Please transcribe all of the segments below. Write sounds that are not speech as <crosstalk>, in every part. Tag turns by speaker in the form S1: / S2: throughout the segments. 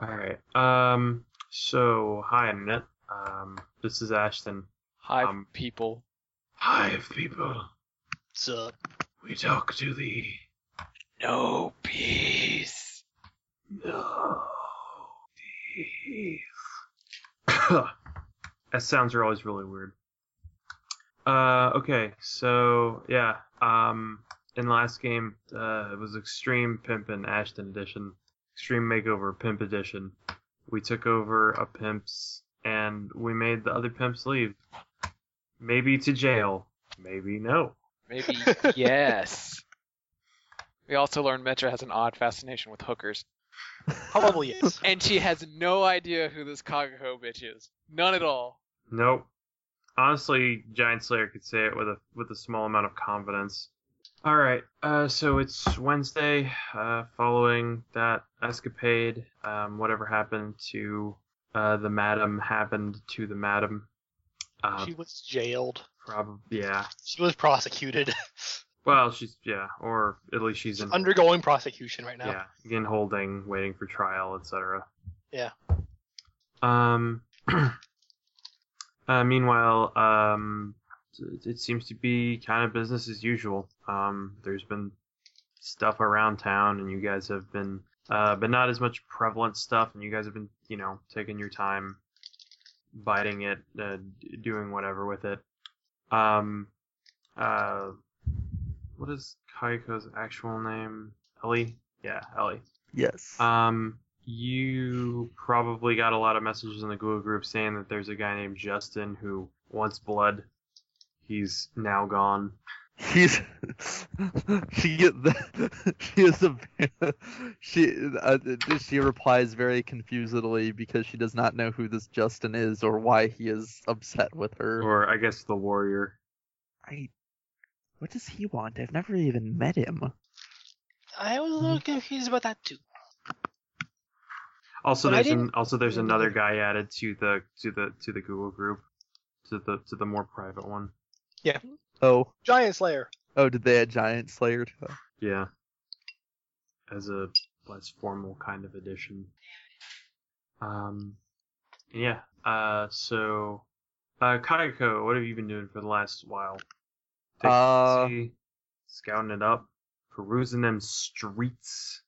S1: All right. Um. So, hi, internet. Um. This is Ashton.
S2: Hive
S1: Um,
S2: people.
S1: Hive people,
S2: Sup?
S1: we talk to thee.
S2: No peace.
S1: No. <coughs> Thief. <coughs> that sounds are always really weird. Uh. Okay. So yeah. Um. In last game, uh, it was Extreme Pimp and Ashton Edition, Extreme Makeover Pimp Edition. We took over a pimp's and we made the other pimps leave. Maybe to jail. Maybe no.
S2: Maybe yes. We also learned Metra has an odd fascination with hookers,
S3: Probably <laughs> is.
S2: and she has no idea who this Kagaho bitch is. None at all.
S1: Nope. Honestly, Giant Slayer could say it with a with a small amount of confidence. All right. Uh, so it's Wednesday. Uh, following that escapade, um, whatever happened to uh, the madam happened to the madam. Uh,
S3: She was jailed.
S1: probably yeah.
S3: She was prosecuted. <laughs>
S1: Well, she's yeah, or at least she's in
S3: Undergoing prosecution right now.
S1: yeah, in holding, waiting for trial, etc.
S3: Yeah.
S1: Um. <clears throat> uh, meanwhile, um, it, it seems to be kind of business as usual. Um, there's been stuff around town, and you guys have been, uh, but not as much prevalent stuff, and you guys have been, you know, taking your time, biting it, uh, d- doing whatever with it. Um. Uh. What is Kaiko's actual name? Ellie? Yeah, Ellie.
S4: Yes.
S1: Um, you probably got a lot of messages in the Google group saying that there's a guy named Justin who wants blood. He's now gone.
S4: He's <laughs> she get the, <laughs> she is a ve- she uh, she replies very confusedly because she does not know who this Justin is or why he is upset with her.
S1: Or I guess the warrior.
S4: I what does he want? I've never even met him.
S3: I was a little confused about that too.
S1: Also
S3: But I
S1: there's an, also there's
S3: Mm.
S1: another guy added to the to the to the Google group. To the to the more private one.
S4: Oh
S3: Giant Slayer.
S4: oh, did they add Giant Slayer? To that?
S1: Yeah. As a less formal kind of edition. Um, yeah. Uh, so, uh, Kaiko, what have you been doing for the last while? Taking it
S4: Uh,
S1: easy, scouting it up, perusing them streets.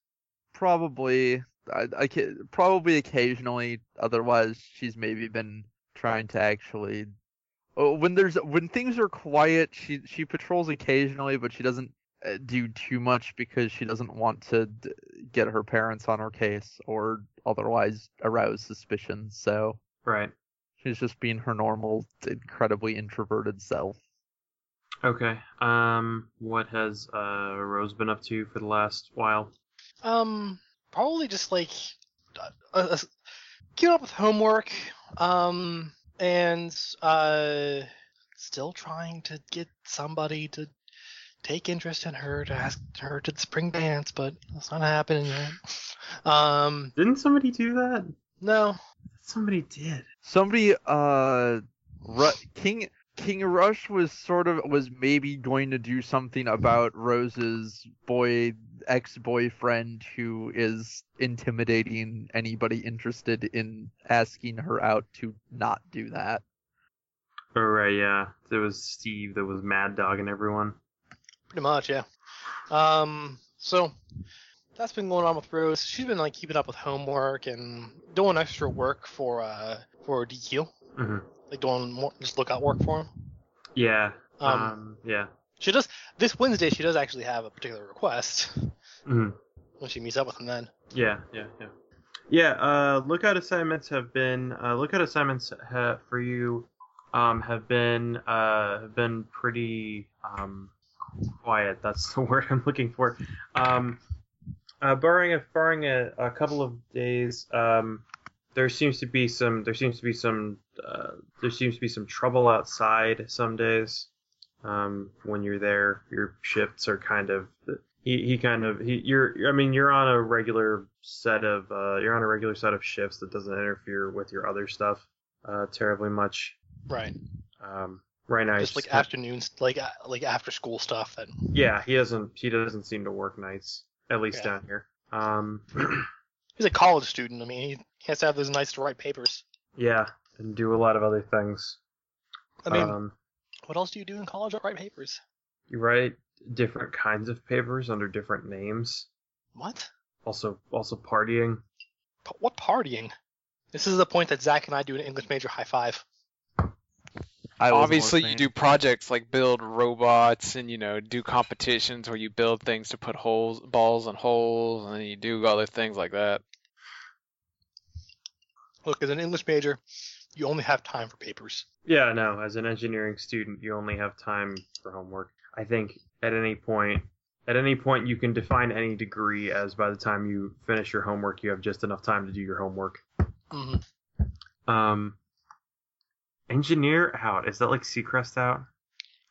S4: Probably I, I ca- probably occasionally. Otherwise, she's maybe been trying to actually. Oh, When there's when things are quiet, she she patrols occasionally, but she doesn't uh, do too much because she doesn't want to d- get her parents on her case or otherwise arouse suspicion. So
S1: Right.
S4: she's just being her normal, incredibly introverted self.
S1: Okay. Um, what has uh Rose been up to for the last while?
S3: Um, probably just like uh, uh, queuing up with homework. Um, and uh, still trying to get somebody to take interest in her to ask her to the spring dance, but that's not happening yet. <laughs> Um,
S1: Didn't somebody do that?
S3: no,
S1: Somebody did.
S4: Somebody, uh, Ru- King King Rush was sort of was maybe going to do something about Rose's boy ex boyfriend who is intimidating anybody interested in asking her out to not do that.
S1: Oh, right. Yeah. There was Steve. There was Mad Dog and everyone.
S3: Pretty much, yeah. Um, so that's been going on with Rose. She's been like keeping up with homework and doing extra work for uh for DQ,
S1: hmm
S3: like doing more, just lookout work for him.
S1: Yeah.
S3: Um,
S1: um yeah.
S3: she does this Wednesday. She does actually have a particular request
S1: Mhm.
S3: when she meets up with him. Then
S1: Yeah, yeah, yeah. Yeah, uh, lookout assignments have been uh, lookout assignments ha- for you um, have been uh, have been pretty um, quiet. That's <laughs> the word I'm looking for. Um, uh, barring a barring a, a couple of days, um, there seems to be some there seems to be some uh, there seems to be some trouble outside. Some days, um, when you're there, your shifts are kind of he, he kind of he you're I mean you're on a regular set of uh, you're on a regular set of shifts that doesn't interfere with your other stuff uh, terribly much.
S3: right,
S1: Um, right now, he's
S3: just like
S1: kinda-
S3: afternoons, like a- like after school stuff. That
S1: yeah, he doesn't he doesn't seem to work nights at least
S3: Yeah.
S1: down here. Um, <clears throat>
S3: he's a college student. I mean, he has to have those nights to write papers.
S1: Yeah, and do a lot of other things.
S3: I mean,
S1: um,
S3: what else do you do in college? but Write papers.
S1: you write different kinds of papers under different names.
S3: What?
S1: Also, also partying.
S3: P- what partying? This is the point that Zach and I do an English major high five.
S4: I was
S2: Obviously, you
S4: listening.
S2: do projects like build robots and you know do competitions where you build things to put holes, balls in holes, and you do other things like that.
S3: Look, as an English major, you only have time for papers.
S1: Yeah, no. As an engineering student, you only have time for homework. I think at any point, at any point, you can define any degree as by the time you finish your homework, you have just enough time to do your homework.
S3: hmm
S1: Um, engineer out. Is that like Seacrest out?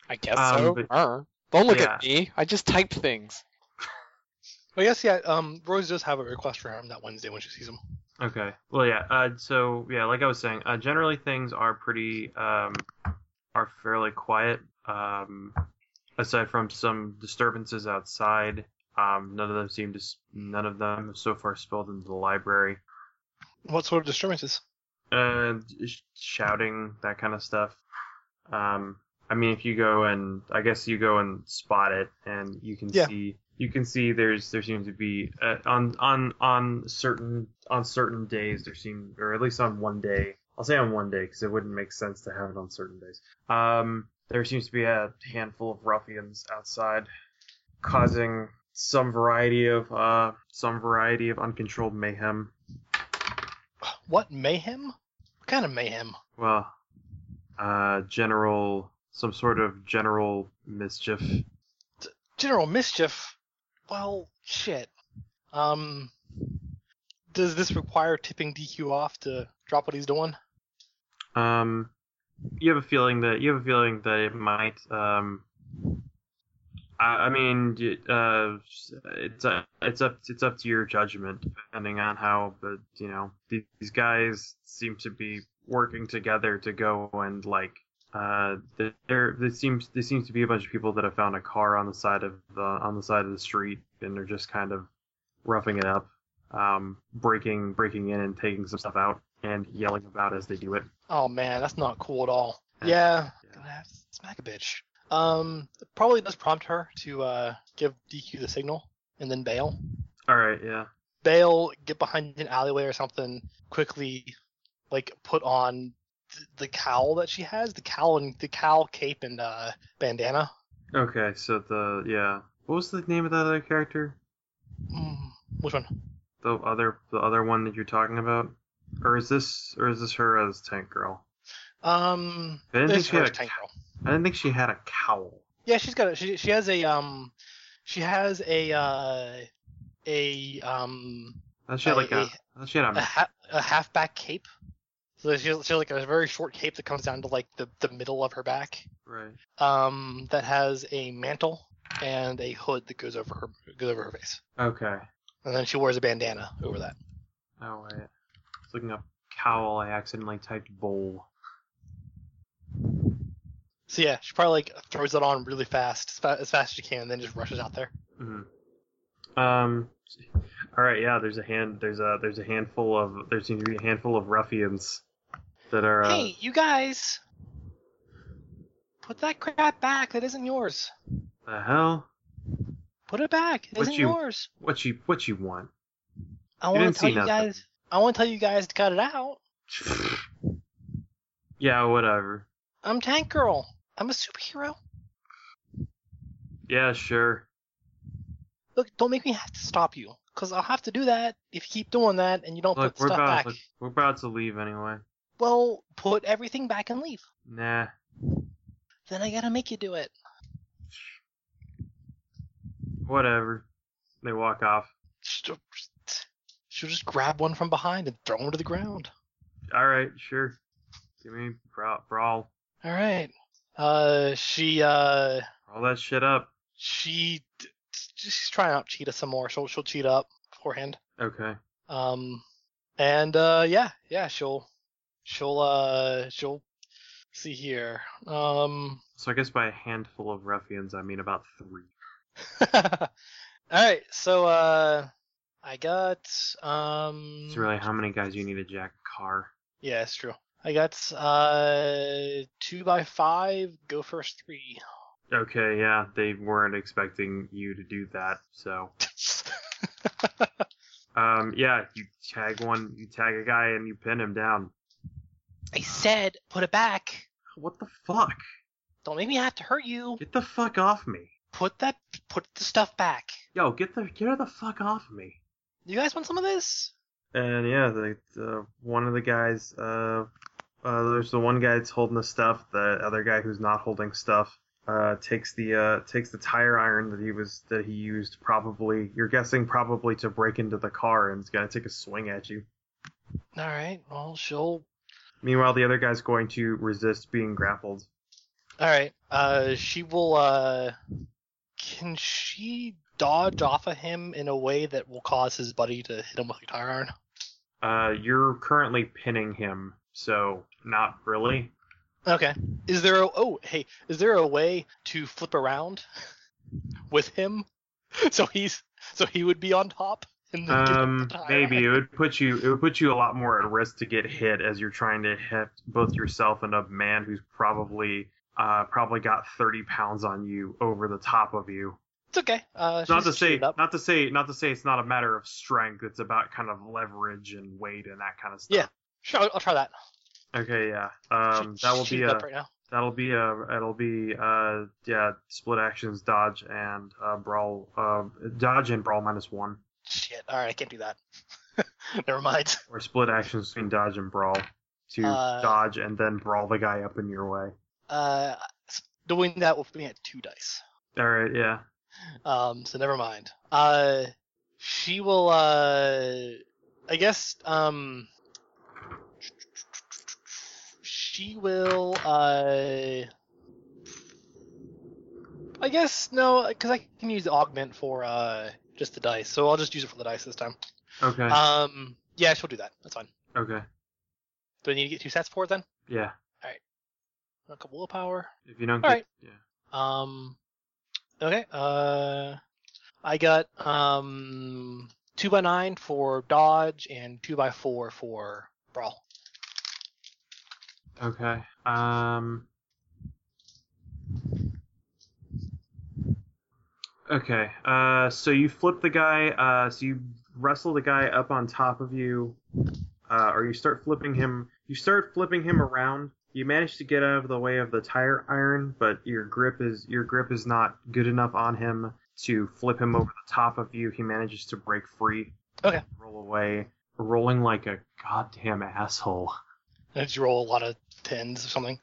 S2: I guess
S1: Um,
S2: so.
S1: but-
S2: Arr. Don't look at me. I just type things.
S3: But yes, yeah. Um, Rose does have a request for him that Wednesday when she sees him.
S1: Okay. Well, yeah. Uh, so yeah, like I was saying, uh, generally things are pretty um, are fairly quiet. Um, aside from some disturbances outside, um, none of them seem to s- none of them have so far spilled into the library.
S3: What sort of disturbances?
S1: Uh, sh- shouting that kind of stuff. Um, I mean, if you go and I guess you go and spot it, and you can
S3: Yeah.
S1: see you can see there's there seems to be uh, on on on certain on certain days there seem or at least on one day I'll say on one day because it wouldn't make sense to have it on certain days. Um, there seems to be a handful of ruffians outside, causing some variety of uh some variety of uncontrolled mayhem.
S3: What mayhem? What kind of mayhem?
S1: Well, uh, general, some sort of general mischief.
S3: General mischief. Well, shit. Um, does this require tipping DQ off to drop what he's doing?
S1: Um, you have a feeling that you have a feeling that it might. Um, I, I mean, y- uh, it's uh, it's up it's up to your judgment depending on how. But you know, the- these guys seem to be working together to go and like. Uh, there, there seems there seems to be a bunch of people that have found a car on the side of the on the side of the street, and they're just kind of roughing it up, um, breaking breaking in and taking some stuff out and yelling about as they do it.
S3: Oh man, that's not cool at all.
S1: Yeah.
S3: Yeah,
S1: Yeah.
S3: gonna have to smack a bitch. Um, it probably does prompt her to uh give DQ the signal and then bail.
S1: All right, yeah.
S3: Bail, get behind an alleyway or something, quickly, like put on th- the cowl that she has, the cowl and the cowl cape and uh bandana.
S1: Okay, so the yeah. What was the name of that other character?
S3: Mm, which one?
S1: The other the other one that you're talking about? Or is this or is this her as Tank Girl?
S3: Um,
S1: I didn't think
S3: this
S1: she had
S3: her
S1: a
S3: tank girl.
S1: I didn't think she had a cowl.
S3: Yeah, she's got a, she she has a um she has a uh a um
S1: I thought she had
S3: Uh,
S1: like a
S3: <laughs>
S1: I
S3: eh.
S1: thought she had
S3: a,
S1: a <laughs>
S3: ha- a halfback cape. So she has, she has like a very short cape that comes down to like the, the middle of her back.
S1: right.
S3: Um, that has a mantle and a hood that goes over her goes over her face,
S1: Okay.
S3: and then she wears a bandana over that.
S1: Oh wait. I was looking up cowl, I accidentally typed bowl.
S3: So yeah, she probably like throws that on really fast, as, fa- as fast as she can, and then just rushes out there.
S1: Mhm. Um Alright, yeah, there's a hand there's a there's a handful of there seems to be a handful of ruffians that are uh,
S3: Hey, you guys, put that crap back. That isn't yours.
S1: the hell?
S3: Put it back. It
S1: What
S3: isn't
S1: you-
S3: yours.
S1: What you what you want?
S3: I
S1: didn't
S3: want
S1: see
S3: to tell you
S1: nothing.
S3: guys. I want to tell you guys to cut it out.
S1: <sighs> yeah, whatever.
S3: I'm Tank Girl. I'm a superhero.
S1: Yeah, sure.
S3: Look, don't make me have to stop you, because I'll have to do that if you keep doing that and you don't
S1: Look,
S3: put
S1: we're
S3: stuff
S1: about
S3: back.
S1: look, we're about to leave anyway.
S3: Well, put everything back and leave.
S1: Nah.
S3: Then I gotta make you do it.
S1: Whatever. They walk off.
S3: She'll she'll just grab one from behind and throw him to the ground.
S1: Alright, sure. Give me brawl brawl.
S3: All right. Uh, she uh,
S1: All that shit up.
S3: she d- she's trying out cheetah some more. She'll she'll cheat up beforehand.
S1: Okay.
S3: Um, and uh, yeah, yeah, she'll she'll uh she'll see here. Um.
S1: So I guess by a handful of
S3: <laughs>
S1: ruffians I mean about three.
S3: All right, so uh, I got um.
S1: It's really how many guys you need to jack a car.
S3: Yeah, it's true. I got uh two by five. Go first three. <laughs>
S1: Okay, yeah, they weren't expecting you to do that, so um, yeah, you tag one, you tag a guy, and you pin him down.
S3: I said, put it back.
S1: What the fuck?
S3: Don't make me have to hurt you.
S1: Get the fuck off me!
S3: Put that. Put the stuff back.
S1: Yo, get the get her the fuck off me!
S3: You guys want some of this?
S1: And yeah, the, the one of the guys, uh, uh, there's the one guy that's holding the stuff. The other guy who's not holding stuff uh, takes the uh, takes the tire iron that he was that he used probably you're guessing probably to break into the car and is gonna take a swing at you.
S3: All right. Well, she'll.
S1: Meanwhile, the other guy's going to resist being grappled.
S3: All right. Uh, she will. Uh, can she dodge off of him in a way that will cause his buddy to hit him with a tire iron?
S1: Uh, you're currently pinning him, so not really.
S3: Okay. Is there a oh hey, is there a way to flip around <laughs> with him? <laughs> So he's so he would be on top and then give up <laughs>
S1: Um,
S3: the tire.
S1: maybe it would put you it would put you a lot more at risk to get hit as you're trying to hit both yourself and a man who's probably uh probably got 30 pounds on you over the top of you.
S3: It's okay. Uh
S1: Not
S3: she's
S1: to say
S3: suited up.
S1: not to say not to say it's not a matter of strength. It's about kind of leverage and weight and that kind of
S3: Yeah.
S1: stuff.
S3: Sure, I'll, I'll try that.
S1: Yeah. Okay. Yeah.
S3: She-
S1: Um, that will
S3: she's
S1: be
S3: up
S1: a
S3: right now.
S1: that'll be a it'll be uh yeah split actions dodge and uh brawl uh dodge and brawl minus one
S3: Shit. All right, I can't do that. <laughs> Never mind.
S1: or split actions between dodge and brawl to
S3: Uh,
S1: dodge and then brawl the guy up in your way.
S3: Uh doing that will put me at two dice.
S1: All right. Yeah.
S3: Um, so never mind. Uh, she will. Uh, I guess. Um, she will. Uh, I guess no, because I can use augment for uh just the dice. So I'll just use it for the dice this time.
S1: Okay.
S3: Um, yeah, she'll do that. That's fine.
S1: okay.
S3: Do I need to get two sets for it then?
S1: Yeah.
S3: A couple willpower.
S1: If you don't get
S3: all right.
S1: yeah.
S3: Um, okay. Uh, I got um two by nine for dodge and two by four for brawl.
S1: Okay. Um. Okay. Uh. So you flip the guy. Uh. So you wrestle the guy up on top of you. Uh. Or you start flipping him. You start flipping him around. You manage to get out of the way of the tire iron, but your grip is your grip is not good enough on him to flip him over the top of you. He manages to break free.
S3: Okay.
S1: Roll away, rolling like a goddamn asshole.
S3: Did you roll a lot of tens or something?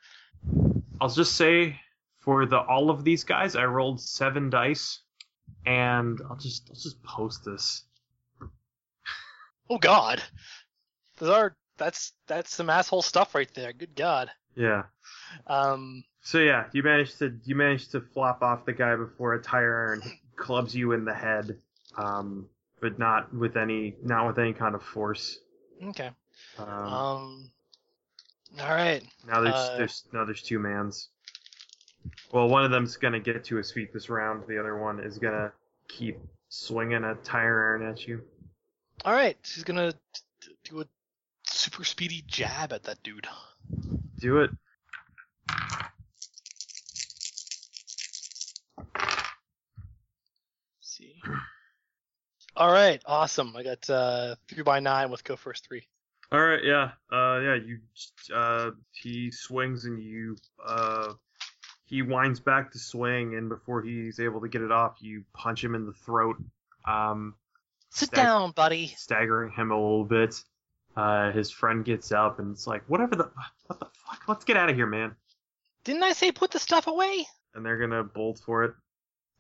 S1: I'll just say for the all of these guys, I rolled seven dice, and I'll just I'll just post this.
S3: Oh God, those are that's that's some asshole stuff right there. Good God.
S1: Yeah.
S3: Um,
S1: So yeah, you managed to you managed to flop off the guy before a tire iron clubs you in the head, um, but not with any not with any kind of force.
S3: okay.
S1: Um,
S3: Um, all right.
S1: now there's
S3: uh,
S1: there's now there's two mans. Well, one of them's gonna get to his feet this round. The other one is gonna keep swinging a tire iron at you.
S3: All right. She's gonna t- t- do a super speedy jab at that dude.
S1: Do it.
S3: see. All right, awesome. I got uh, three by nine with go first three.
S1: All right, yeah, uh, yeah. You, uh, he swings and you, uh, he winds back to swing, and before he's able to get it off, you punch him in the throat, um,
S3: Sit
S1: Stag-
S3: down, buddy.
S1: staggering him a little bit. Uh, his friend gets up and it's like, whatever the, what the fuck? Let's get out of here, man.
S3: Didn't I say put the stuff away?
S1: And they're gonna bolt for it.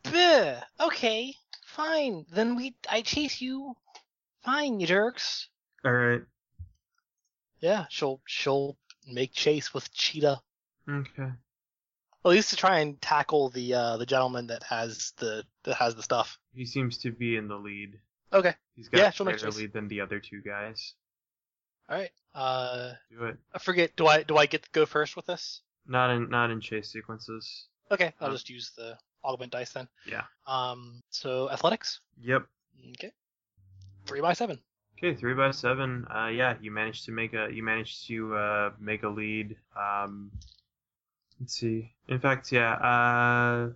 S3: Bleh. Okay, fine. Then we, I chase you. Fine, you jerks.
S1: All right.
S3: Yeah, she'll she'll make chase with Cheetah.
S1: Okay.
S3: At least to try and tackle the uh, the gentleman that has the that has the stuff.
S1: He seems to be in the lead.
S3: Okay.
S1: He's got
S3: Yeah,
S1: a
S3: she'll make
S1: greater
S3: choice.
S1: lead than the other two guys.
S3: All right. Uh,
S1: Do it.
S3: I forget. Do I do I get to go first with this?
S1: Not in, not in chase sequences.
S3: Okay, I'll
S1: Uh.
S3: just use the augment dice then.
S1: Yeah.
S3: Um. So athletics.
S1: Yep.
S3: Okay. Three by seven.
S1: Okay, three by seven. Uh, yeah, you managed to make a you managed to uh, make a lead. Um, let's see. In fact, yeah, uh,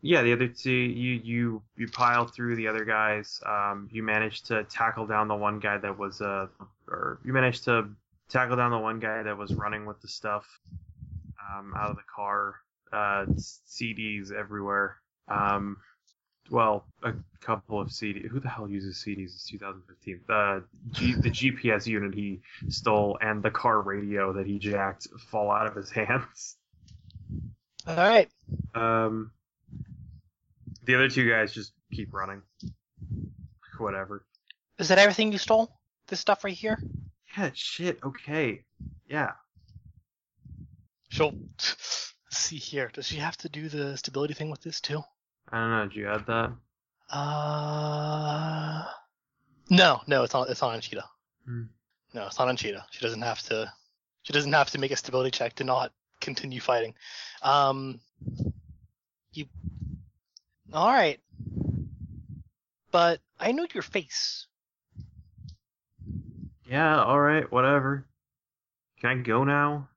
S1: yeah. The other two, you you you pile through the other guys. Um, you managed to tackle down the one guy that was uh, or you managed to tackle down the one guy that was running with the stuff um, out of the car. Uh, CDs everywhere. Um, well, a couple of CD. Who the hell uses CDs? It's 2015. The G, the GPS unit he stole and the car radio that he jacked fall out of his <laughs> hands.
S3: All right.
S1: Um, the other two guys just keep running. Whatever.
S3: Is that everything you stole? This stuff right here?
S1: Yeah. Shit. Okay. Yeah.
S3: She'll <laughs> see here. Does she have to do the stability thing with this too?
S1: I don't know. Did you add that?
S3: Uh, no, no, it's not. It's not on Cheetah.
S1: Hmm.
S3: No, it's not on Cheetah. She doesn't have to. She doesn't have to make a stability check to not continue fighting. Um, you. All right. But I know your face.
S1: Yeah. All right. Whatever. Can I go now?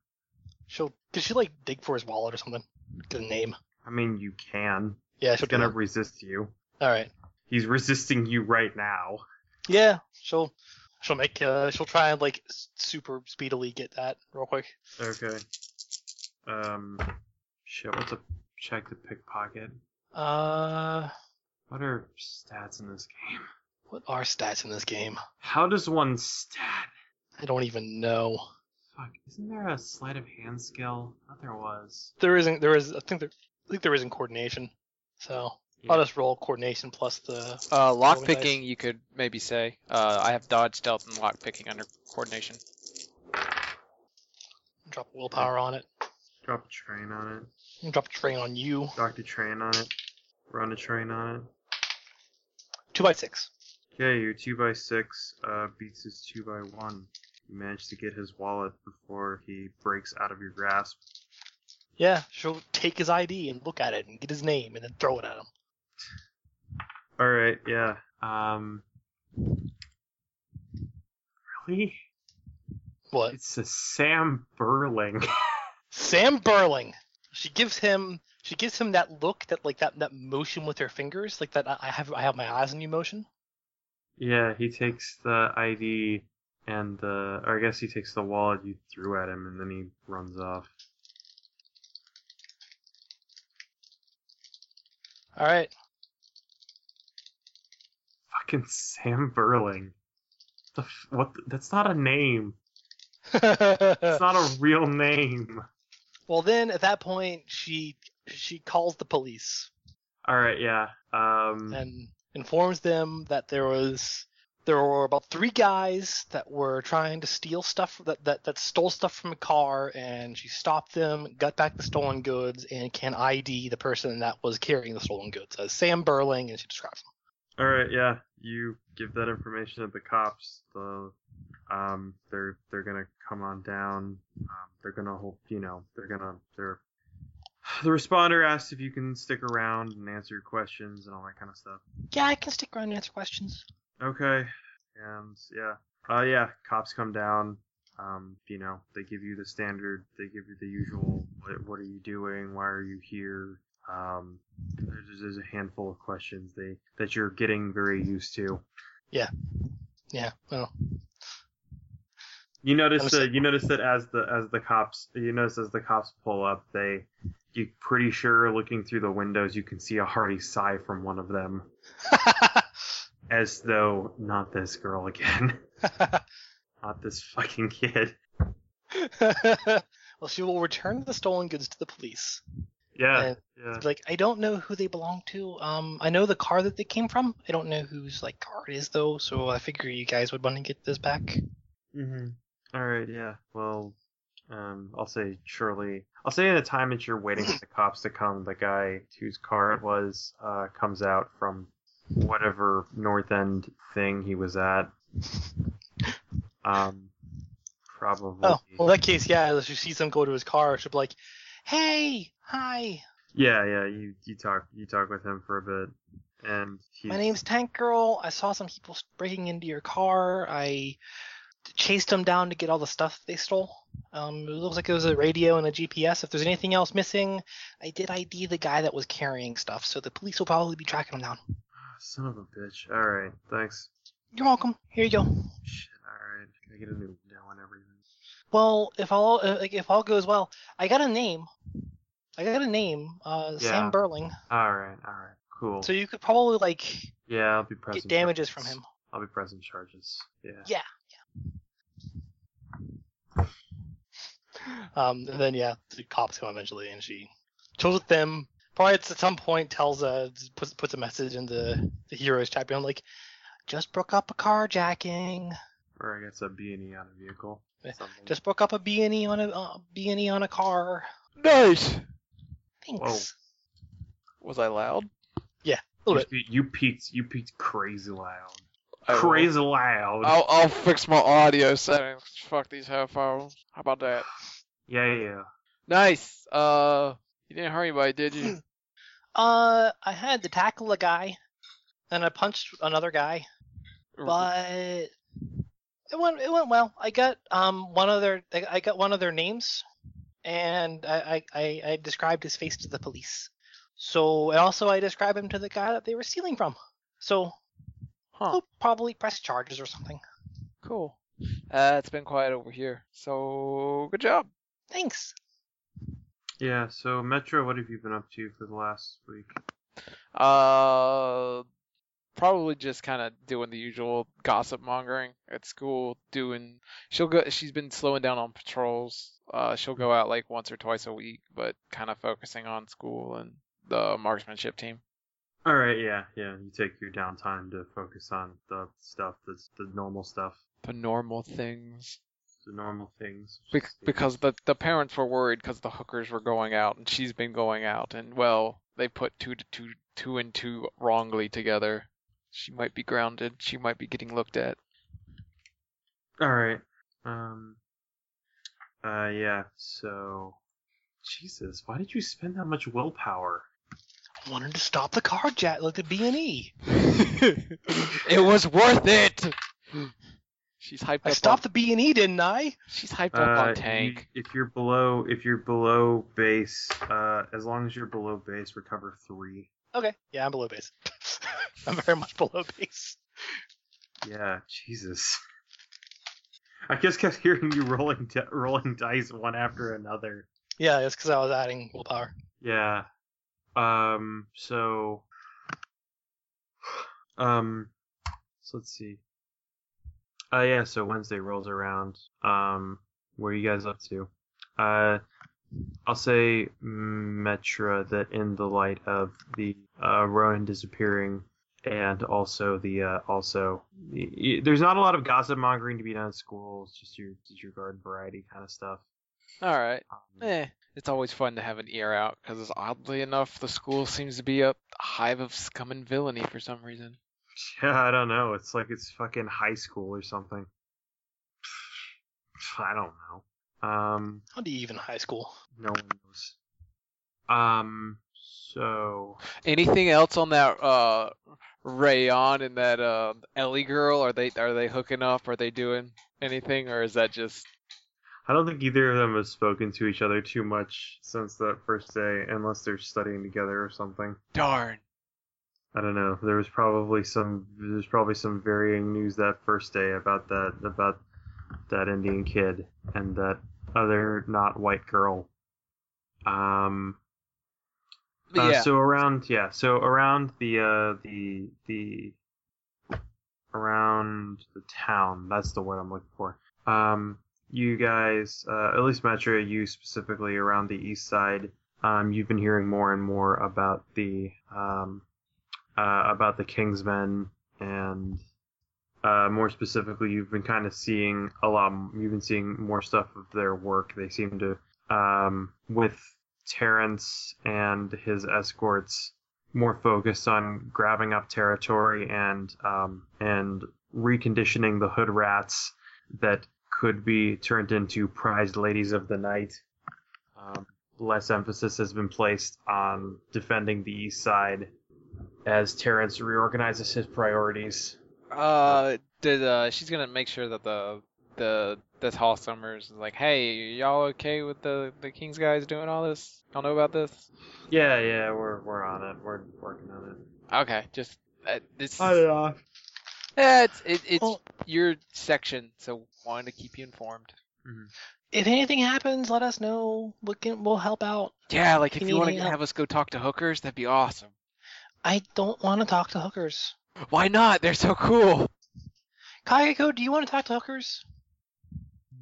S3: She'll. Did she like dig for his wallet or something? Get a name.
S1: I mean, you can.
S3: Yeah, she'll
S1: He's
S3: do
S1: gonna
S3: that.
S1: resist you.
S3: All right.
S1: He's resisting you right now.
S3: Yeah, she'll. She'll make. Uh, she'll try and like s- super speedily get that real quick.
S1: Okay. Um, shit. What's a check the pickpocket?
S3: Uh,
S1: What are stats in this game?
S3: what are stats in this game?
S1: How does one stat?
S3: I don't even know.
S1: Fuck. Isn't there a sleight of hand skill? I thought there was.
S3: There isn't. There is. I think there. I think there isn't coordination. So I'll just roll coordination plus the.
S2: Uh,
S3: Roll
S2: lock
S3: the dice.
S2: picking, you could maybe say. Uh, I have dodge, stealth, and lock picking under coordination.
S3: Drop willpower on it.
S1: Drop a train on it.
S3: Drop a train on you.
S1: Doctor train on it. Run a train on it.
S3: Two by six.
S1: Okay, your two by six uh, beats his two by one. You manage to get his wallet before he breaks out of your grasp.
S3: Yeah, she'll take his ID and look at it and get his name and then throw it at him.
S1: All right, yeah. Um, really?
S3: What?
S1: It's a Sam Burling. <laughs>
S3: Sam Burling. She gives him. She gives him that look that like that that motion with her fingers, like that I I have I have my eyes on you motion.
S1: yeah, he takes the ID and the, or I guess he takes the wallet you threw at him, and then he runs off.
S3: All right. <laughs>
S1: Fucking Sam Burling. The f- what? The, that's not a name. It's not a real name.
S3: well, then at that point she she calls the police.
S1: All right, yeah. Um,
S3: and informs them that there was there were about three guys that were trying to steal stuff that, that that stole stuff from a car and she stopped them got back the stolen goods and can id the person that was carrying the stolen goods as sam burling and she describes him
S1: All right, yeah. You give that information to the cops. The um, they're they're gonna come on down. Um, they're gonna hold. You know, they're gonna they're. The responder asks if you can stick around and answer questions and all that kind of stuff.
S3: yeah i can stick around and answer questions
S1: Okay, and yeah, uh, yeah. Cops come down. Um, you know, they give you the standard. They give you the usual. What, what are you doing? Why are you here? Um, there's, there's a handful of questions they that you're getting very used to.
S3: yeah well <laughs>
S1: You notice
S3: Understand.
S1: that you notice that as the as the cops you notice as the cops pull up, they you pretty sure looking through the windows you can see a hearty sigh from one of them, as though not this girl again, <laughs> not this fucking kid.
S3: well she will return the stolen goods to the police
S1: Yeah,
S3: And-
S1: yeah.
S3: It's like I don't know who they belong to. Um, I know the car that they came from. I don't know whose like car it is though. So I figure you guys would want to get this back.
S1: Mm-hmm. All right, yeah. Well, um, I'll say surely. I'll say at the time that you're waiting for the cops to come, the guy whose car it was uh, comes out from whatever north end thing he was at. Um, probably.
S3: Oh, well, in that case, yeah. If she sees them go to his car, she'll be like, "Hey, hi."
S1: Yeah, yeah. You you talk you talk with him for a bit, and he's,
S3: My name's Tank Girl. I saw some people breaking into your car. I chased them down to get all the stuff they stole. Um, it looks like it was a radio and a GPS. If there's anything else missing, I did ID the guy that was carrying stuff, so the police will probably be tracking him down.
S1: <sighs> son of a bitch. All right, thanks.
S3: You're welcome. Here you go.
S1: Shit. All right, can I get a new window and everything?
S3: Well, if all uh, like if all goes well, I got a name. I got a name, uh,
S1: Yeah.
S3: Sam Burling.
S1: All right, all right, cool.
S3: So you could probably like
S1: yeah, I'll be pressing.
S3: get damages from
S1: charges.
S3: him.
S1: I'll be pressing charges. Yeah.
S3: Um, and then yeah, the cops come eventually, and she chills with them. Probably at some point tells uh puts puts a message in the the heroes chat room like, just broke up a carjacking,
S1: Or I guess a B and E on a vehicle.
S3: Yeah,
S1: something.
S3: just broke up a B and E on a uh, B and E on a car.
S2: Nice.
S3: Thanks.
S2: Was I loud?
S3: a little
S1: you, pe- you peaked. You peaked crazy loud.
S2: I will-
S1: Crazy loud.
S2: I'll I'll fix my audio settings. Fuck these headphones. How about that?
S1: Yeah, yeah, yeah.
S2: Nice. Uh, you didn't hurt anybody, did <clears throat> you?
S3: Uh, I had to tackle a guy, and I punched another guy,
S2: Mm-hmm.
S3: but it went it went well. I got um one of their I I got one of their names, and I I, I, I described his face to the police. So and also I described him to the guy that they were stealing from. So
S2: Huh.
S3: he'll probably press charges or something.
S2: Cool. Uh, it's been quiet over here. So good job.
S3: Thanks.
S1: Yeah. So Metro, what have you been up to for the last week?
S2: Uh, probably just kind of doing the usual gossip mongering at school. Doing she'll go. She's been slowing down on patrols. Uh, she'll go out like once or twice a week, but kind of focusing on school and the marksmanship team.
S1: All right. Yeah, yeah. You take your downtime to focus on the stuff that's the normal stuff,
S2: The normal things.
S1: the normal things.
S2: Be- because the the parents were worried because the hookers were going out and she's been going out and well they put two to two two and two wrongly together. She might be grounded. She might be getting looked at.
S1: All right. Um. Uh. Yeah. So. Jesus, why did you spend that much willpower?
S3: I wanted to stop the carjack like the B and E.
S2: <laughs> it was worth it. She's hyped
S3: I
S2: up.
S3: stopped
S2: on,
S3: the B and E, didn't I?
S2: She's hyped up
S1: Uh,
S2: on tank.
S1: you- if you're below, if you're below base, uh, as long as you're below base, recover three.
S3: Okay. Yeah, I'm below base. <laughs> I'm very much below base.
S1: Yeah, Jesus. <laughs> I just kept hearing you rolling di- rolling dice one after another.
S3: Yeah, it's because I was adding willpower.
S1: Yeah. Um. So. <sighs> Um. So let's see. Uh yeah. So Wednesday rolls around. Um. What are you guys up to? Uh. I'll say, Metra, that in the light of the uh, Ronan disappearing, and also the uh, also, y- y- there's not a lot of gossip mongering to be done at school. It's just your just your garden variety kind of stuff.
S2: All right.
S1: Um,
S2: Eh, it's always fun to have an ear out because oddly enough the school seems to be a hive of scum and villainy for some reason.
S1: <laughs> Yeah, I don't know. It's like it's fucking high school or something. <sighs> I don't know. Um,
S3: How do you even high school?
S1: no one knows. Um, so
S2: Anything else on that uh Rayon and that uh Ellie girl? Are they are they hooking up? Are they doing anything or is that just
S1: I don't think either of them have spoken to each other too much since that first day, unless they're studying together or something.
S2: darn?
S1: I don't know. There was probably some there's probably some varying news that first day about that about that Indian kid and that other not white girl. Um, Uh,
S2: yeah.
S1: So around yeah, so around the uh the the around the town. That's the word I'm looking for. Um, you guys, uh, at least Metro, you specifically around the east side. Um, you've been hearing more and more about the um uh, about the Kingsmen and. Uh, more specifically, you've been kind of seeing a lot. You've been seeing more stuff of their work. They seem to, um, with Terrence and his escorts more focused on grabbing up territory and um, and reconditioning the hood rats that could be turned into prized ladies of the night. Um, less emphasis has been placed on defending the east side as Terrence reorganizes his priorities.
S2: Uh, did uh, she's gonna make sure that the the this Hall Summers is like, hey, y'all okay with the the Kings guys doing all this? Y'all know about this?
S1: Yeah, yeah, we're we're on it. We're working on it.
S2: Okay, just uh, this.
S1: know.
S2: Eh, it's it, it's
S3: Well-
S2: your section, so wanted to keep you informed.
S3: If anything happens, let us know. We can, we'll help out.
S2: Yeah, like
S3: You
S2: if you
S3: need
S2: want
S3: any
S2: to
S3: help?
S2: have us go talk to hookers, that'd be awesome.
S3: I don't want to talk to hookers.
S2: Why not? They're so cool.
S3: Kayako, do you want to talk to hookers?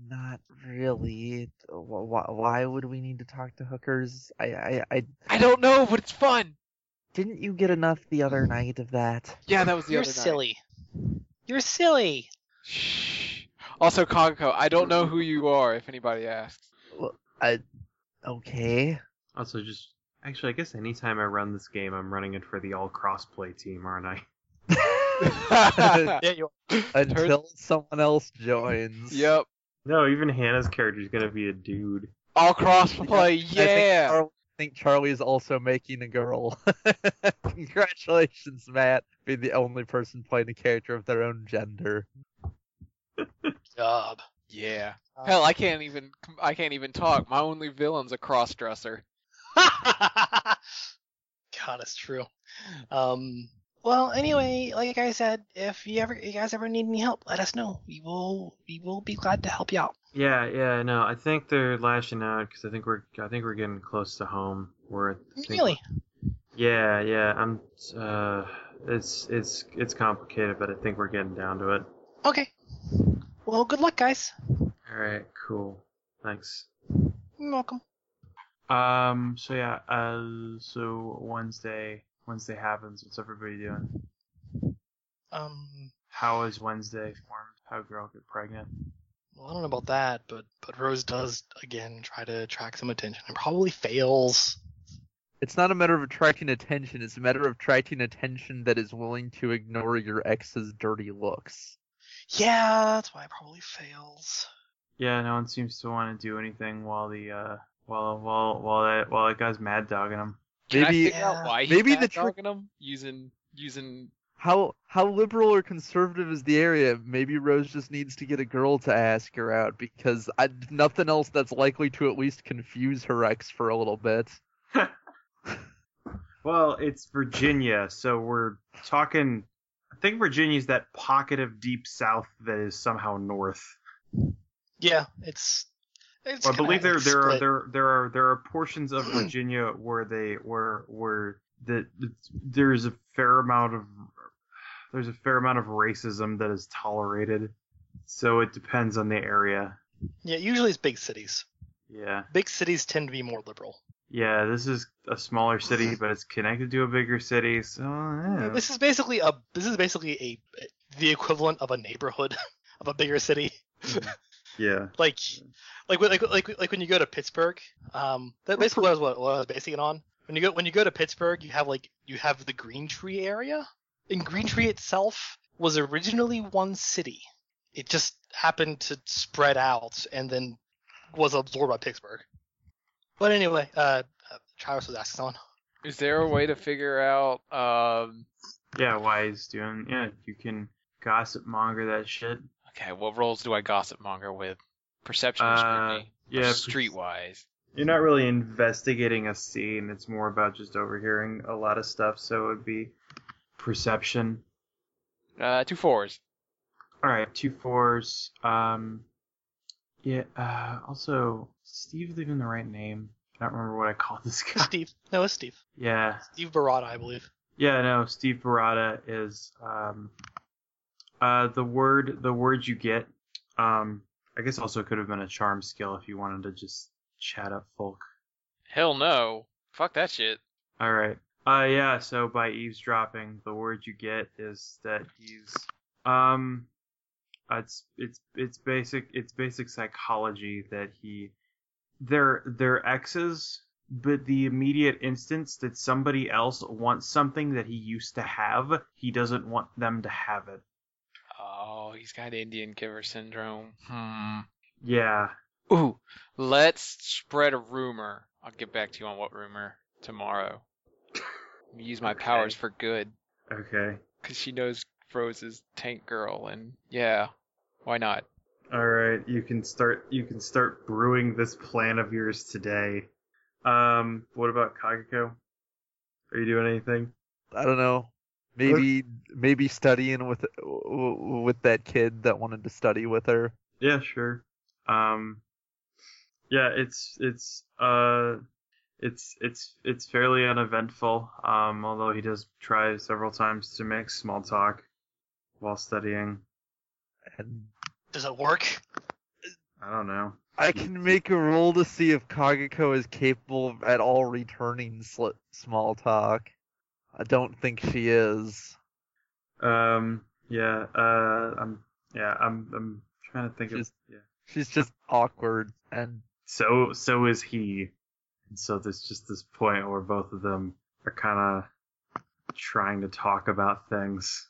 S4: Not really. Why, why would we need to talk to hookers? I, I, I
S2: I don't know, but it's fun.
S4: didn't you get enough the other night of that?
S2: Yeah, that was the
S3: You're
S2: other night.
S3: silly. You're silly.
S2: Shh. Also, Kagako, I don't know who you are. If anybody asks, <laughs>
S4: Okay.
S1: Also, just actually, I guess anytime I run this game, I'm running it for the all crossplay team, aren't I?
S3: <laughs> Yeah, you
S4: Until someone else joins.
S2: <laughs> yep,
S1: No, even Hannah's character's gonna be a dude.
S2: all crossplay.
S4: I think,
S2: Yeah.
S4: Charlie, I think Charlie's also making a girl. <laughs> Congratulations, Matt. Be the only person playing a character of their own gender.
S3: Job.
S2: Yeah. Hell, I can't even. I can't even talk. My only villain's a crossdresser.
S3: <laughs> God, it's true. Um. Well, anyway, like I said, if you ever, you guys ever need any help, let us know. We will, we will be glad to help you out.
S1: Yeah, yeah, I know. I think they're lashing out because I think we're I think we're getting close to home. We're I think
S3: Really?
S1: Yeah, yeah. I'm. Uh, it's it's it's complicated, but I think we're getting down to it.
S3: Okay. Well, good luck, guys.
S1: All right, cool. Thanks.
S3: You're welcome.
S1: Um. So yeah. Uh. So Wednesday. Wednesday happens. What's everybody doing?
S3: Um.
S1: How is Wednesday formed? How a girl get pregnant?
S3: Well, I don't know about that, but but Rose does again try to attract some attention and probably fails.
S4: It's not a matter of attracting attention, it's a matter of attracting attention that is willing to ignore your ex's dirty looks.
S3: Yeah, that's why it probably fails.
S1: Yeah. No one seems to want to do anything while the uh while while while that while that guy's mad dogging him.
S2: Can I
S4: Maybe-
S2: figure out
S3: Yeah.
S2: why he's
S4: maybe
S2: mad
S4: the trick-
S2: dogging him using using.
S4: How how liberal or conservative is the area? Maybe Rose just needs to get a girl to ask her out because I, nothing else that's likely to at least confuse her ex for a little bit.
S1: Well, it's Virginia, so we're talking. I think Virginia's that pocket of deep south that is somehow north.
S3: Yeah, it's. it's
S1: Well, I
S3: kinda
S1: believe there
S3: like
S1: there are
S3: split.
S1: there there are there are portions of Virginia where they where where that there's a fair amount of there's a fair amount of racism that is tolerated. So it depends on the area.
S3: Yeah, usually it's big cities.
S1: Yeah.
S3: Big cities tend to be more liberal.
S1: Yeah, this is a smaller city, but it's connected to a bigger city, so yeah.
S3: <laughs> This is basically a this is basically a the equivalent of a neighborhood <laughs> of a bigger city.
S1: yeah.
S3: Like like when- like like like when you go to Pittsburgh, um, that basically was what, what I was basing it on. When you go when you go to Pittsburgh, you have like you have the Green Tree area, and Green Tree itself was originally one city. It just happened to spread out and then was absorbed by Pittsburgh. But anyway, uh, uh, Travis was asking someone.
S2: Is there a way to figure out um?
S1: Yeah, why he's doing yeah, you can gossip monger that shit.
S2: Okay, what roles do I gossip monger with? Perception, or
S1: Uh,
S2: scrutiny, or
S1: yeah, per-
S2: streetwise.
S1: You're not really investigating a scene. It's more about just overhearing a lot of stuff. So it would be perception.
S2: Uh, two fours.
S1: All right, two fours. Um, yeah. Uh, also, Steve's even the right name. I don't remember what I called this <laughs> guy.
S3: Steve, no, it's Steve.
S1: Yeah.
S3: Steve Barada, I believe.
S1: Yeah. No, Steve Barada is um, uh, the word. The word you get. Um, I guess also could have been a charm skill if you wanted to just chat up folk.
S2: Hell no. Fuck that shit.
S1: All right. Uh yeah, so by eavesdropping, the word you get is that he's um it's it's it's basic it's basic psychology that he they're they're exes, but the immediate instance that somebody else wants something that he used to have, he doesn't want them to have it.
S2: Oh, he's got Indian giver syndrome. Hmm.
S1: Yeah.
S2: Ooh, let's spread a rumor. I'll get back to you on what rumor tomorrow. use my powers
S1: Okay.
S2: for good
S1: Okay.
S2: because she knows Froze is tank girl, and yeah, why not?
S1: All right, you can start. You can start brewing this plan of yours today. Um, what about Kagako? Are you doing anything?
S4: I don't know. Maybe maybe studying with w- w- with that kid that wanted to study with her.
S1: Yeah, sure. Um, yeah, it's it's uh, it's it's it's fairly uneventful. Um, although he does try several times to make small talk while studying.
S4: And
S3: Does it work?
S1: I don't know.
S4: I can make a roll to see if Kagako is capable of at all returning sl- small talk. I don't think she is.
S1: Um, yeah. Uh, I'm yeah. I'm I'm trying to think
S4: Just-
S1: of yeah.
S4: She's just awkward and
S1: so so is he and so there's just this point where both of them are kind of trying to talk about things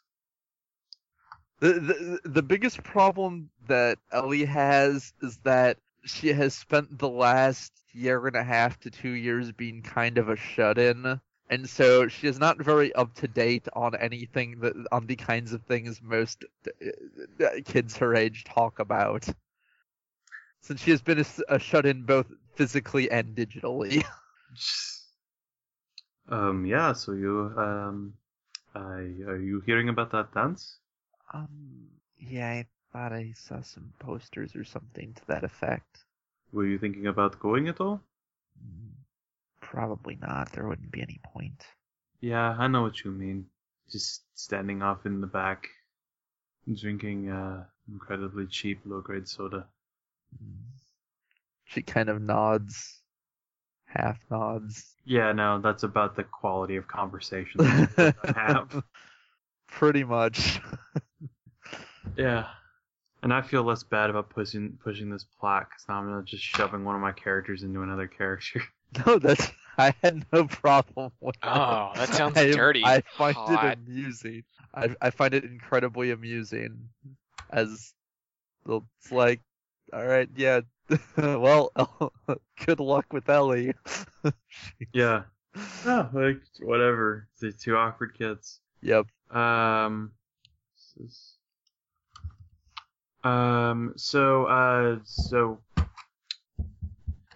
S4: The, the the biggest problem that Ellie has is that she has spent the last year and a half to two years being kind of a shut-in, and so she is not very up to date on anything that on the kinds of things most uh, uh, kids her age talk about. Since she has been a, s- a shut-in both physically and digitally.
S1: um yeah so you um I, are you hearing about that dance
S4: Um, yeah, I thought I saw some posters or something to that effect.
S1: were you thinking about going at all
S4: Mm-hmm. Probably not. There wouldn't be any point.
S1: yeah i know what you mean just standing off in the back drinking uh incredibly cheap low grade soda
S4: Mm-hmm. She kind of nods, half nods.
S1: yeah no that's about the quality of conversation <laughs> that I have
S4: <laughs> Pretty much. <laughs>
S1: Yeah, and I feel less bad about pushing pushing this plot because now I'm not just shoving one of my characters into another character. <laughs>
S4: No, that's. I had no problem with
S2: Oh, that sounds
S4: I,
S2: dirty.
S4: I find
S2: Hot.
S4: it amusing. I, I find it incredibly amusing. As it's like, all right, yeah. <laughs> well, <laughs> good luck with Ellie. <laughs>
S1: <laughs> yeah, no, Ah, like whatever. The two awkward kids.
S4: Yep.
S1: Um. this is- Um. So. Uh. So.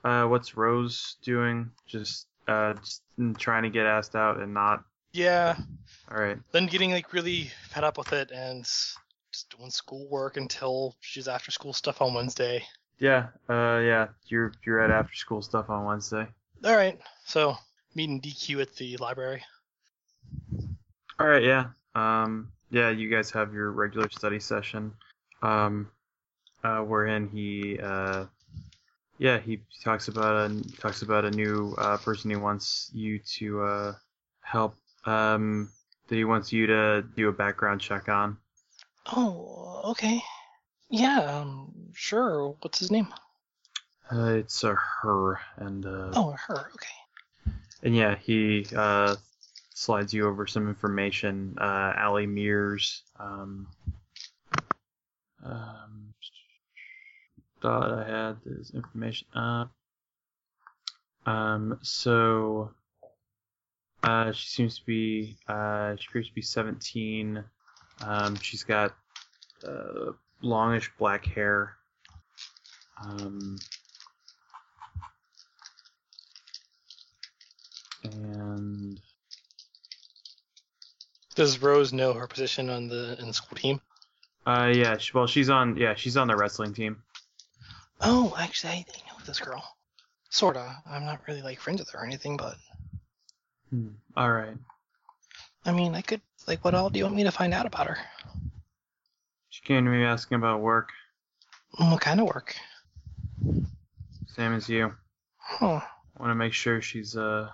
S1: Uh. What's Rose doing? Just. Uh. Just trying to get asked out and not.
S3: Yeah.
S1: All right.
S3: Then getting like really fed up with it and just doing schoolwork until she's after school stuff on Wednesday.
S1: Yeah. Uh. Yeah. You're you're at after school stuff on Wednesday.
S3: All right. So meeting DQ at the library.
S1: All right, yeah. Um, yeah, you guys have your regular study session, um, uh, wherein he, uh, yeah, he talks about a talks about a new uh, person he wants you to uh, help. Um, that he wants you to do a background check on.
S3: Oh, okay. Yeah, um, sure. What's his name?
S1: Uh, it's a her, and uh,
S3: Oh, her. Okay.
S1: And yeah, he uh, slides you over some information. Uh, Ali Mears. Um, um, thought I had this information. Uh, um, so uh, she seems to be. Uh, she appears to be 17. Um, she's got uh, longish black hair. Um, and
S3: Does Rose know her position on the in the school team?
S1: Uh, yeah. She, well, she's on. Yeah, she's on the wrestling team.
S3: Oh, actually, I, I know this girl. Sorta. I'm not really like friends with her or anything, but
S1: All right.
S3: I mean, I could like, what all do you want me to find out about her?
S1: She came to me asking about work.
S3: Mm, What kind of work?
S1: Same as you.
S3: Huh.
S1: Want to make sure she's uh.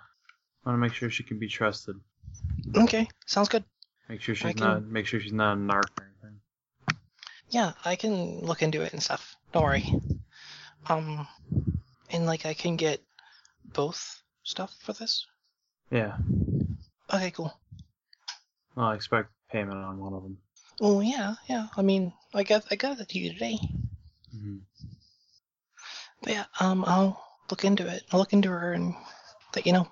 S1: Want to make sure she can be trusted.
S3: Okay, sounds good.
S1: Make sure
S3: I
S1: she's
S3: can-
S1: not. Make sure she's not a narc or anything.
S3: Yeah, I can look into it and stuff. Don't worry. Um, and like, I can get both stuff for this.
S1: Yeah.
S3: Okay, cool.
S1: Well, I expect payment on one of them.
S3: Well, yeah, yeah. I mean, I got I got it to you today.
S1: Mm-hmm.
S3: But yeah, um, I'll look into it. I'll look into her and let you know.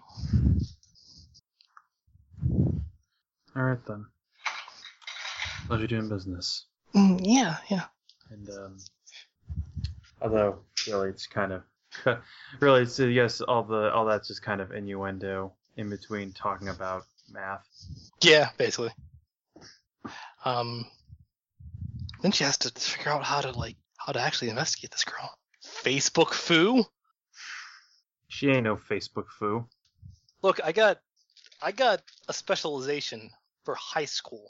S1: All right then. Pleasure doing business.
S3: Mm, yeah, yeah.
S1: And um, although really, it's kind of <laughs> really, it's, yes, all the all that's just kind of innuendo in between talking about math.
S3: Yeah, basically. Um, then she has to figure out how to like how to actually investigate this girl. Facebook foo.
S1: She ain't no Facebook foo.
S3: Look, I got I got a specialization for high school.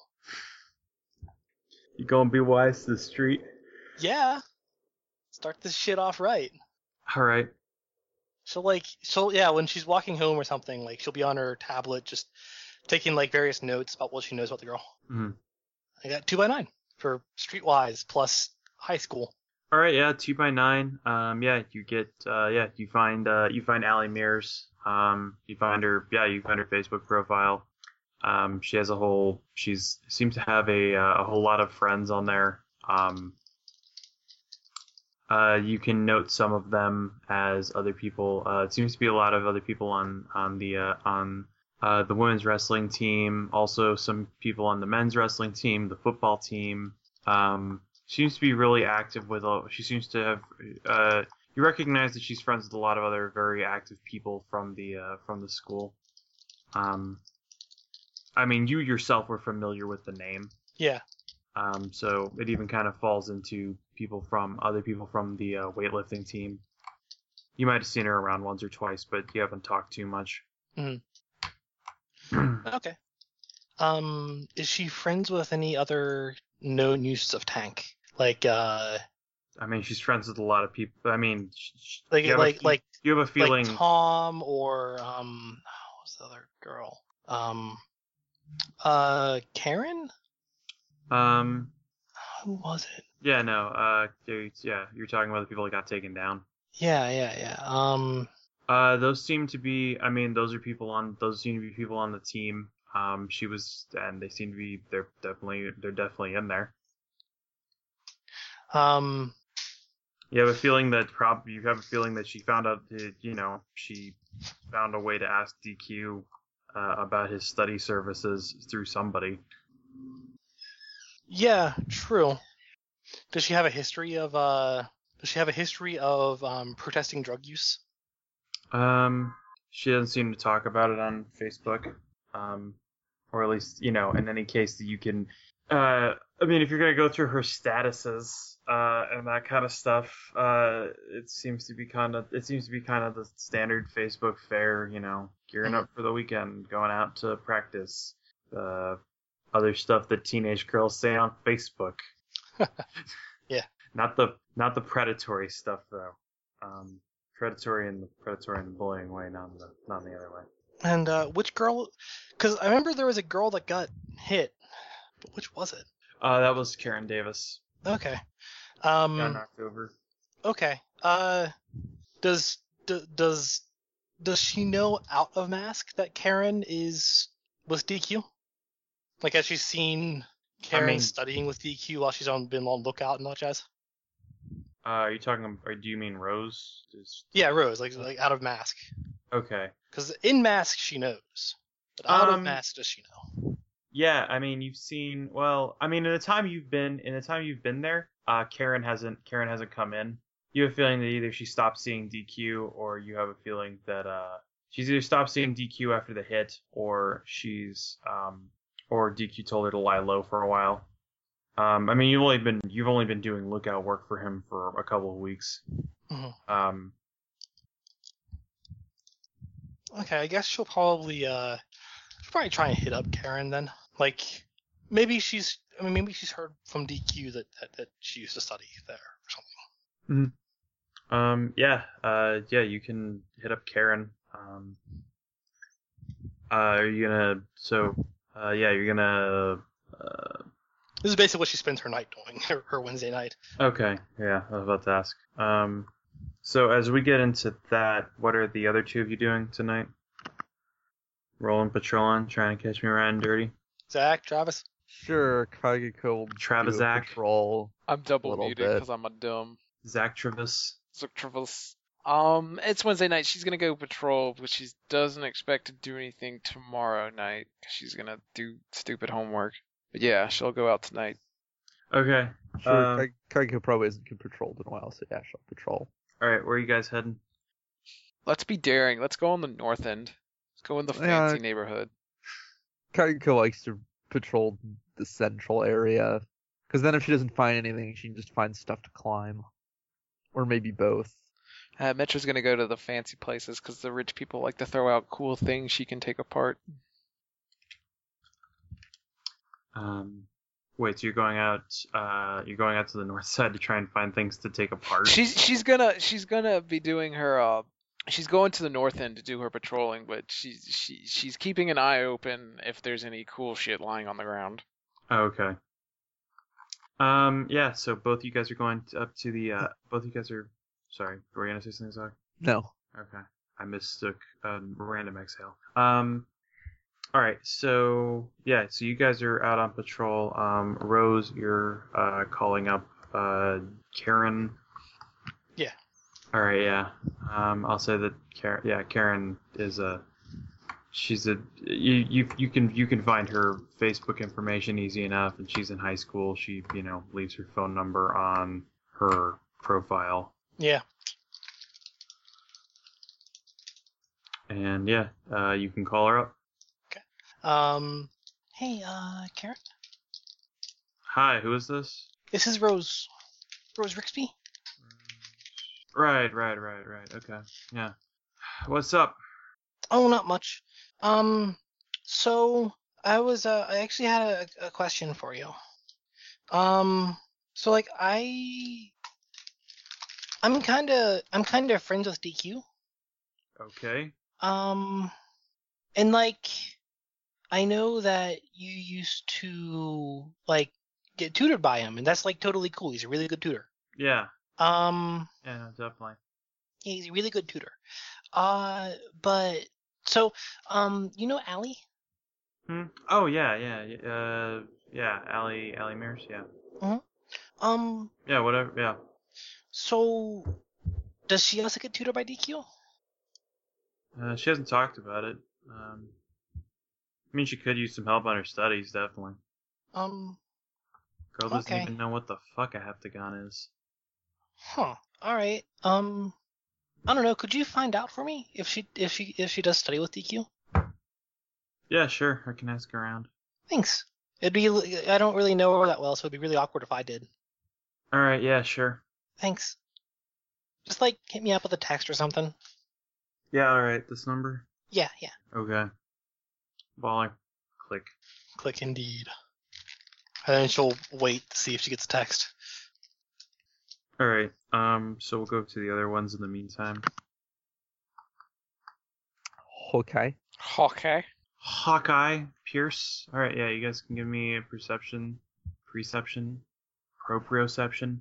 S1: You gonna be wise to the street?
S3: Yeah. Start this shit off right.
S1: All right.
S3: She'll like she'll yeah, when she's walking home or something, like she'll be on her tablet just taking like various notes about what she knows about the girl.
S1: Mhm.
S3: I got two by nine for streetwise plus high school.
S1: All right, yeah, two by nine. Um, yeah, you get, uh, yeah, you find, uh, you find Allie Mears. Um, you find her, yeah, you find her Facebook profile. Um, she has a whole, she's seems to have a uh, a whole lot of friends on there. Um, uh, you can note some of them as other people. Uh, it seems to be a lot of other people on on the uh, on uh, the women's wrestling team. Also, some people on the men's wrestling team, the football team. Um, seems to be really active with a. She seems to have. Uh, you recognize that she's friends with a lot of other very active people from the uh, from the school. Um, I mean, you yourself were familiar with the name,
S3: Yeah.
S1: um, so it even kind of falls into people from other people from the uh, weightlifting team. You might have seen her around once or twice, but you haven't talked too much.
S3: Mhm. Okay. Um is she friends with any other known uses of tank? Like uh
S1: I mean, she's friends with a lot of people. I mean, sh- sh-
S3: like
S1: you have a
S3: like
S1: fe-
S3: like
S1: you have a feeling.
S3: like Tom or um what was the other girl? Um uh Karen?
S1: um,
S3: Who was it?
S1: Yeah, no. Uh, dude, yeah, you're talking about the people that got taken down.
S3: Yeah, yeah, yeah. Um
S1: Uh, those seem to be. I mean, those are people on. Those seem to be people on the team. Um, she was, and they seem to be. They're definitely. They're definitely in there.
S3: um
S1: You have a feeling that prob. You have a feeling that she found out. That, you know, she found a way to ask DQ uh, about his study services through somebody.
S3: yeah, true. Does she have a history of uh does she have a history of um protesting drug use?
S1: Um, she doesn't seem to talk about it on Facebook. Um, or at least you know, in any case that you can. Uh, I mean, if you're gonna go through her statuses, uh, and that kind of stuff, uh, it seems to be kind of it seems to be kind of the standard Facebook fare. You know, gearing up for the weekend, going out to practice. Uh, other stuff that teenage girls say on Facebook.
S3: Yeah.
S1: Not the not the predatory stuff though. Um, predatory in the predatory and the bullying way, not in the not in the other way.
S3: And uh which girl cuz I remember there was a girl that got hit. But which was it?
S1: Uh, that was Karen Davis.
S3: Okay. Um
S1: Got knocked over.
S3: Okay. Uh, does d- does does she know out of mask that Karen is with DQ? Like, has she seen Karen
S1: mean-
S3: studying with DQ while she's on been on lookout and all that jazz?
S1: Uh, are you talking? Or do you mean Rose? Is-
S3: Yeah, Rose, like like out of mask,
S1: okay.
S3: because in mask she knows, but out of
S1: Um,
S3: mask does she know?
S1: Yeah, I mean you've seen. Well, I mean in the time you've been in the time you've been there, uh, Karen hasn't Karen hasn't come in. You have a feeling that either she stopped seeing DQ, or you have a feeling that uh, she's either stopped seeing DQ after the hit, or she's um, or DQ told her to lie low for a while. Um, I mean you've only been you've only been doing lookout work for him for a couple of weeks.
S3: Mhm.
S1: Um,
S3: Okay, I guess she'll probably uh, she'll probably try and hit up Karen then. Like, maybe she's I mean maybe she's heard from DQ that that, that she used to study there or something.
S1: Um, yeah, uh, yeah, you can hit up Karen. Um, uh, are you gonna, so, uh, yeah, you're gonna, uh,
S3: This is basically what she spends her night doing, <laughs> her, her Wednesday night.
S1: okay, yeah, I was about to ask. Um, so as we get into that, what are the other two of you doing tonight? Rolling, patrolling, trying to catch me riding dirty.
S3: Zach, Travis.
S4: Sure, Kageko will
S1: Travis
S4: do a
S1: Ack.
S4: patrol.
S2: I'm double
S4: Little
S2: muted
S4: bit.
S2: because I'm a dumb.
S1: Zach Travis.
S2: So Travis, Um, it's Wednesday night. She's gonna go patrol, but she doesn't expect to do anything tomorrow night. 'cause She's gonna do stupid homework. But yeah, she'll go out tonight.
S1: Okay.
S4: Sure,
S1: Um,
S4: Ka- Kaiko probably hasn't been patrolled in a while, so yeah, she'll patrol.
S1: All right. Where are you guys heading?
S2: Let's be daring. Let's go on the north end. Let's go in the
S4: Yeah.
S2: fancy neighborhood.
S4: Kaiko likes to patrol the central area, because then if she doesn't find anything, she can just find stuff to climb, or maybe both.
S2: Uh, Metra's gonna go to the fancy places because the rich people like to throw out cool things she can take apart.
S1: Um, wait. So you're going out. Uh, you're going out to the <laughs> north side to try and find things to take apart.
S2: She's she's gonna she's gonna be doing her uh she's going to the north end to do her patrolling, but she's she she's keeping an eye open if there's any cool shit lying on the ground.
S1: Oh, okay. Um. Yeah. So both you guys are going t- up to the. Uh, both you guys are. Sorry. Were you gonna say something, Zach?
S4: No,
S1: Okay. I mistook a random exhale. Um. All right. So yeah. So you guys are out on patrol. Um. Rose, you're uh calling up uh Karen.
S3: Yeah.
S1: All right. Yeah. Um. I'll say that Karen. Yeah. Karen is a. She's a you, you you can you can find her Facebook information easy enough, and she's in high school. She you know leaves her phone number on her profile.
S3: Yeah.
S1: And yeah, uh, you can call her up.
S3: Um. Hey, uh, Karen.
S1: Hi, who is this?
S3: This is Rose. Rose Rixby.
S1: Right, right, right, right. Okay, yeah. What's up?
S3: Oh, not much. Um, so I was uh, I actually had a, a question for you. Um, so like I, I'm kind of I'm kind of friends with DQ.
S1: Okay.
S3: Um, and like I know that you used to like get tutored by him, and that's like totally cool. He's a really good tutor.
S1: Yeah,
S3: Um,
S1: yeah, no, definitely.
S3: yeah, he's a really good tutor. Uh, but so um, you know Allie.
S1: Hmm. Oh yeah, yeah, y- uh, yeah. Allie, Allie Mears. Yeah,
S3: Um,
S1: yeah. Whatever. Yeah.
S3: So, does she also get tutored by DQ?
S1: Uh, she hasn't talked about it. Um, I mean, she could use some help on her studies, definitely.
S3: Um,
S1: Girl doesn't
S3: Okay.
S1: even know what the fuck a heptagon is.
S3: huh. All right. Um, I don't know. Could you find out for me if she if she if she does study with DQ?
S1: Yeah, sure. I can ask around.
S3: Thanks. It'd be I don't really know her that well, so it'd be really awkward if I did.
S1: All right. Yeah, sure.
S3: Thanks. Just like hit me up with a text or something.
S1: Yeah. All right. This number.
S3: Yeah, yeah.
S1: Okay. Baller. Click.
S3: Click indeed. And then she'll wait to see if she gets a text.
S1: All right. Um. So we'll go to the other ones in the meantime.
S4: okay.
S2: Okay.
S1: Hawkeye, Pierce. All right. Yeah. You guys can give me a perception, perception, proprioception.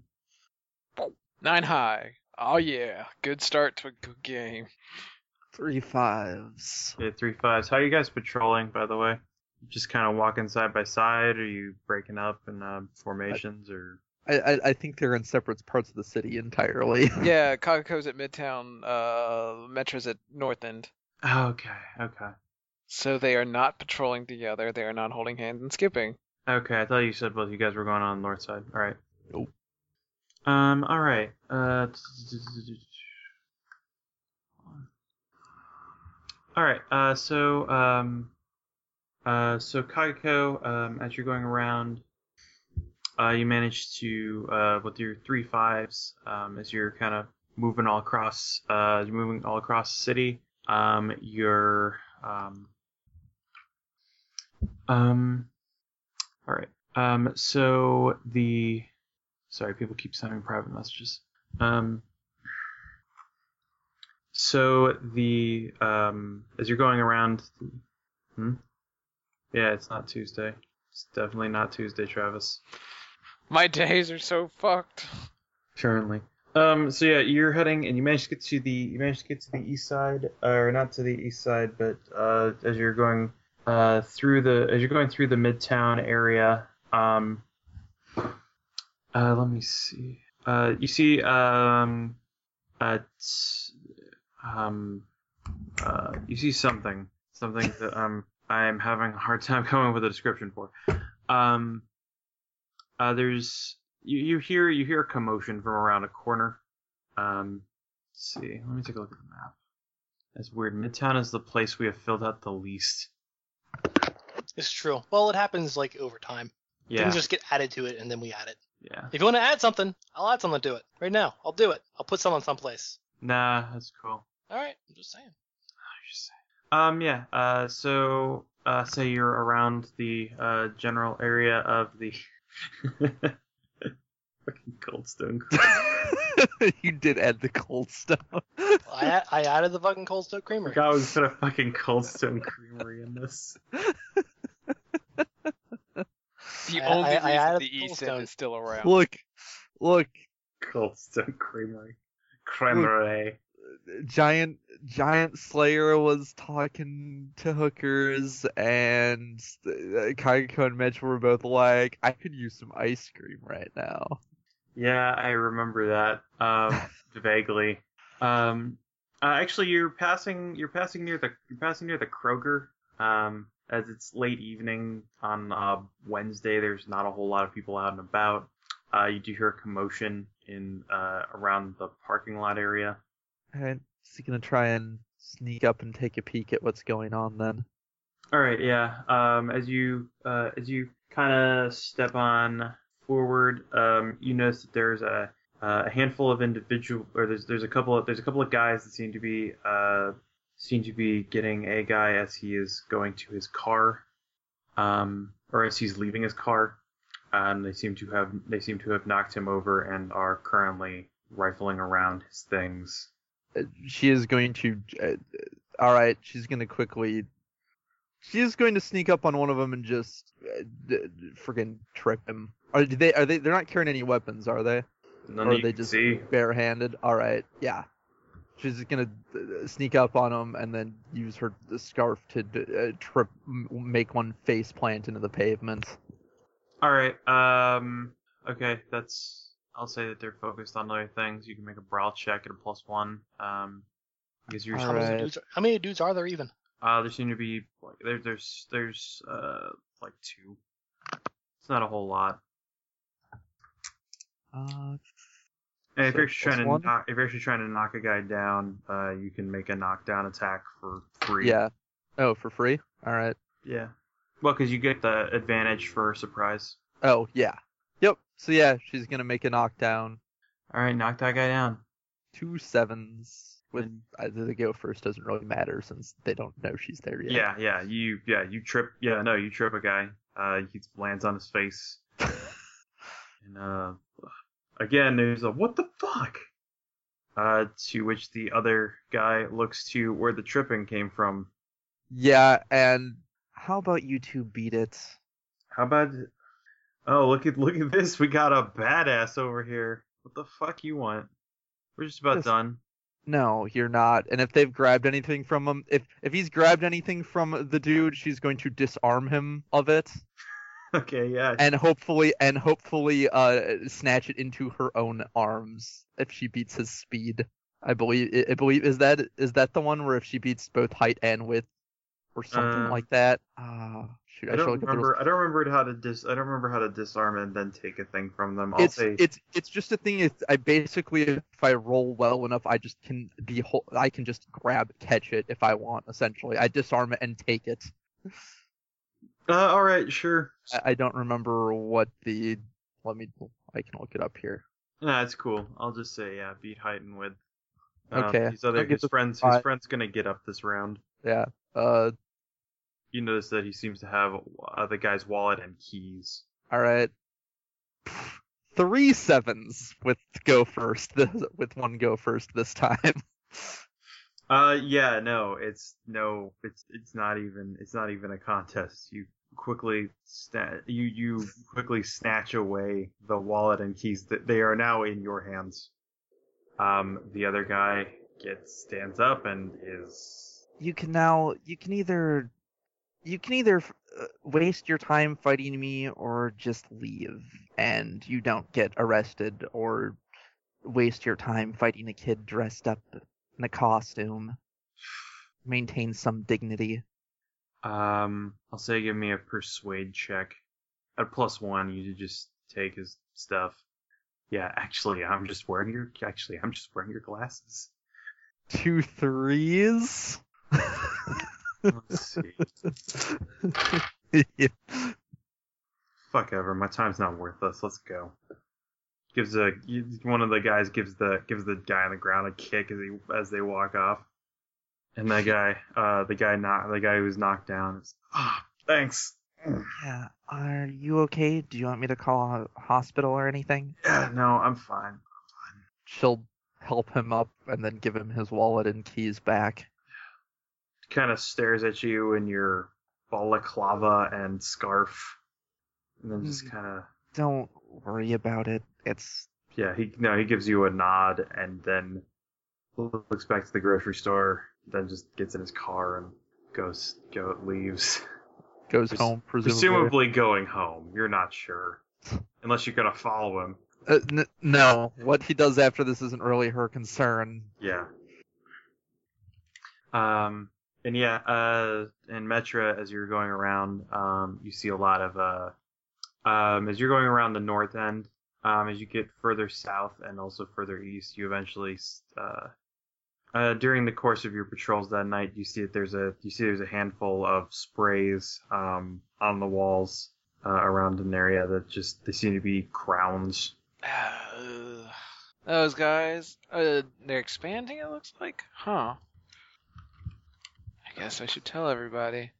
S2: Nine high. Oh yeah, good start to a good game.
S4: Three fives.
S1: Yeah. Three fives. How are you guys patrolling, by the way? Just kind of walking side by side. Are you breaking up in uh, formations or?
S4: I, I I think they're in separate parts of the city entirely.
S2: Yeah, Kagako's at Midtown, uh, Metro's at North End.
S1: Okay. Okay.
S2: So they are not patrolling together. They are not holding hands and skipping.
S1: Okay, I thought you said both you guys were going on the north side. All right.
S4: Nope.
S1: Um. All right. Uh. All right. Uh. So. Um. Uh. So Kagako, um, as you're going around, uh, you manage to uh, with your three fives, um, as you're kind of moving all across, uh, moving all across the city. Um. You're. Um. Um. All right. Um, so the sorry, people keep sending private messages. Um, so the um, as you're going around, the, hmm? yeah, it's not Tuesday. It's definitely not Tuesday, Travis.
S2: My days are so fucked.
S1: Currently. Um, so yeah, you're heading, and you managed to get to the you managed to get to the east side, or not to the east side, but uh, as you're going uh, through the as you're going through the midtown area, um, uh, let me see. Uh, you see um, uh, t- um, uh, you see something, something that um, I'm having a hard time <laughs> coming up with a description for. Um, uh, there's you, you hear you hear a commotion from around a corner. Um, let's see, let me take a look at the map. That's weird. Midtown is the place we have filled out the least.
S3: It's true. Well, it happens like over time.
S1: Yeah,
S3: Things just get added to it, and then we add it.
S1: yeah.
S3: If you want to add something, I'll add something to it right now. I'll do it. I'll put something someplace.
S1: Nah, that's cool.
S3: All right. I'm just <laughs> saying.
S1: Um, yeah. Uh, so uh, say you're around the uh general area of the <laughs> fucking Coldstone.
S4: <laughs> you did add the cold stuff.
S3: I a- I added the fucking cold stone creamery.
S1: Like <laughs> I was put a fucking Coldstone Creamery in this.
S2: The
S3: I-
S2: only
S3: I- I
S2: reason
S3: added
S2: the E
S3: Coldstone.
S2: synth is still around.
S4: look, look,
S1: Coldstone Creamery. Creamery.
S4: giant giant slayer was talking to hookers and uh, Kageko and Mitch were both like I could use some ice cream right now.
S1: Yeah, I remember that um, vaguely. Um, uh, actually, you're passing you're passing near the you're passing near the Kroger. Um, as it's late evening on uh, Wednesday, there's not a whole lot of people out and about. Uh, you do hear a commotion in uh, around the parking lot area.
S4: Alright, just gonna try and sneak up and take a peek at what's going on then.
S1: All right, yeah. Um, as you uh, as you kind of step on forward, um, you notice that there's a uh, a handful of individual, or there's there's a couple of there's a couple of guys that seem to be uh, seem to be getting a guy as he is going to his car, um, or as he's leaving his car, and they seem to have they seem to have knocked him over and are currently rifling around his things.
S4: Uh, She is going to uh, alright, she's gonna quickly she is going to sneak up on one of them and just uh, d- d- freaking trip him. Are they are they they're not carrying any weapons, are they?
S1: None
S4: Or
S1: that you
S4: they
S1: can
S4: just-
S1: see.
S4: barehanded. All right, yeah. She's just gonna uh, sneak up on him and then use her scarf to uh, trip, m- make one face plant into the pavement.
S1: All right. Um. Okay. That's. I'll say that they're focused on other things. You can make a brawl check at a plus one. Um. Because you're.
S3: How, many
S4: Alright.
S3: dudes are, how many dudes are there even?
S1: Uh. There seem to be like there, there's there's uh like two. It's not a whole lot.
S4: Uh,
S1: And if
S4: So
S1: you're actually
S4: plus
S1: trying to
S4: one?
S1: knock, if you're actually trying to knock a guy down, uh, you can make a knockdown attack for free.
S4: yeah. Oh, for free. All right.
S1: Yeah. Well, because you get the advantage for surprise.
S4: Oh, yeah. Yep. So yeah, she's gonna make a knockdown.
S1: All right, knock that guy down.
S4: Two sevens. With
S1: And-
S4: either they go first doesn't really matter since they don't know she's there yet.
S1: Yeah, yeah, you, yeah, you trip. Yeah, no, you trip a guy. Uh, he lands on his
S4: <laughs>
S1: face. and uh, again, there's a what the fuck. Uh, to which the other guy looks to where the tripping came from.
S4: Yeah. And how about you two beat it?
S1: How about? Oh, look at look at this. We got a badass over here. What the fuck you want? We're just about
S4: Yes.
S1: done. <laughs>
S4: No, you're not. And if they've grabbed anything from him, if if he's grabbed anything from the dude, she's going to disarm him of it,
S1: Okay, yeah.
S4: and hopefully, and hopefully, uh, snatch it into her own arms if she beats his speed. I believe. I I believe is that is that the one where if she beats both height and width, or something
S1: Uh,
S4: like that. Ah, shoot, I,
S1: I
S4: should
S1: don't
S4: look at the rules.
S1: remember. I don't remember how to dis. I don't remember how to disarm and then take a thing from them. I'll
S4: it's
S1: say
S4: it's it's just a thing. If I basically, if I roll well enough, I just can be. hol- I can just grab, catch it if I want. Essentially, I disarm it and take it.
S1: Uh, all right, sure.
S4: I- I don't remember what the. Let me. I can look it up here.
S1: Nah, it's cool. I'll just say yeah, beat height and width. Um,
S4: Okay,
S1: His other
S4: I'll give
S1: his
S4: the
S1: friends his
S4: five.
S1: friends gonna get up this round.
S4: Yeah. Uh.
S1: You notice that he seems to have uh, the guy's wallet and keys.
S4: All right. Three sevens with go first. <laughs> This, with one go first this time.
S1: Uh, yeah, no, it's no, it's it's not even it's not even a contest. You quickly sna- you you quickly snatch away the wallet and keys that they are now in your hands. Um, the other guy gets stands up and is
S4: You can now. You can either. You can either uh, waste your time fighting me or just leave, and you don't get arrested or waste your time fighting a kid dressed up in a costume. Maintain some dignity.
S1: Um, I'll say give me a persuade check at plus one. You should just take his stuff. Yeah, actually, I'm just wearing your. Actually, I'm just wearing your glasses.
S4: Two threes. <laughs>
S1: Let's see.
S4: Yeah.
S1: Fuck ever. My time's not worth this. Let's go. Gives a one of the guys gives the gives the guy on the ground a kick as he as they walk off, and that guy, uh, the guy not the guy who's knocked down is ah thanks.
S4: yeah. Are you okay? Do you want me to call a hospital or anything?
S1: Yeah, no, I'm fine.
S4: She'll help him up and then give him his wallet and keys back.
S1: Kind of stares at you in your balaclava and scarf, and then just
S4: Mhm.
S1: kind of
S4: Don't worry about it. It's
S1: yeah he no he gives you a nod and then looks back to the grocery store then just gets in his car and goes go leaves
S4: goes
S1: Pres-
S4: home presumably.
S1: presumably going home you're not sure unless you're gonna follow him
S4: Uh, n- no, what he does after this isn't really her concern.
S1: yeah um and yeah uh in metra as you're going around um you see a lot of uh um as you're going around the north end um as you get further south and also further east you eventually s- uh Uh, during the course of your patrols that night, you see that there's a you see there's a handful of sprays um, on the walls uh, around an area that just they seem to be crowns.
S2: <sighs> Ugh. Those guys, uh, they're expanding. It looks like, huh? I guess I should tell everybody.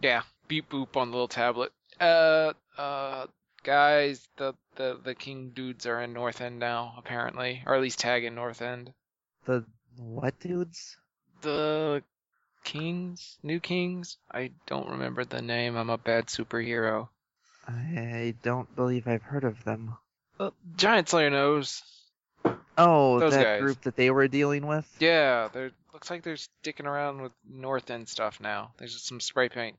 S2: Yeah, beep boop on the little tablet. Uh, uh, guys, the the the king dudes are in North End now, apparently, or at least tag in North End.
S4: The what dudes?
S2: The kings, new kings. I don't remember the name. I'm a bad superhero.
S4: I don't believe I've heard of them.
S2: Uh, Giant Slayer knows.
S4: Oh,
S2: Those
S4: that
S2: guys.
S4: group that they were dealing with?
S2: Yeah, they're looks like they're sticking around with North End stuff now. There's just some spray paint.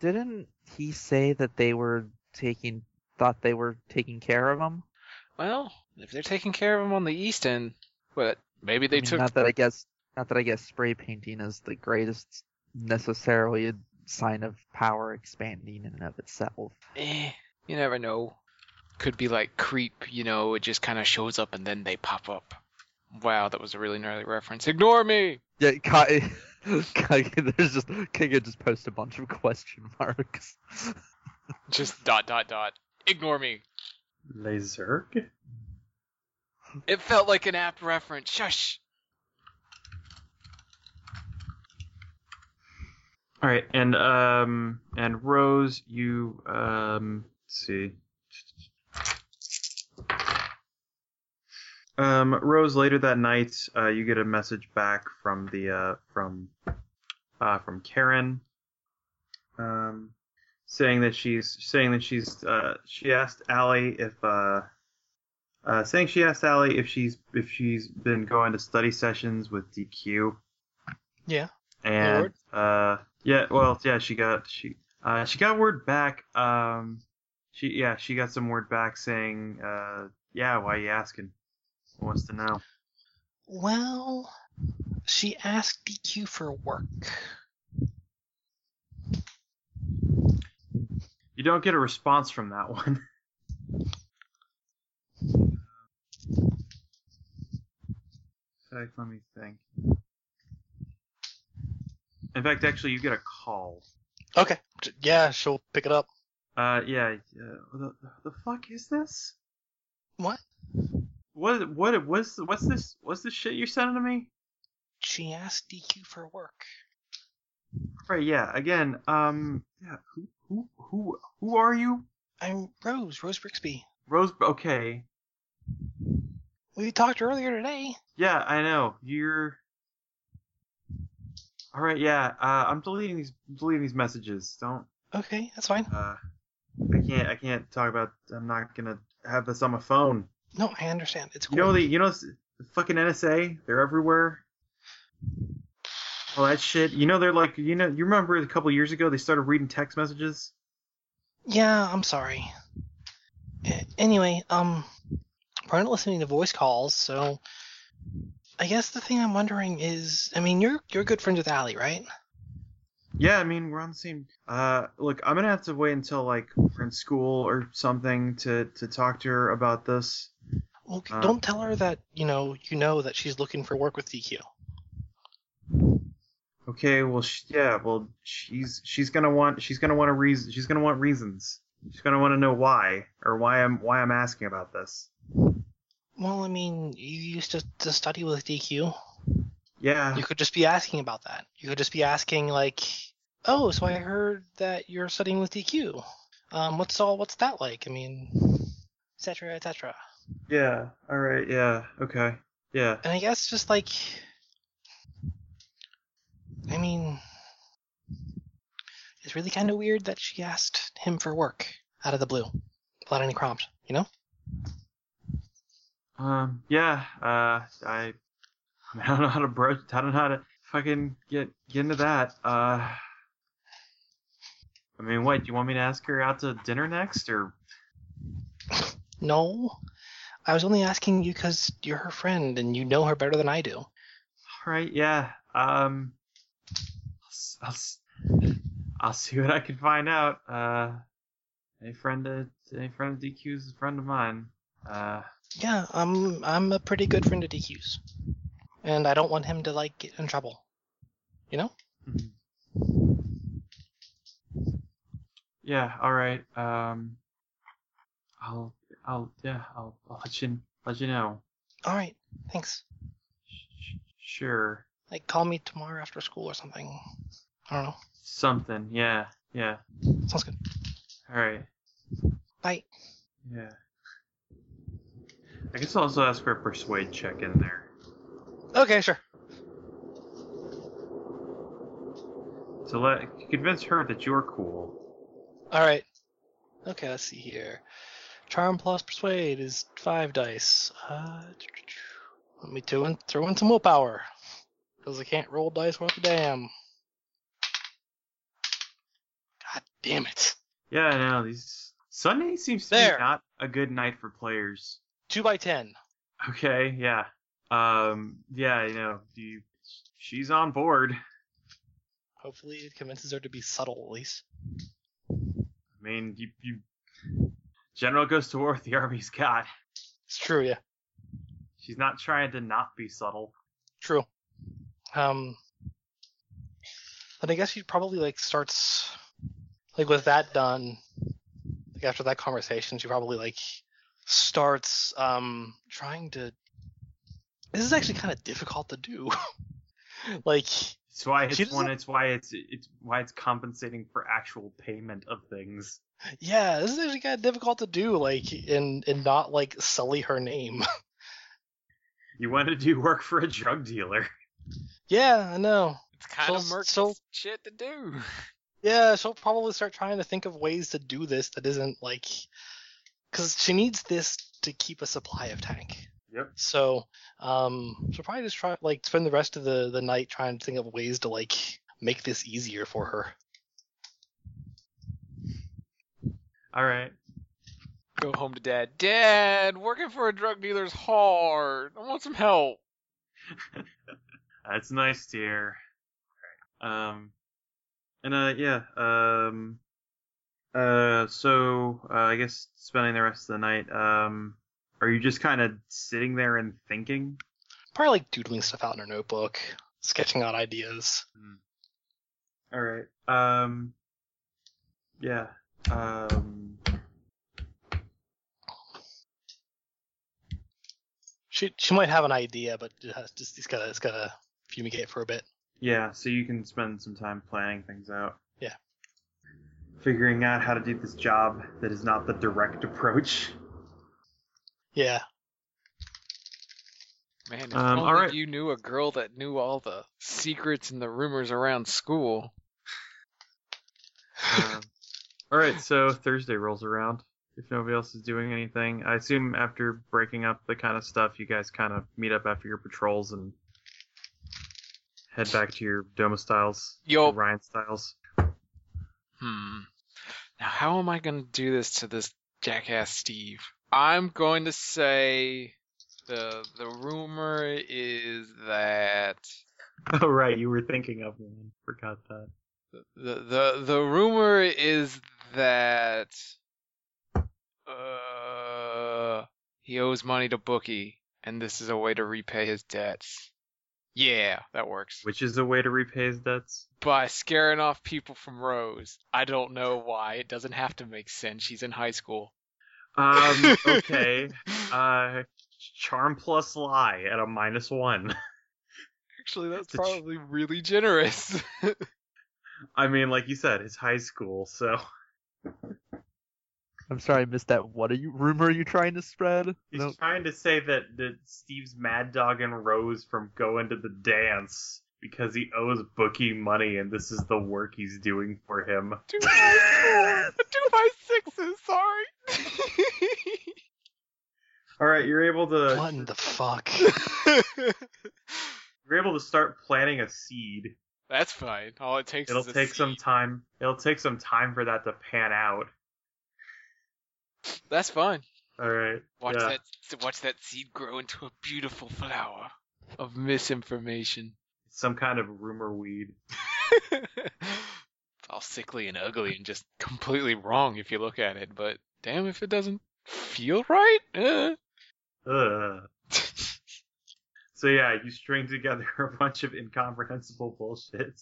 S4: Didn't he say that they were taking thought they were taking care of him?
S2: Well, if they're taking care of them on the East End, but maybe they
S4: I mean,
S2: took.
S4: not that I guess not that I guess spray painting is the greatest necessarily a sign of power expanding in and of itself.
S2: Eh, you never know. Could be like creep, you know. It just kind of shows up and then they pop up. Wow, that was a really gnarly reference. Ignore me.
S4: Yeah, Kai, <laughs> Kai there's just Kinga just post a bunch of question marks. <laughs>
S2: Just dot dot dot. Ignore me.
S1: Lazerk?
S2: It felt like an apt reference. Shush.
S1: All right, and um and Rose, you um let's see. Um, Rose. Later that night, uh, you get a message back from the uh, from uh, from Karen, um, saying that she's saying that she's uh, she asked Allie if uh, uh, saying she asked Allie if she's if she's been going to study sessions with DQ.
S3: Yeah.
S1: And uh, yeah, well, yeah, she got she uh, she got word back. Um, she yeah, she got some word back saying, uh, yeah, why you asking? Wants to know.
S3: Well, she asked DQ for work.
S1: You don't get a response from that one. <laughs> In fact, let me think. In fact, actually, you get a call.
S3: Okay. J- Yeah, she'll pick it up.
S1: Uh, yeah. Uh, the, the fuck is this?
S3: What?
S1: What? What? What's what's this? What's this shit you're sending to me?
S3: She asked DQ for work.
S1: Right. Yeah. Again. Um. Yeah. Who? Who? Who? Who are you?
S3: I'm Rose, Rose Brixby.
S1: Rose. Okay.
S3: We talked earlier today.
S1: Yeah, I know. You're. All right. Yeah. Uh, I'm deleting these. Deleting these messages. Don't.
S3: Okay, that's fine.
S1: Uh. I can't. I can't talk about. I'm not gonna have this on my phone.
S3: No, I understand. It's cool.
S1: You know the. You know s- the fucking NSA. They're everywhere. All that shit. You know they're like. You know. You remember a couple years ago they started reading text messages.
S3: Yeah, I'm sorry. A- Anyway, um, we're not listening to voice calls, so I guess the thing I'm wondering is, I mean, you're you're good friends with Allie, right?
S1: Yeah, I mean, we're on the same. Uh, look, I'm gonna have to wait until like we're in school or something to to talk to her about this.
S3: Well, c-
S1: Uh.
S3: don't tell her that you know you know that she's looking for work with DQ.
S1: Okay, well, sh- yeah, well, she's she's gonna want she's gonna want a reason she's gonna want reasons. She's gonna want to know why or why I'm why I'm asking about this.
S3: Well, I mean, you used to, to study with DQ.
S1: Yeah,
S3: You could just be asking about that. You could just be asking like, "Oh, so I heard that you're studying with DQ. Um, what's all what's that like? I mean, et cetera, et cetera."
S1: yeah, all right, yeah, okay, yeah.
S3: And I guess just like, I mean, it's really kind of weird that she asked him for work out of the blue, without any prompt. You know?
S1: Um, yeah, uh, I, <laughs> I mean, I don't know how to broach, I don't know how to fucking get, get into that. Uh, I mean, what, do you want me to ask her out to dinner next, or?
S3: No, I was only asking you because you're her friend and you know her better than I do.
S1: Alright, yeah, um, I'll, s- I'll, s- I'll see what I can find out. Uh, any friend of, any friend of DQ's is a friend of mine. Uh,
S3: Yeah, I'm I'm a pretty good friend of DQ's, and I don't want him to like get in trouble. You know?
S1: yeah, alright, um, I'll, I'll, yeah, I'll, I'll let you, let you know.
S3: All right, thanks.
S1: Sh- Sure.
S3: Like, call me tomorrow after school or something. I don't know.
S1: Something. Yeah. Yeah.
S3: Sounds good.
S1: All right.
S3: Bye.
S1: Yeah. I guess I'll also ask for a persuade check in there.
S3: Okay, sure.
S1: To let convince her that you're cool.
S3: All right. Okay, let's see here. Charm plus persuade is five dice. Uh, let me throw in, throw in some willpower, because I can't roll dice worth a damn. God damn it!
S1: Yeah, I know. These Sunday seems to
S3: There.
S1: be not a good night for players.
S3: Two by ten.
S1: Okay, yeah. Um yeah, you know, you, she's on board.
S3: Hopefully, it convinces her to be subtle at least.
S1: I mean, you, you General goes to war with the <laughs> army's got.
S3: It's true, yeah,
S1: She's not trying to not be subtle.
S3: true. Um, and I guess she probably like starts like with that done. Like after that conversation, she probably like starts um trying to. This is actually kind of difficult to do. <laughs> like,
S1: It's why
S3: She
S1: it's
S3: doesn't-
S1: one. It's why it's it's why it's compensating for actual payment of things.
S3: yeah, this is actually kind of difficult to do. Like, and and not like sully her name. <laughs>
S1: You want to do work for a drug dealer. <laughs>
S3: yeah, I know.
S2: It's kind of
S3: So-
S2: murky
S3: so-
S2: shit to do.
S3: Yeah, she'll probably start trying to think of ways to do this that isn't like, because she needs this to keep a supply of tank.
S1: Yep.
S3: So, um, she'll probably just try like spend the rest of the the night trying to think of ways to like make this easier for her.
S1: All right.
S2: Go home to dad. Dad, working for a drug dealer's hard. I want some help.
S1: That's Uh, nice, dear. Um, and uh, yeah. Um, uh, so uh, I guess spending the rest of the night. Um, are you just kind of sitting there and thinking?
S3: Probably like doodling stuff out in her notebook, sketching out ideas.
S1: All right. Um, yeah. Um,
S3: She she might have an idea, but it has just it's gotta it's gotta fumigate for a bit.
S1: Yeah, so you can spend some time planning things out.
S3: Yeah.
S1: Figuring out how to do this job that is not the direct approach.
S3: Yeah.
S2: Man, if
S1: Um,
S2: only
S1: alright.
S2: you knew a girl that knew all the secrets and the rumors around school.
S1: Um, all right, so Thursday rolls around. If nobody else is doing anything, I assume after breaking up the kind of stuff, you guys kind of meet up after your patrols and head back to your domiciles,
S2: Yo.
S1: your Ryan styles. <laughs>
S2: Hmm. Now, how am I going to do this to this jackass Steve? I'm going to say The the rumor is that
S1: Oh right, you were thinking of one. Forgot that.
S2: the the the rumor is that uh he owes money to Bookie and this is a way to repay his debts. Yeah, that works.
S1: Which is a way to repay his debts.
S2: By scaring off people from Rose. I don't know why. It doesn't have to make sense. She's in high school.
S1: Um. Okay. uh, charm plus lie at a minus one. <laughs>
S2: Actually, that's
S1: Did she-
S2: probably really generous. <laughs>
S1: I mean, like you said, it's high school, so
S4: I'm sorry, I missed that. What are you rumor are you trying to spread?
S1: he's
S4: No,
S1: trying to say that that Steve's Mad Dog and Rose from going to the dance because he owes Bookie money, and this is the work he's doing for him.
S2: Two by, <laughs> two by sixes, sorry.
S1: All right, you're able to
S3: What in the fuck?
S1: you're able to start planting a seed.
S2: <laughs> That's fine. All it takes
S1: It'll
S2: is a
S1: take some
S2: seed.
S1: time. It'll take some time for that to pan out.
S2: That's fine.
S1: All right.
S2: Watch
S1: yeah.
S2: that watch that seed grow into a beautiful flower of misinformation. <laughs>
S1: Some kind of rumor weed.
S2: it's all sickly and ugly and just completely wrong if you look at it, but damn if it doesn't feel right. eh. <laughs>
S1: Ugh. So yeah, you string together <laughs> a bunch of incomprehensible bullshit,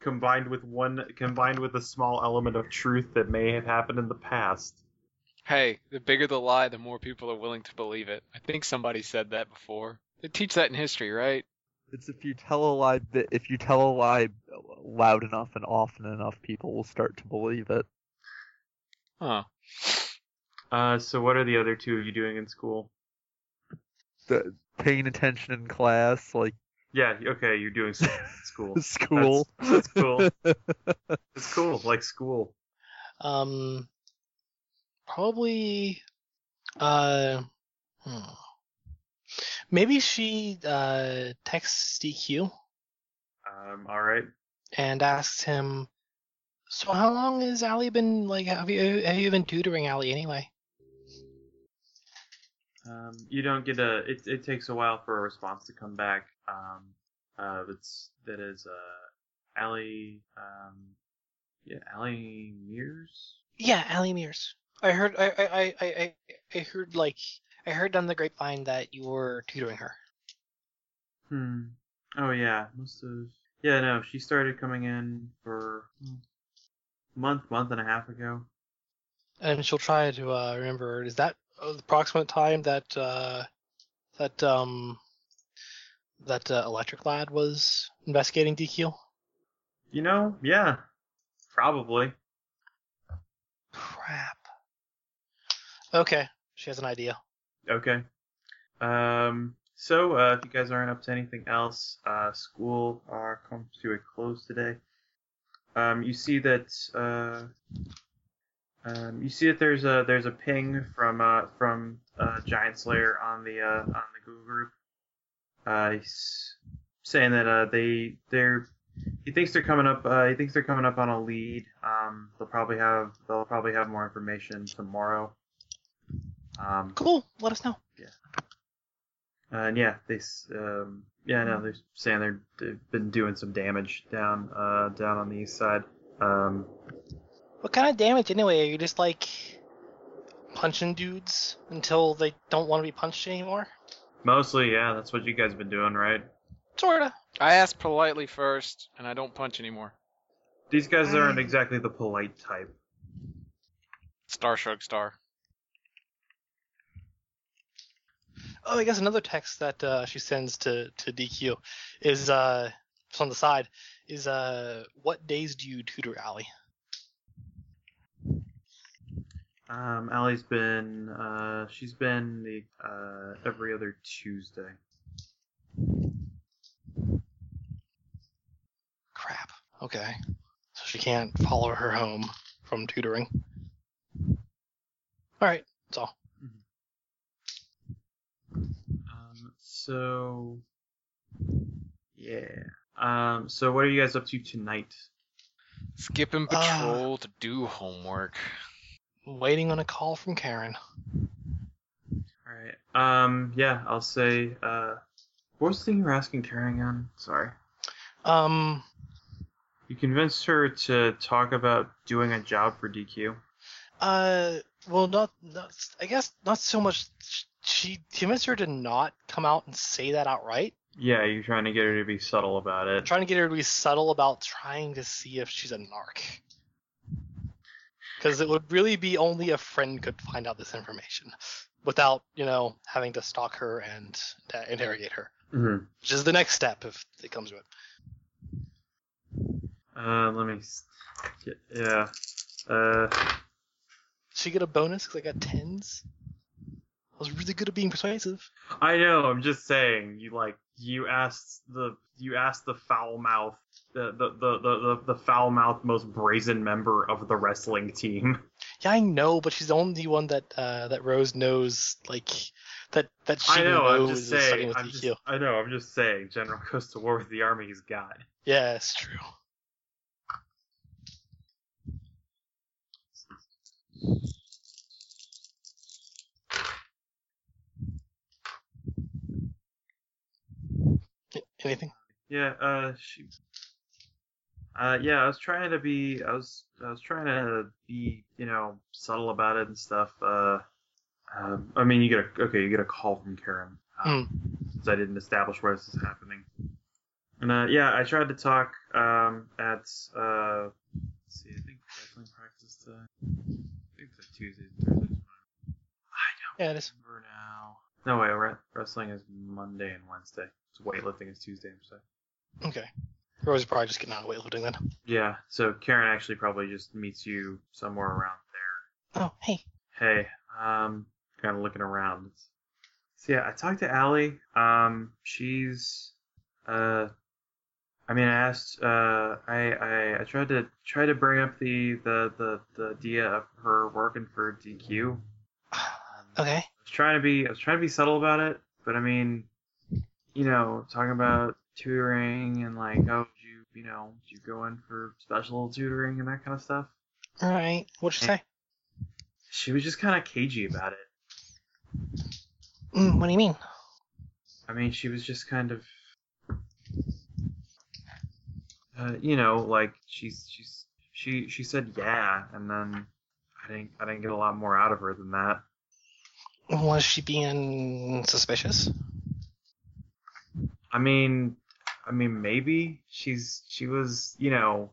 S1: combined with one, combined with a small element of truth that may have happened in the past.
S2: hey, the bigger the lie, the more people are willing to believe it. I think somebody said that before. They teach that in history, right?
S4: It's if you tell a lie that if you tell a lie loud enough and often enough, people will start to believe it.
S2: Huh.
S1: Uh, so what are the other two of you doing in school?
S4: Paying attention in class, like
S1: Yeah, okay, you're doing something in school.
S4: school.
S1: That's cool. It's cool, like school.
S3: Um, probably. Uh, hmm. maybe she uh texts DQ
S1: Um, all right.
S3: and asks him. So how long has Ali been like? Have you have you been tutoring Ali anyway?
S1: Um, you don't get a. It, it takes a while for a response to come back. Um, uh, it's that is uh, Ali. Um, yeah, Ali Mears.
S3: Yeah, Ali Mears. I heard. I I I- I I, I heard like. I heard on the grapevine that you were tutoring her.
S1: Hmm. Oh yeah, must have. Yeah, no, she started coming in for mm, month, month and a half ago.
S3: and she'll try to uh, remember. Is that uh, the approximate time that uh, that um that uh, Electric Lad was investigating DQ?
S1: You know, yeah, probably.
S3: Crap. Okay, she has an idea.
S1: Okay. Um. So, uh, if you guys aren't up to anything else, uh, school uh, comes to a close today. Um, you see that. Uh, um, you see that there's a there's a ping from uh, from uh, Giant Slayer on the uh, on the Google group, uh, he's saying that uh, they they're he thinks they're coming up uh, he thinks they're coming up on a lead. Um, they'll probably have they'll probably have more information tomorrow. Um,
S3: Cool. Let us know.
S1: uh, and yeah, they s- um, yeah no, they're saying they're, they've been doing some damage down uh down on the east side. Um,
S3: What kind of damage anyway? Are you just like punching dudes until they don't want to be punched anymore?
S1: mostly yeah, that's what you guys have been doing, right?
S3: Sorta.
S2: I asked politely first, and I don't punch anymore.
S1: These guys aren't
S3: I-
S1: exactly the polite type.
S2: Star Shrug Star.
S3: Oh, I guess another text that uh, she sends to, to DQ is uh, it's on the side is uh, what days do you tutor Allie?
S1: Um, Allie's been uh she's been the uh every other Tuesday.
S3: Crap. Okay. So she can't follow her home from tutoring. All right. That's all.
S1: Um, so yeah. Um, so what are you guys up to tonight?
S2: Skipping
S3: Ah.
S2: patrol to do homework.
S3: I'm waiting on a call from Karen.
S1: All right. Um. Yeah. I'll say. Uh. What was the thing you were asking Carrying on? Sorry.
S3: Um,
S1: You convinced her to talk about doing a job for DQ.
S3: Uh, well, not, not I guess not so much. sh- She convinced her to not come out and say that outright.
S1: Yeah, you're trying to get her to be subtle about it.
S3: Trying to get her to be subtle about trying to see if she's a narc. Because it would really be only a friend could find out this information without, you know, having to stalk her and uh, interrogate her,
S1: Mhm.
S3: which is the next step if it comes to it.
S1: Uh. Let me. s- get- Yeah. Uh.
S3: She get a bonus because I got tens. I was really good at being persuasive.
S1: I know. I'm just saying. You like you asked the you asked the foul mouth the the the the, the, the foul mouth most brazen member of the wrestling team.
S3: Yeah, I know, but she's the only one that uh, that Rose knows, like that that she
S1: I know. I'm
S3: knows
S1: just
S3: is
S1: saying.
S3: studying with E
S1: I'm
S3: EQ.
S1: just, I know. I'm just saying. General goes to war with the army he's got.
S3: Yeah, it's true. A- Anything?
S1: Yeah. Uh. She. Uh. Yeah. I was trying to be. I was. I was trying to be. You know, subtle about it and stuff. Uh. Um, I mean, you get a okay. You get a call from Karen. Um, Since I didn't establish where this is happening. And uh, yeah, I tried to talk um, at. Uh, let's see, I think wrestling practice. Uh, I think it's a Tuesday. Thursday.
S3: Yeah, it is.
S1: Remember now. No way. Re- wrestling is Monday and Wednesday. So weightlifting is Tuesday and Wednesday.
S3: Okay. Rose is probably just getting out of weightlifting then.
S1: Yeah. So Karen actually probably just meets you somewhere around there.
S3: Oh, hey.
S1: Hey, um, kind of looking around. So yeah, I talked to Allie. Um, she's, uh, I mean, I asked, uh, I, I, I tried to try to bring up the, the, the, the idea of her working for DQ. Um,
S3: Okay.
S1: I was trying to be I was trying to be subtle about it, but I mean, you know, talking about tutoring and like, oh, did you you know, did you go in for special tutoring and that kind of stuff.
S3: All right. What'd you
S1: Yeah.
S3: say?
S1: She was just kind of cagey about it.
S3: Mm, what do you mean?
S1: I mean, she was just kind of, uh, you know, like she's she's she she said yeah, and then I didn't I didn't get a lot more out of her than that.
S3: Was she being suspicious?
S1: I mean, I mean, maybe she's she was, you know,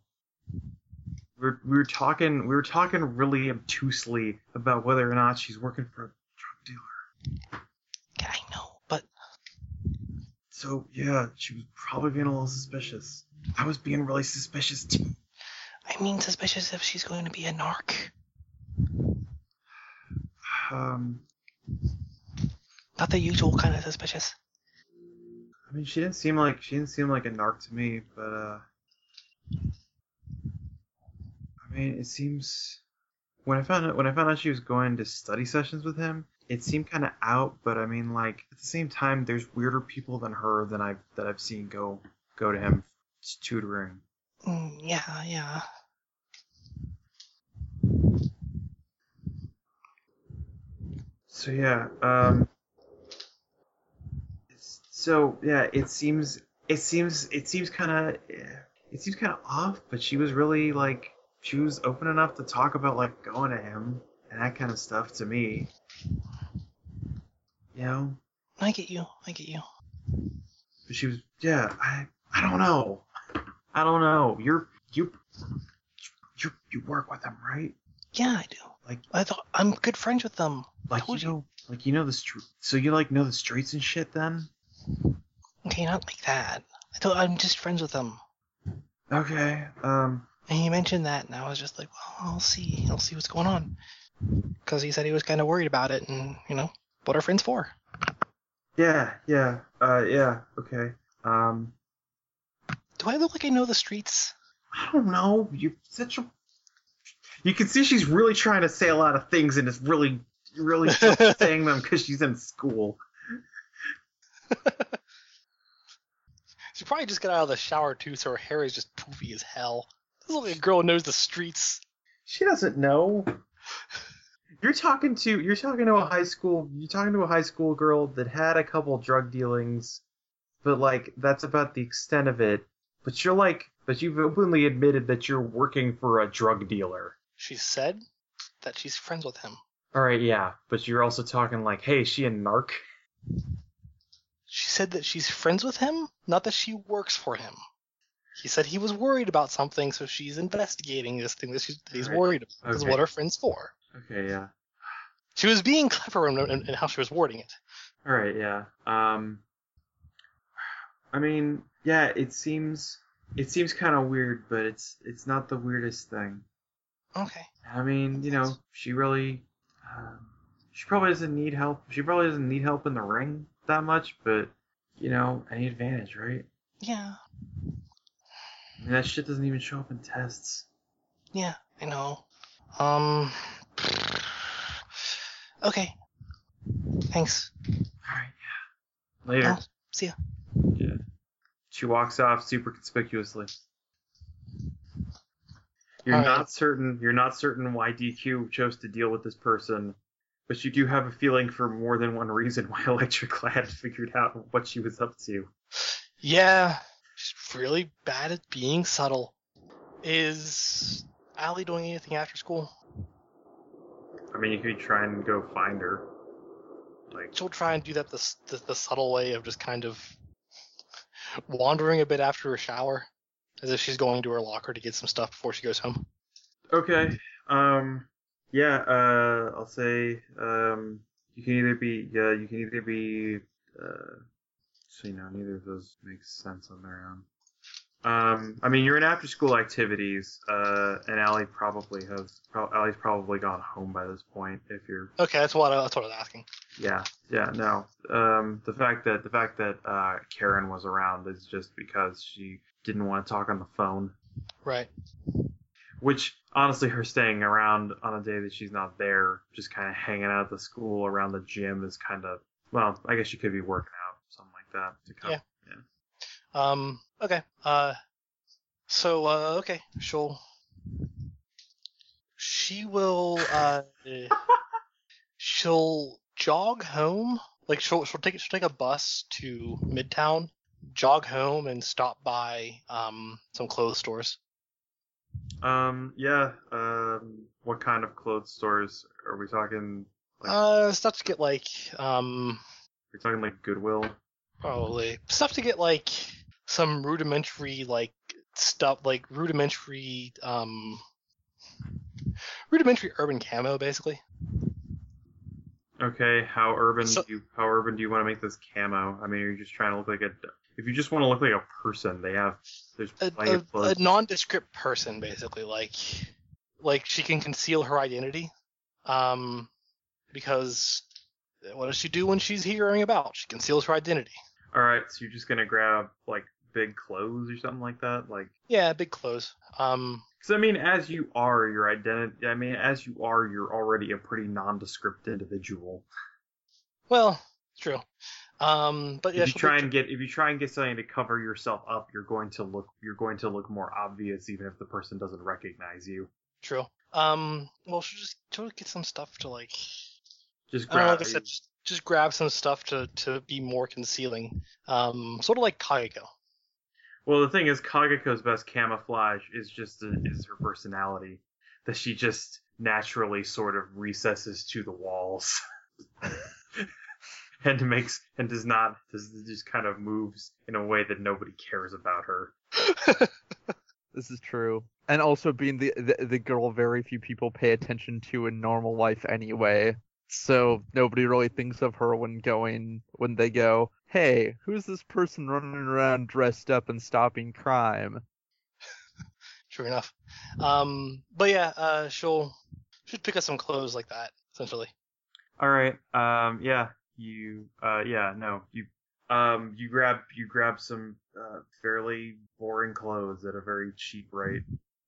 S1: we're we were talking we were talking really obtusely about whether or not she's working for a drug dealer.
S3: Yeah, I know, but
S1: So yeah, she was probably being a little suspicious. I was being really suspicious too.
S3: I mean suspicious if she's going to be a narc.
S1: Um,
S3: Not the usual kind of suspicious.
S1: I mean, she didn't seem like she didn't seem like a narc to me, but uh, I mean, it seems when I found out when I found out she was going to study sessions with him, it seemed kind of out. But I mean, like at the same time, there's weirder people than her than I've that I've seen go go to him to tutoring.
S3: Mm, yeah, yeah.
S1: So yeah, um, it's- so yeah, it seems it seems it seems kind of it seems kind of off, but she was really like she was open enough to talk about like going to him and that kind of stuff to me. You know,
S3: I get you. I get you.
S1: but she was yeah, I I don't know, I don't know. You're you you you work with him, right?
S3: Yeah, I do.
S1: Like-
S3: I thought I'm good friends with them.
S1: Like
S3: Told
S1: you
S3: you.
S1: know, like you know the street. So you like know the streets and shit then?
S3: Okay, not like that. I thought I'm just friends with them.
S1: Okay. Um.
S3: And he mentioned that, and I was just like, well, I'll see. I'll see what's going on. Because he said he was kind of worried about it, and you know, what are friends for?
S1: Yeah, yeah, uh, yeah. Okay. Um,
S3: Do I look like I know the streets?
S1: I don't know. You're such a. You can see she's really trying to say a lot of things, and is really, really saying them because she's in school.
S3: She probably just got out of the shower too, so her hair is just poofy as hell. This is like a girl who knows the streets.
S1: She doesn't know. You're talking to you're talking to a high school you're talking to a high school girl that had a couple drug dealings, but like that's about the extent of it. But you're like but you've openly admitted that you're working for a drug dealer.
S3: She said that she's friends with him.
S1: All right, yeah, but you're also talking like, hey, is she a narc?
S3: She said that she's friends with him, not that she works for him. He said he was worried about something, so she's investigating this thing that, she's, that he's
S1: Alright,
S3: worried about. This is
S1: okay.
S3: what her friend's for.
S1: Okay, yeah.
S3: She was being clever in, in, in how she was wording it.
S1: All right, yeah. Um, I mean, yeah, it seems it seems kind of weird, but it's it's not the weirdest thing.
S3: Okay.
S1: I mean, you know, she really, um, she probably doesn't need help. She probably doesn't need help in the ring that much, but you know, any advantage, right?
S3: Yeah.
S1: I mean, that shit doesn't even show up in tests.
S3: Yeah. I know. Um. <sighs> Okay. Thanks.
S1: All right, yeah. Later.
S3: Oh, see ya.
S1: Yeah. She walks off super conspicuously. You're
S3: All right.
S1: not certain. You're not certain why DQ chose to deal with this person, but you do have a feeling for more than one reason why <laughs> Electric Lad figured out what she was up to.
S3: Yeah. She's really bad at being subtle. Is Allie doing anything after school?
S1: I mean, you could try and go find her. Like,
S3: she'll try and do that the, the, the subtle way of just kind of wandering a bit after her shower as if she's going to her locker to get some stuff before she goes home
S1: okay, um, yeah, uh, I'll say, um, you can either be, yeah, you can either be, uh, so you know, neither of those makes sense on their own. Um, I mean, you're in after-school activities, uh, and Allie probably has, pro- Allie's probably gone home by this point if you're
S3: okay that's what i, that's what I was asking
S1: Yeah, yeah, no. Um, the fact that the fact that uh, Karen was around is just because she didn't want to talk on the phone.
S3: right
S1: Which honestly, her staying around on a day that she's not there, just kind of hanging out at the school around the gym, is kind of well. I guess she could be working out, something like that. To kind of-
S3: um okay uh so uh okay she'll she will uh she'll jog home like she'll she'll take she'll take a bus to midtown jog home and stop by um some clothes stores
S1: Um, yeah. Um, what kind of clothes stores are we talking? Like-
S3: Uh, stuff to get like um
S1: We're talking like Goodwill.
S3: probably stuff to get like some rudimentary like stuff like rudimentary um rudimentary urban camo basically.
S1: Okay, how urban
S3: So-
S1: do you how urban do you want to make this camo? I mean, are you just trying to look like a if you just want to look like a person, they have there's
S3: A,
S1: plenty
S3: a,
S1: of
S3: a
S1: clothes.
S3: nondescript person basically like like she can conceal her identity um because what does she do when she's hearing about? She conceals her identity.
S1: All right, so you're just gonna grab like big clothes or something like that, like
S3: Yeah, big clothes. Um
S1: because I mean, as you are your identity, I mean, as you are, you're already a pretty nondescript individual.
S3: well, it's true. Um but yeah,
S1: if you
S3: she'll
S1: try
S3: take-
S1: and get if you try and get something to cover yourself up, you're going to look you're going to look more obvious, even if the person doesn't recognize you.
S3: True. Um. Well, she'll just she'll get some stuff to like.
S1: Just
S3: I don't
S1: grab.
S3: know, Oh, like I said,
S1: a-
S3: just, just grab some stuff to to be more concealing. Um. Sort of like Kageko.
S1: Well, the thing is, Kagako's best camouflage is just is her personality, that she just naturally sort of recesses to the walls, <laughs> and makes and does not does just kind of moves in a way that nobody cares about her.
S4: This is true. And also being the, the the girl very few people pay attention to in normal life anyway. So nobody really thinks of her when going when they go, "Hey, who's this person running around dressed up and stopping crime?"
S3: True enough. Um. But yeah. Uh. She'll she'll pick up some clothes like that. Essentially.
S1: All right. Um. Yeah. You. Uh. Yeah. No. You. Um. You grab. You grab some uh, fairly boring clothes at a very cheap rate.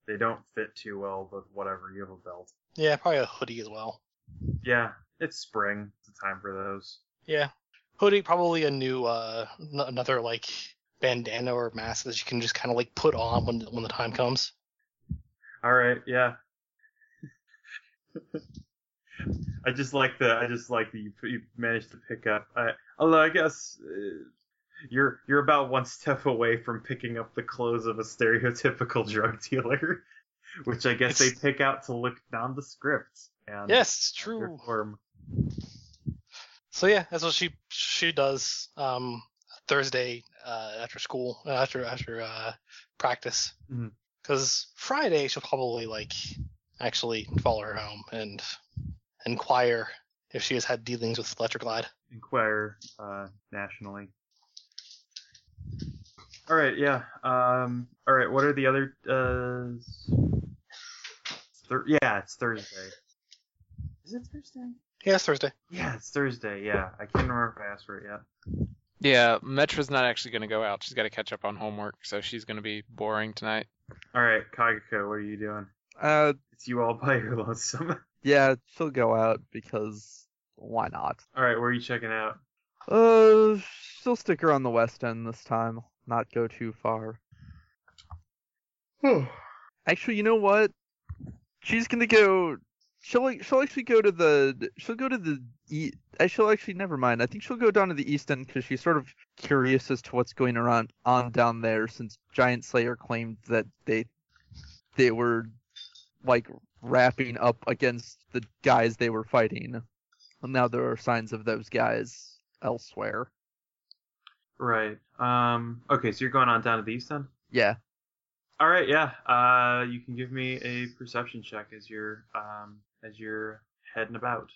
S1: They don't fit too well, but whatever. You have a belt.
S3: Yeah. Probably a hoodie as well.
S1: Yeah, it's spring. It's the time for those.
S3: Yeah. Hoodie. Probably a new uh n- another like bandana or mask that you can just kind of like put on when when the time comes.
S1: All right, yeah. I just like the I just like that you, you managed to pick up. I, although I guess uh, you're you're about one step away from picking up the clothes of a stereotypical <laughs> drug dealer, which I guess
S3: It's-
S1: they pick out to look nondescript and
S3: yes, it's
S1: their
S3: true.
S1: form.
S3: So yeah, that's what she she does um, Thursday uh, after school uh, after after uh, practice.
S1: Mhm.
S3: Because Friday she'll probably like actually follow her home and inquire if she has had dealings with Electroglide.
S1: inquire uh, nationally. All right, yeah. Um, all right, what are the other? Uh, it's Thur- yeah, it's Thursday. Is it Thursday?
S3: Yeah, it's Thursday.
S1: Yeah, it's Thursday. Yeah, I can't remember if I asked for it yet.
S2: Yeah, Metra's not actually going to go out. She's got to catch up on homework, so she's going to be boring tonight.
S1: All right, Kagako, what are you doing?
S4: Uh,
S1: It's you all <laughs> by your lonesome.
S4: yeah, she'll go out because why not?
S1: All right, where are you checking out?
S4: Uh, she'll stick around the West End this time. Not go too far.
S3: Hmm.
S4: Actually, you know what? She's gonna go. She'll she'll actually go to the she'll go to the e. I she'll actually never mind. I think she'll go down to the East End because she's sort of curious as to what's going around on down there since Giant Slayer claimed that they they were like wrapping up against the guys they were fighting. And now there are signs of those guys elsewhere.
S1: Right. Um. Okay, so you're going on down to the east end.
S4: Yeah.
S1: All right, yeah. Uh, you can give me a perception check as you're um as you're heading about,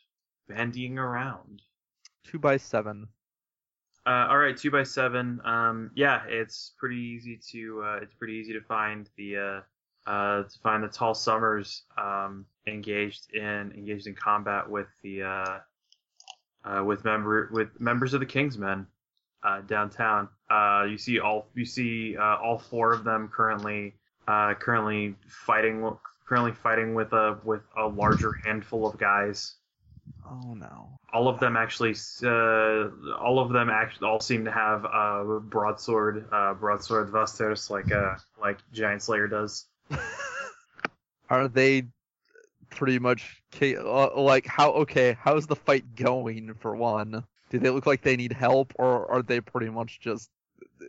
S1: bandying around.
S4: Two by seven.
S1: Uh, all right, two by seven. Um, yeah, it's pretty easy to uh, it's pretty easy to find the uh, uh, to find the tall summers um, engaged in engaged in combat with the uh, uh, with member with members of the Kingsmen uh, downtown. Uh, you see all you see uh, all four of them currently uh, currently fighting currently fighting with a with a larger handful of guys
S4: Oh no.
S1: all of them actually uh, all of them actually all seem to have uh, broadsword uh, broadsword vestos like uh like giant slayer does
S4: Are they pretty much ca- uh, like how okay? How's the fight going for one? Do they look like they need help, or are they pretty much just uh,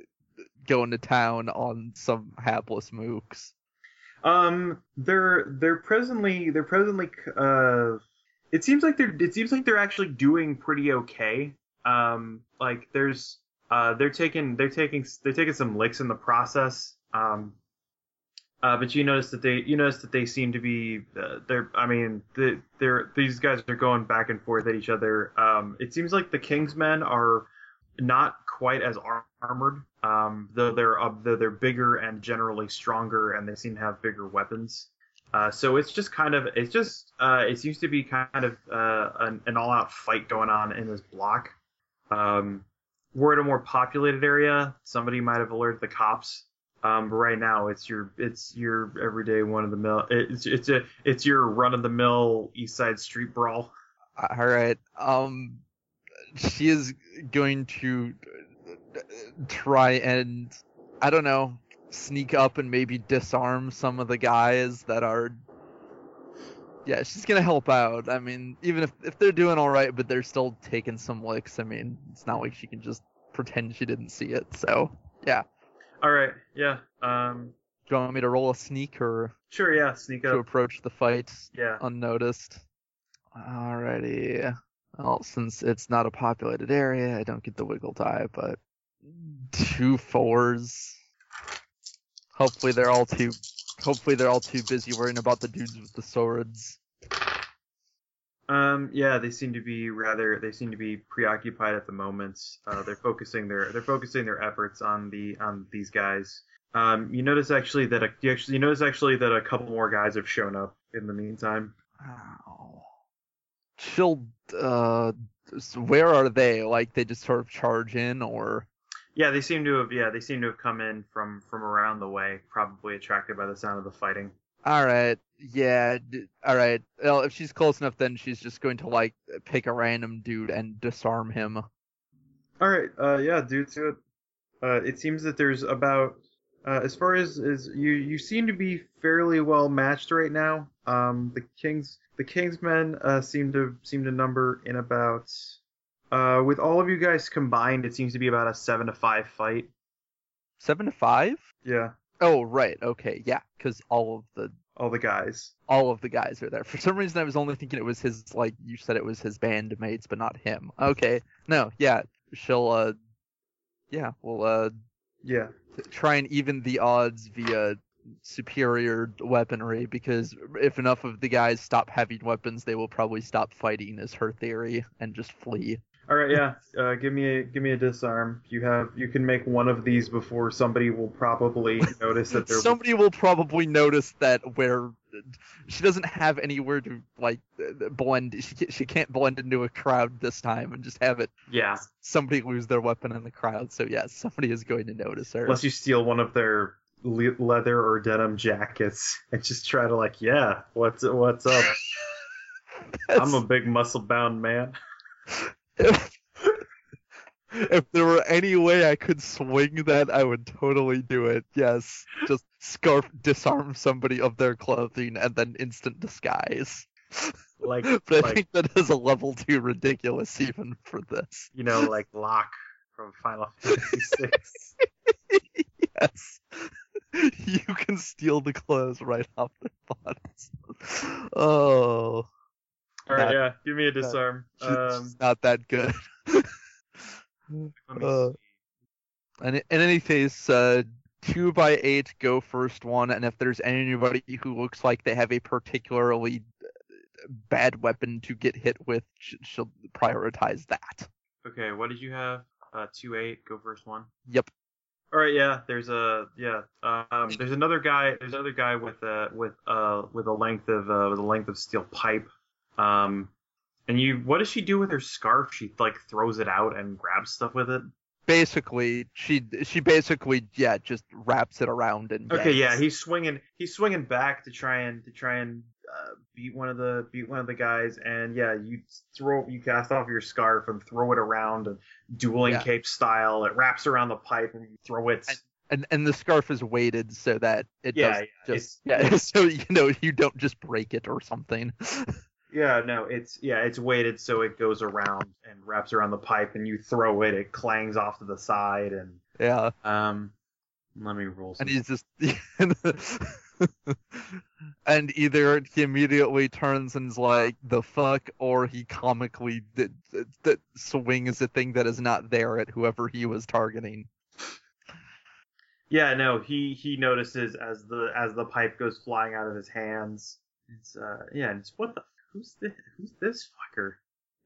S4: going to town on some hapless mooks?
S1: um they're they're presently they're presently uh it seems like they're it seems like they're actually doing pretty okay um like there's uh they're taking they're taking they're taking some licks in the process um uh, but you notice that they you notice that they seem to be uh, they're I mean the, they're these guys are going back and forth at each other. Um, it seems like the Kingsmen are not quite as ar- armored, um, though they're uh, though they're bigger and generally stronger, and they seem to have bigger weapons. Uh, so it's just kind of it's just uh, it seems to be kind of uh, an, an all out fight going on in this block. Um, we're in a more populated area. Somebody might have alerted the cops um, but right now it's your it's your everyday one of the mill it's it's a it's your run of the mill East Side Street brawl.
S4: All right. Um, she is going to uh, try and I don't know sneak up and maybe disarm some of the guys that are. Yeah, she's gonna help out. I mean, even if if they're doing all right, but they're still taking some licks. I mean, it's not like she can just pretend she didn't see it. So,
S1: All right, yeah, um,
S4: do you want me to roll a sneak or
S1: sure, yeah, sneak
S4: to
S1: up,
S4: approach the fight
S1: yeah,
S4: unnoticed. Alrighty. Well, since it's not a populated area, I don't get the wiggle die, but two fours. Hopefully they're all too. Hopefully they're all too busy worrying about the dudes with the swords.
S1: um, yeah. They seem to be rather they seem to be preoccupied at the moment. Uh, they're focusing their they're focusing their efforts on the on these guys. Um, you notice actually that a, you actually you notice actually that a couple more guys have shown up in the meantime.
S4: Wow. She'll. Uh, s- where are they? Like they just sort of charge in, or
S1: Yeah, they seem to have yeah they seem to have come in from from around the way, probably attracted by the sound of the fighting.
S4: All right. Yeah. d- All right. Well, if she's close enough, then she's just going to like pick a random dude and disarm him.
S1: All right. Uh, yeah. Due to it, uh, it seems that there's about uh, as far as is you you seem to be fairly well matched right now. Um, the kings the Kingsmen uh, seem to seem to number in about uh, with all of you guys combined, it seems to be about a seven to five fight.
S4: Seven to five?
S1: Yeah,
S4: Oh, right. Okay. Yeah. Because all of the
S1: all the guys.
S4: all of the guys are there. For some reason, I was only thinking it was his like you said it was his bandmates, but not him. Okay. No. Yeah. She'll. Uh. Yeah. We'll. Uh.
S1: Yeah,
S4: Try and even the odds via superior weaponry because if enough of the guys stop having weapons, they will probably stop fighting. Is her theory and just flee.
S1: All right, yeah. Uh, give me a give me a disarm. You have you can make one of these before somebody will probably notice that they're
S4: Somebody will probably notice that where she doesn't have anywhere to like blend. She ca- she can't blend into a crowd this time and just have it
S1: yeah.
S4: somebody lose their weapon in the crowd. So yes, somebody is going to notice her.
S1: Unless you steal one of their le- leather or denim jackets <laughs> and just try to like yeah, what's what's
S4: <laughs>
S1: up? I'm a big muscle bound man.
S4: if, if there were any way I could swing that, I would totally do it. Yes, just scarf disarm somebody of their clothing and then instant disguise.
S1: Like
S4: But I
S1: like
S4: think that is a level two ridiculous even for this.
S1: you know like Locke from Final <laughs> Fantasy Six.
S4: Yes. <laughs> You can steal the clothes right off their bodies. Oh,
S1: All right,
S4: That-
S1: yeah. Give me a disarm.
S4: she's
S1: Um,
S4: not that good.
S1: let me
S4: uh,
S1: see.
S4: And in any case, uh, two by eight go first one, and if there's anybody who looks like they have a particularly uh, bad weapon to get hit with, sh- she'll prioritize that.
S1: Okay, what did you have? Uh, two eight. Go verse one.
S4: Yep.
S1: All right, yeah. There's a yeah. Um, there's another guy. There's another guy with a with uh with a length of uh, with a length of steel pipe. Um, and you, what does she do with her scarf? She like throws it out and grabs stuff with it.
S4: Basically, she she basically yeah just wraps it around and
S1: Okay, yeah.
S4: yanks.
S1: He's swinging. He's swinging back to try and to try and uh, beat one of the beat one of the guys. And yeah, you throw you cast off your scarf and throw it around and dueling
S4: Yeah.
S1: cape style. It wraps around the pipe and you throw it.
S4: And- and and the scarf is weighted so that it
S1: Yeah,
S4: doesn't
S1: yeah,
S4: just yeah <laughs> so you know you don't just break it or something.
S1: Yeah, no, it's yeah, it's weighted so it goes around and wraps around the pipe, and you throw it, it clangs off to the side, and
S4: Yeah.
S1: um, let me roll. Some.
S4: and he's just <laughs> and either he immediately turns and is like the fuck or he comically d- d- d- swings a thing that is not there at whoever he was targeting <laughs>
S1: Yeah, no, he he notices as the as the pipe goes flying out of his hands. It's uh, yeah, and it's what the who's this who's this fucker?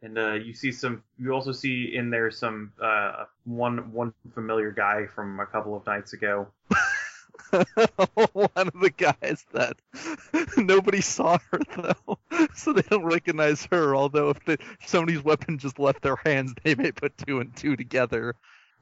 S1: And uh, you see some, you also see in there some uh one one familiar guy from a couple of nights ago.
S4: one of the guys that <laughs> nobody saw her though <laughs> so they don't recognize her although if, the, if somebody's weapon just left their hands they may put two and two together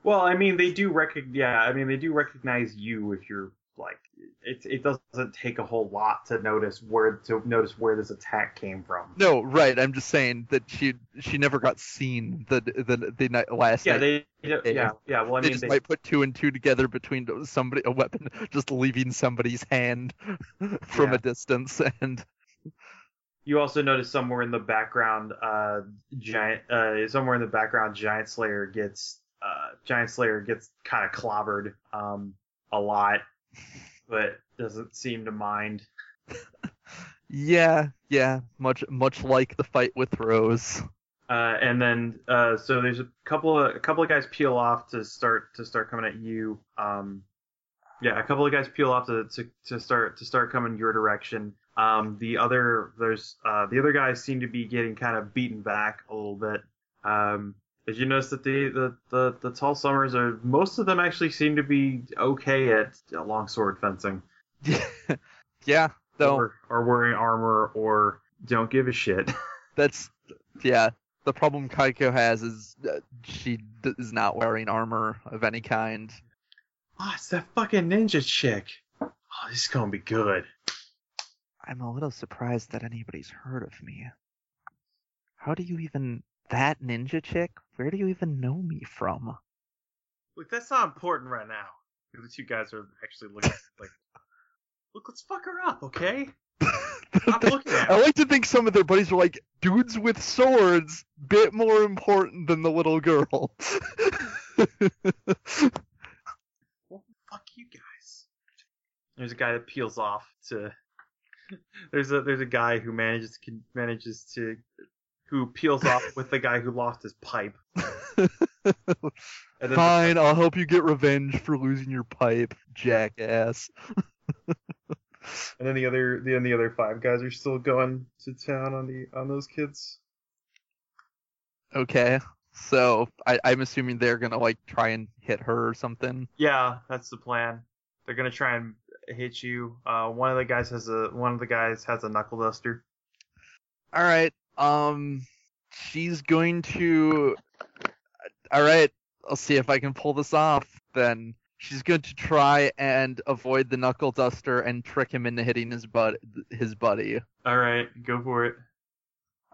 S1: Well, I mean, they do recognize. Yeah, I mean, they do recognize you if you're like. It it doesn't take a whole lot to notice where to notice where this attack came from.
S4: no right i'm just saying that she she never got seen the the, the night last
S1: Yeah,
S4: night
S1: they. Yeah, yeah. Well, I
S4: they
S1: mean,
S4: just
S1: they,
S4: might put two and two together between somebody a weapon just leaving somebody's hand <laughs> from
S1: Yeah.
S4: a distance <laughs> and
S1: you also notice somewhere in the background, uh, giant. Uh, somewhere in the background, Giant Slayer gets. Uh, giant Slayer gets kind of clobbered. Um, a lot, but doesn't seem to mind.
S4: yeah yeah much much like the fight with rose <laughs>
S1: Uh, and then uh, so there's a couple of a couple of guys peel off to start to start coming at you. Um, yeah, a couple of guys peel off to, to, to start to start coming your direction. Um, the other there's uh, the other guys seem to be getting kind of beaten back a little bit. Um, as you notice that the, the, the, the tall summers are most of them actually seem to be okay at uh, longsword fencing
S4: yeah though
S1: or, or wearing armor or don't give a shit.
S4: that's yeah the problem kaiko has is that she d- is not wearing armor of any kind
S1: Ah, it's that fucking ninja chick. Oh, this is gonna be good.
S4: i'm a little surprised that anybody's heard of me how do you even that ninja chick where do you even know me from
S1: Look, that's not important right now. 'Cause The two guys are actually looking like, look, let's fuck her up, okay? I'm
S4: <laughs>
S1: looking at
S4: I like to think some of their buddies are like dudes with swords, bit more important than the little girl. <laughs>
S1: fuck you guys. There's a guy that peels off to. <laughs> There's a there's a guy who manages to manages to who peels off with the guy who lost his pipe. And then
S4: Fine, I'll help you get revenge for losing your pipe, jackass.
S1: and then the other the and the other five guys are still going to town on the on those kids.
S4: Okay, so I, I'm assuming they're gonna like try and hit her or something.
S1: Yeah, that's the plan. They're gonna try and hit you. Uh, one of the guys has a one of the guys has a knuckle duster.
S4: All right. Um, she's going to. All right. I'll see if I can pull this off. Then she's going to try and avoid the knuckle duster and trick him into hitting his bud his buddy.
S1: All right, go for it.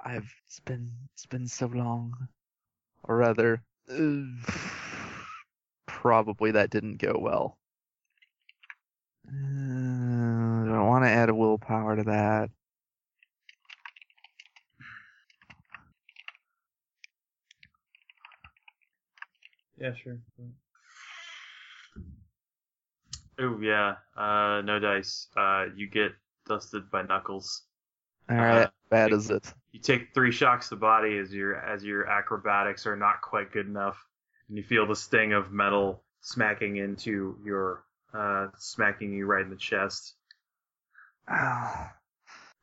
S4: I've it's been it's been so long, or rather, <sighs> uh, probably that didn't go well. Uh, do I want to add a willpower to that?
S1: Yeah, sure. Oh yeah, uh, no dice. Uh, you get dusted by knuckles.
S4: All right,
S1: Uh,
S4: bad
S1: think-
S4: is it?
S1: You take three shocks to the body as your as your acrobatics are not quite good enough, and you feel the sting of metal smacking into your uh, smacking you right in the chest.
S4: Oh,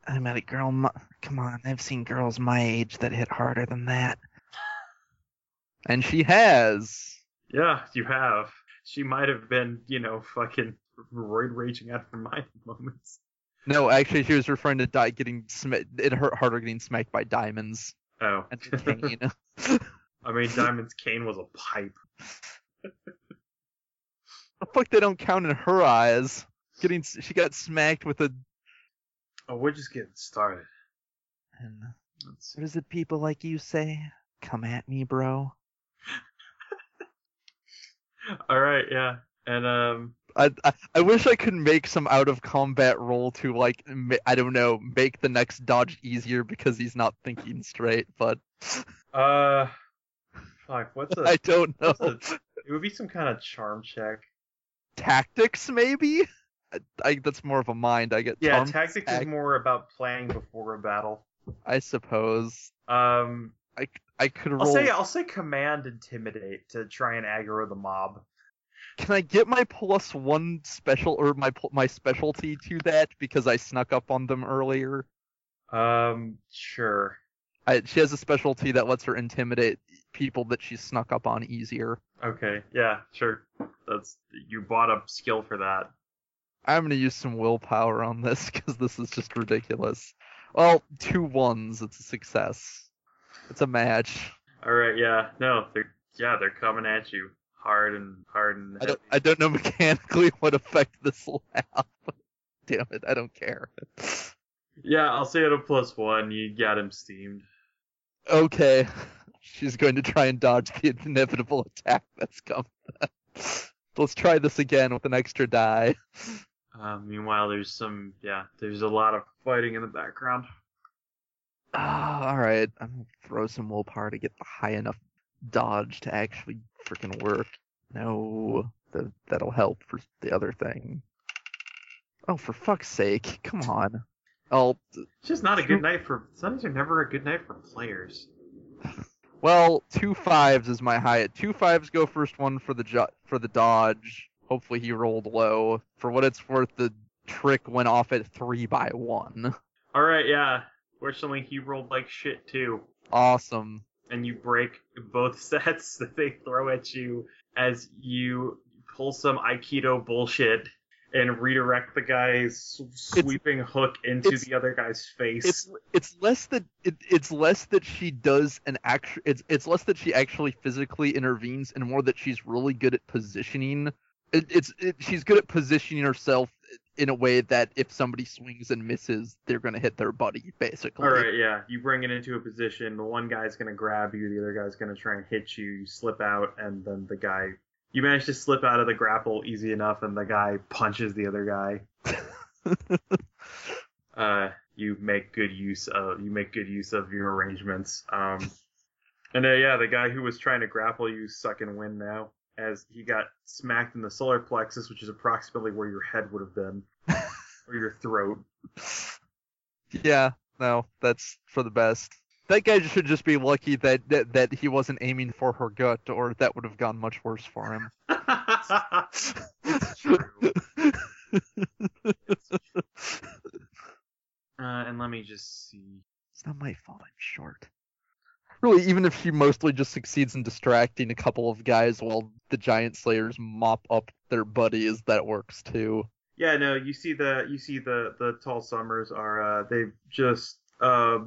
S4: I met a girl. My, come on, I've seen girls my age that hit harder than that. And she has.
S1: Yeah, you have. She might have been, you know, fucking roid raging out of her mind <laughs> at moments.
S4: No, actually, she was referring to di- getting sma- it hurt harder getting smacked by diamonds
S1: Oh,
S4: and <laughs> cane.
S1: <laughs> I mean, Diamond's cane was a pipe.
S4: the fuck, they don't count in her eyes. Getting s- she got smacked with a.
S1: Oh, we're just getting started.
S4: And
S1: Let's see.
S4: what is it? People like you say, "Come at me, bro."
S1: All right, yeah, and um,
S4: I, I I wish I could make some out of combat roll to like ma- I don't know make the next dodge easier because he's not thinking straight, but <laughs>
S1: uh, fuck, what's a?
S4: I don't know.
S1: what's a it would be some kind of charm check.
S4: Tactics maybe? I, I, that's more of a mind. I get
S1: Yeah,
S4: charm,
S1: tactics
S4: tact-
S1: is more about planning before a battle.
S4: I suppose
S1: Um,
S4: I could
S1: I'll
S4: roll.
S1: say uh, I'll say command intimidate to try and aggro the mob.
S4: Can I get my plus one special or my pl- my specialty to that because I snuck up on them earlier?
S1: Um, sure.
S4: I, she has a specialty that lets her intimidate people that she snuck up on easier.
S1: Okay, yeah, sure. That's you bought a skill for that.
S4: I'm gonna use some willpower on this <laughs> because this is just ridiculous. Well, two ones. It's a success. It's a match.
S1: All right, yeah, no, they're yeah, they're coming at you hard and hard and.
S4: I don't. I
S1: heavy.
S4: don't know <laughs> mechanically what effect this will have. <laughs> Damn it! I don't care.
S1: Yeah, I'll say at a plus one, you got him steamed.
S4: Okay, <laughs> she's going to try and dodge the <laughs> inevitable attack that's coming. <laughs> Let's try this again with an extra die.
S1: Uh, meanwhile, there's some yeah, there's a lot of fighting in the background.
S4: Ah, all right. I'm gonna throw some willpower to get the high enough dodge to actually freaking work. No, th- that'll help for the other thing. Oh, for fuck's sake! Come on. Oh, th-
S1: It's just not a
S4: Sure.
S1: good night for Sundays are never a good night for players.
S4: well, two fives is my high. Two fives go first one for the jo- for the dodge. Hopefully he rolled low. For what it's worth, the trick went off at three by one.
S1: All right, yeah. Fortunately, he rolled like shit too,
S4: Awesome.
S1: and you break both <laughs> sets that they throw at you as you pull some Aikido bullshit and redirect the guy's sweeping hook into
S4: it's-
S1: the other guy's face.
S4: it's it's less that it, it's less that she does an action it's it's less that she actually physically intervenes and more that she's really good at positioning it, it's it, she's good at positioning herself in a way that if somebody swings and misses they're going to hit their buddy basically
S1: All right, yeah. You bring it into a position. The one guy's gonna grab you. The other guy's gonna try and hit you. You slip out, and then the guy. You manage to slip out of the grapple easy enough, and the guy punches the other guy. uh, you make good use of you make good use of your arrangements. Um, and uh, yeah, the guy who was trying to grapple you suck and win now, as he got smacked in the solar plexus, which is approximately where your head would have been, or your throat.
S4: Yeah, no, that's for the best. That guy should just be lucky that that, that he wasn't aiming for her gut, or that would have gone much worse for him.
S1: it's true. It's true. <laughs> Uh, and let me just see.
S4: It's not my fault I'm short. Really, even if she mostly just succeeds in distracting a couple of guys while the giant slayers mop up their buddies, that works too.
S1: Yeah, no, you see the you see the the tall summers are uh they've just uh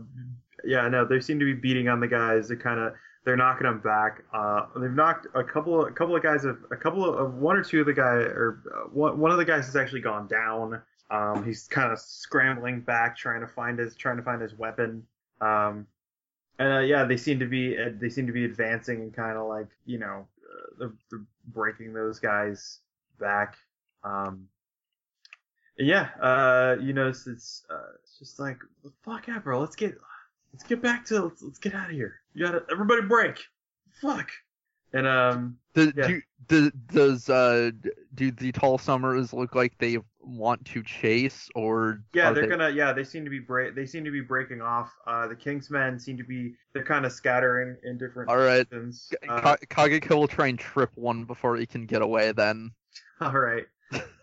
S1: yeah, no, they seem to be beating on the guys. They kind of they're knocking them back. Uh they've knocked a couple of a couple of guys have a couple of, of one or two of the guy or uh, one one of the guys has actually gone down. Um he's kind of scrambling back trying to find his trying to find his weapon. Um and uh, yeah, they seem to be uh, they seem to be advancing and kind of like, you know, uh, they're, they're breaking those guys back. Um yeah, uh, you notice it's, uh, it's just like fuck April. Let's get let's get back to let's, let's get out of here. You gotta everybody break. Fuck. And um,
S4: Do,
S1: Yeah.
S4: do, do does uh d- do the tall summers look like they want to chase or
S1: yeah,
S4: are
S1: they're
S4: they-
S1: gonna yeah they seem to be break they seem to be breaking off. Uh, the Kingsmen seem to be they're kind of scattering in different
S4: All right.
S1: directions. Uh,
S4: Ka- Kageko will try and trip one before he can get away. Then
S1: <laughs> All right.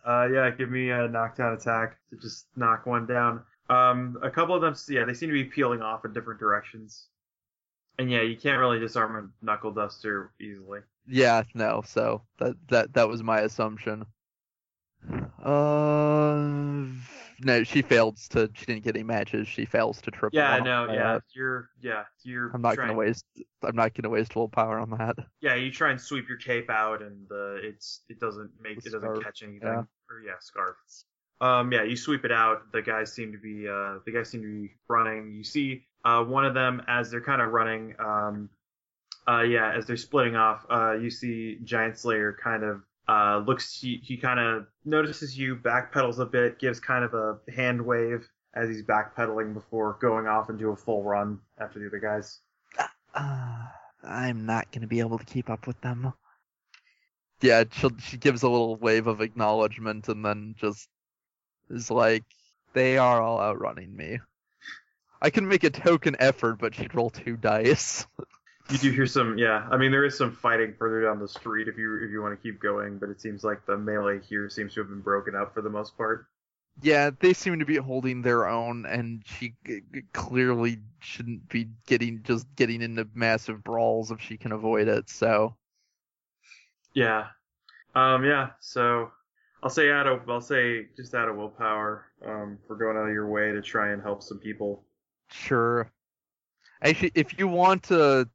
S1: Uh, yeah, give me a knockdown attack to just knock one down. Um, a couple of them, yeah, they seem to be peeling off in different directions. And yeah, you can't really disarm a knuckle duster easily.
S4: yeah, no. So that that that was my assumption. Uh, no, she failed to. She didn't get any matches. She fails to trip.
S1: Yeah,
S4: one off
S1: no,
S4: by
S1: yeah,
S4: that.
S1: you're, yeah, you're.
S4: I'm not
S1: trying,
S4: gonna waste. I'm not gonna waste willpower on that. <sighs>
S1: Yeah, you try and sweep your cape out, and uh, it's it doesn't make
S4: The
S1: it doesn't
S4: scarf,
S1: catch anything.
S4: yeah.
S1: Or yeah, scarf. Um, yeah, you sweep it out. The guys seem to be uh, the guys seem to be running. You see uh, one of them as they're kind of running. Um, uh, yeah, as they're splitting off, uh, you see Giant Slayer kind of uh, looks. He, he kind of notices you, backpedals a bit, gives kind of a hand wave as he's backpedaling before going off into a full run after the other guys.
S4: Uh, I'm not gonna be able to keep up with them. Yeah, she she gives a little wave of acknowledgement and then just is like, they are all outrunning me. I can make a token effort, but she'd roll two dice.
S1: You do hear some, yeah. I mean, there is some fighting further down the street if you if you want to keep going, but it seems like the melee here seems to have been broken up for the most part.
S4: Yeah, they seem to be holding their own, and she g- g- clearly shouldn't be getting just getting into massive brawls if she can avoid it. So
S1: Yeah, um, yeah. So I'll say out of I'll say just out of willpower, um, for going out of your way to try and help some people.
S4: Sure. Actually, if you want to,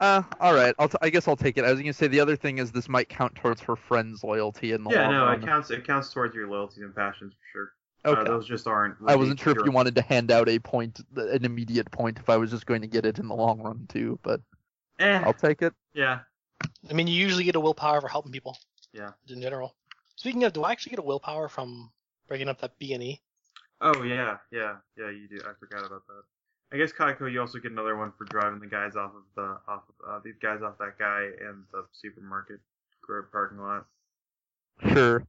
S4: uh, all right. I'll t- I guess I'll take it. I was gonna say the other thing is this might count towards her friend's loyalty in the
S1: yeah,
S4: long
S1: no,
S4: run.
S1: it counts. It counts towards your loyalties and passions for sure. Uh,
S4: Okay.
S1: those just aren't.
S4: I wasn't sure if you
S1: really-
S4: wanted to hand out a point, an immediate point, if I was just going to get it in the long run too. But
S1: Eh,
S4: I'll take it.
S1: yeah.
S3: I mean, you usually get a willpower for helping people.
S1: Yeah.
S3: In general. Speaking of, do I actually get a willpower from breaking up that B and E?
S1: Oh yeah, yeah, yeah. You do. I forgot about that. I guess Kaiko, you also get another one for driving the guys off of the off of uh, these guys off that guy and the supermarket gro- parking lot.
S4: Sure.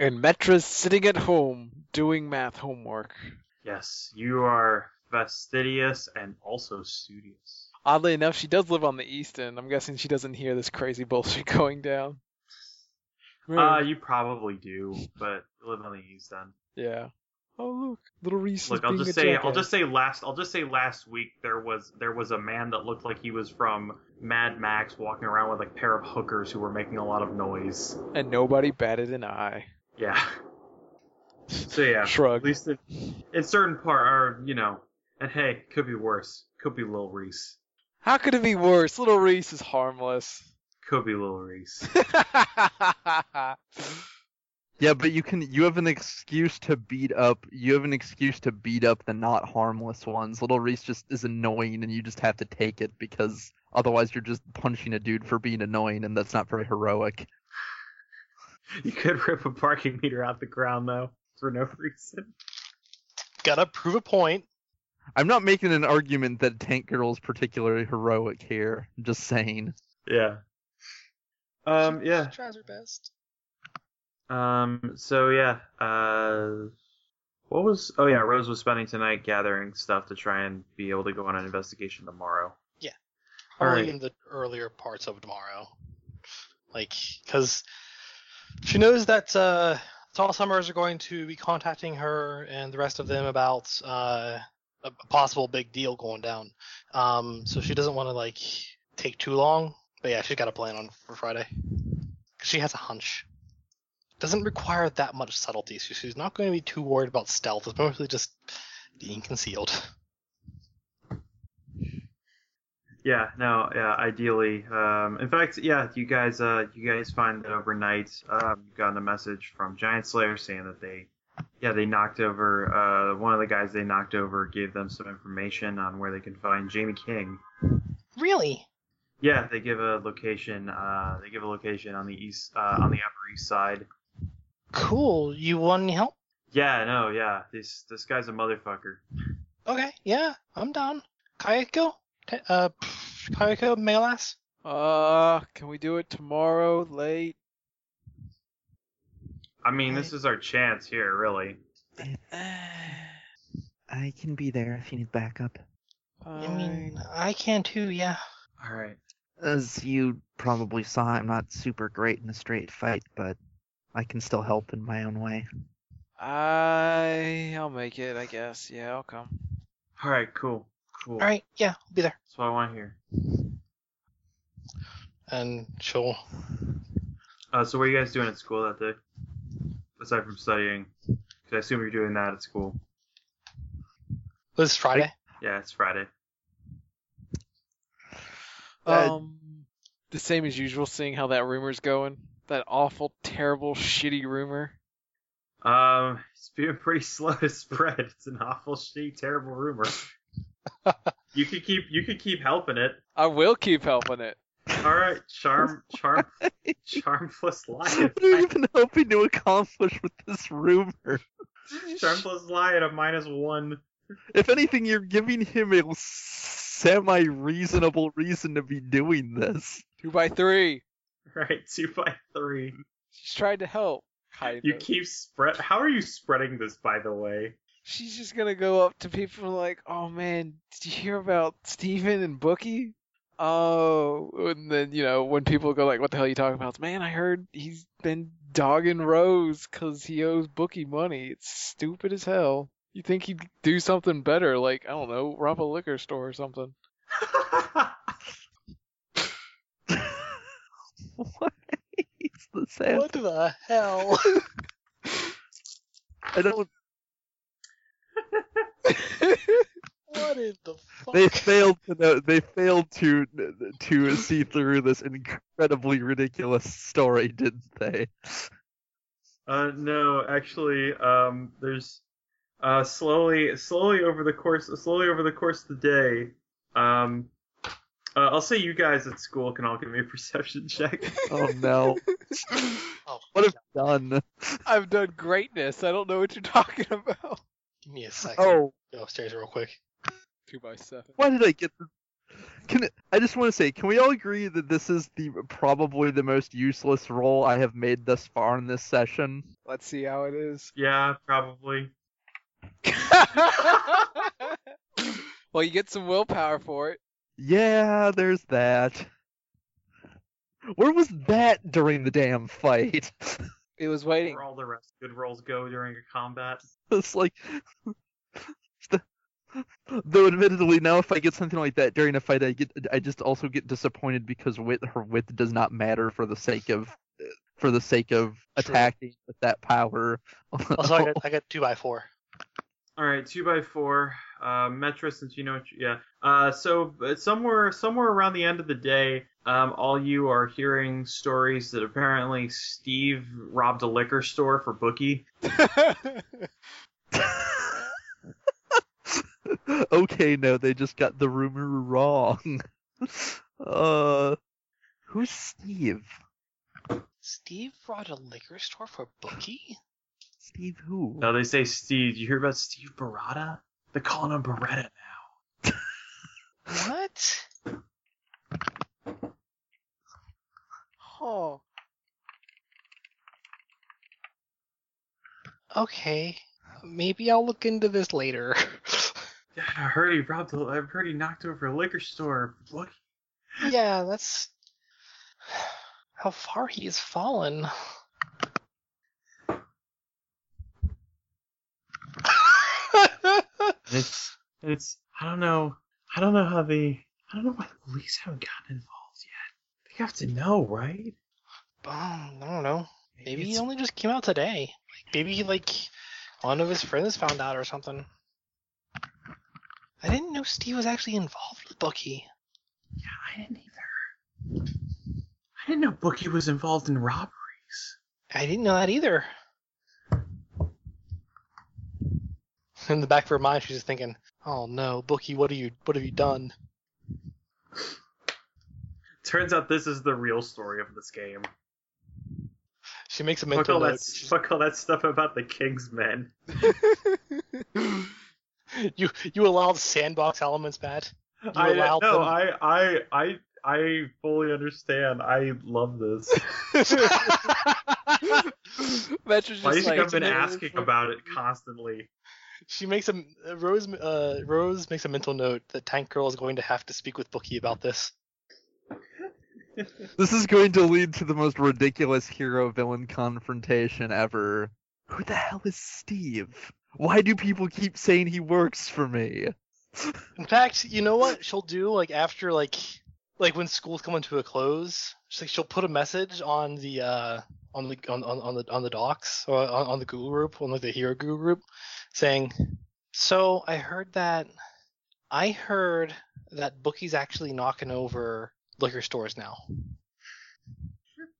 S2: And Metra's sitting at home doing math homework.
S1: Yes, you are fastidious and also studious.
S2: Oddly enough, she does live on the east end. I'm guessing she doesn't hear this crazy bullshit <laughs> going down. Hmm. Ah,
S1: Uh, you probably do, but you live on the east end.
S2: yeah. Oh look, little Reese.
S1: Look,
S2: is
S1: I'll
S2: being
S1: just
S2: a
S1: say, I'll
S2: jackass.
S1: just say last, I'll just say last week there was there was a man that looked like he was from Mad Max walking around with a pair of hookers who were making a lot of noise.
S2: And nobody batted an eye.
S1: Yeah. So yeah. At
S2: Shrug.
S1: least it, in certain part, or you know, and hey, could be worse. Could be Lil Reese.
S2: How could it be worse? Little Reese is <laughs> harmless.
S1: Could be Lil Reese.
S4: Yeah, but you can you have an excuse to beat up you have an excuse to beat up the not harmless ones. Little Reese just is annoying and you just have to take it because otherwise you're just punching a dude for being annoying and that's not very heroic.
S1: <laughs> You could rip a parking meter out the ground though for no <laughs> reason.
S3: Gotta prove a point.
S4: I'm not making an argument that Tank Girl is particularly heroic here. I'm just saying.
S1: Yeah. Um.
S3: She-
S1: Yeah.
S3: She tries her best.
S1: Um. So yeah. Uh. What was? Oh yeah. Rose was spending tonight gathering stuff to try and be able to go on an investigation tomorrow.
S3: Probably
S1: Alright.
S3: in the earlier parts of tomorrow. Like, because she knows that uh, Tall Summers are going to be contacting her and the rest of them about uh, a a possible big deal going down. Um, so she doesn't want to, like, take too long. But yeah, she's got a plan on for Friday. 'Cause She has a hunch. Doesn't require that much subtlety, so she's not going to be too worried about stealth. It's mostly just being concealed.
S1: Yeah, no, yeah, ideally. Um, in fact, yeah, you guys, uh, you guys find that overnight, um, you got a message from Giant Slayer saying that they, yeah, they knocked over, uh, one of the guys they knocked over gave them some information on where they can find Jamie King.
S3: Really?
S1: Yeah, they give a location, uh, they give a location on the east, uh, on the Upper East Side.
S3: Cool. You want any help?
S1: Yeah, no, yeah, this, this guy's a motherfucker.
S3: Okay, yeah, I'm down. Kayako? T- Uh, pff, Kayako Melas?
S2: Uh, can we do it tomorrow late? <sighs>
S1: I mean, this is our chance here, really.
S4: I can be there if you need backup.
S3: I mean, I can too, yeah.
S1: All right.
S4: As you probably saw, I'm not super great in a straight fight, but I can still help in my own way.
S2: I I'll make it, I guess. Yeah, I'll come.
S1: All right, cool, cool.
S3: All right, yeah, I'll be there.
S1: That's what I want to hear.
S3: And she'll.
S1: Uh, so what are you guys doing at school that day? Aside from studying, 'Cause I assume you're doing that at school.
S3: This is Friday.
S1: Yeah, it's Friday.
S4: Uh,
S2: Um, the same as usual. Seeing how that rumor's going, that awful, terrible, shitty rumor.
S1: Um, it's been pretty <laughs> slow to spread. It's an awful, shitty, terrible
S4: <laughs>
S1: rumor. you could keep you could keep helping it.
S2: I will keep helping it.
S1: All right, charm,
S4: <laughs>
S1: charm, charmless lion.
S4: What are you even hoping to accomplish with this rumor?
S1: Charmless lion, a minus one.
S4: If anything, you're giving him a semi reasonable reason to be doing this. <laughs>
S2: Two by three.
S1: All Right, <laughs> two by three.
S2: She's trying to help. Kind
S1: You
S2: of.
S1: keep spread. How are you spreading this, by the way? <laughs>
S2: She's just gonna go up to people like, "Oh man, did you hear about Steven and Bookie?" Oh, and then you know when people go like, "What the hell are you talking about?" It's, Man, I heard he's been dogging Rose because he owes Bookie money. It's stupid as hell. You think he'd do something better, like I don't know, rob a liquor store or something.
S4: what is this?
S3: <laughs>
S4: hap-
S3: What the <laughs> hell?
S4: I don't.
S3: what in the fuck?
S4: They failed to know. They failed to to see through this incredibly ridiculous story, didn't they?
S1: Uh, no, actually, um, there's uh, slowly, slowly over the course, slowly over the course of the day. Um, uh, I'll say you guys at school can all give me a <laughs> perception check.
S4: Oh no!
S3: <laughs> Oh,
S4: What have you done?
S2: I've done greatness. I don't know what you're talking about.
S3: give me a second.
S4: Oh,
S3: Go upstairs real quick.
S2: Two by seven.
S4: Why did I get this? Can I just want to say, can we all agree that this is the probably the most useless roll I have made thus far in this session?
S2: Let's see how it is.
S1: yeah, probably.
S2: <laughs> well, you get some willpower for it.
S4: Yeah, there's that. Where was that during the damn fight? <laughs>
S2: It was waiting. <laughs>
S1: Where all the rest good rolls go during a combat.
S4: it's like <laughs> Though admittedly now if I get something like that during a fight I get I just also get disappointed because wit her width does not matter for the sake of for the sake of attacking with that power. <laughs>
S3: Also, I got, I got two by four.
S1: All right, two by four. Uh, Metro, since you know what, you, yeah. Uh, so but somewhere, somewhere around the end of the day, um, all you are hearing stories that apparently Steve robbed a liquor store for Bookie.
S4: okay, no, they just got the rumor wrong. <laughs> uh, who's Steve?
S3: Steve brought a liquor store for Bookie?
S4: Steve who?
S1: No, they say Steve. You hear about Steve Beretta? They're calling him Beretta now.
S3: What?
S2: oh,
S3: Okay. Maybe I'll look into this later. <laughs>
S1: Yeah, I heard he robbed. A, I heard he knocked over a liquor store. Look,
S3: yeah, that's how far he has fallen. Um,
S1: it's it's. I don't know. I don't know how the. I don't know why the police haven't gotten involved yet. They have to know, right?
S3: Um, I don't know. Maybe he
S1: It's-
S3: only just came out today. Like, maybe he, like one of his friends found out or something. I didn't know Steve was actually involved with Bucky.
S1: Yeah, I didn't either. I didn't know Bookie was involved in robberies.
S3: I didn't know that either. In the back of her mind, she's just thinking, "Oh no, Bookie, what are you? What have you done?"
S1: Turns out this is the real story of this game.
S3: She makes a
S1: Fuck
S3: mental
S1: all,
S3: note.
S1: that, fuck all that stuff about the King's Men.
S3: You you allowed sandbox elements, Matt. You
S1: I
S3: allowed
S1: no,
S3: them.
S1: I, I, I, I fully understand. I love this.
S2: Metro's just
S1: Why do you
S2: like,
S1: think I've been
S2: "Man,
S1: asking
S2: this-
S1: about it constantly?
S3: <laughs> she makes a uh, Rose. Uh, Rose makes a mental note that Tank Girl is going to have to speak with Bookie about this.
S4: This is going to lead to the most ridiculous hero villain confrontation ever. Who the hell is Steve? Why do people keep saying he works for me?
S3: In fact, you know what she'll do? Like after like like when school's coming to a close, she's like she'll put a message on the uh on the on on, on the on the docs or on, on the Google group on like the Hero Google group, saying, "So I heard that I heard that Bookie's actually knocking over liquor stores now,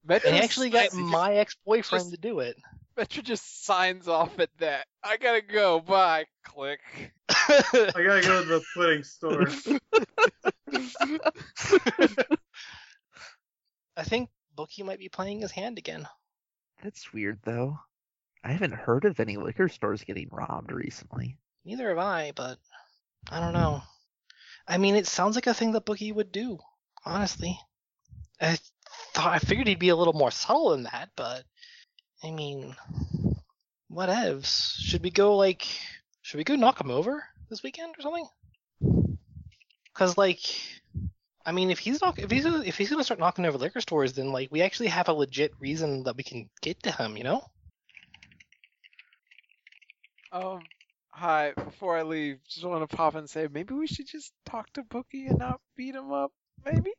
S2: Metro
S3: and he actually got
S2: signs-
S3: my ex-boyfriend to do it."
S2: <laughs> Metro just signs off at that. I gotta go. Bye. Click.
S1: <laughs> I gotta go to the pudding store.
S3: I think Bookie might be playing his hand again.
S4: That's weird, though. I haven't heard of any liquor stores getting robbed recently.
S3: Neither have I, but I don't know. I mean, it sounds like a thing that Bookie would do, honestly. I thought I figured he'd be a little more subtle than that, but I mean, what evs? Should we go like? Should we go knock him over this weekend or something? Cause like, I mean, if he's not, if he's gonna, if he's gonna start knocking over liquor stores, then like we actually have a legit reason that we can get to him, you know?
S2: Um, hi. Before I leave, just want to pop and say maybe we should just talk to Bookie and not beat him up. Maybe.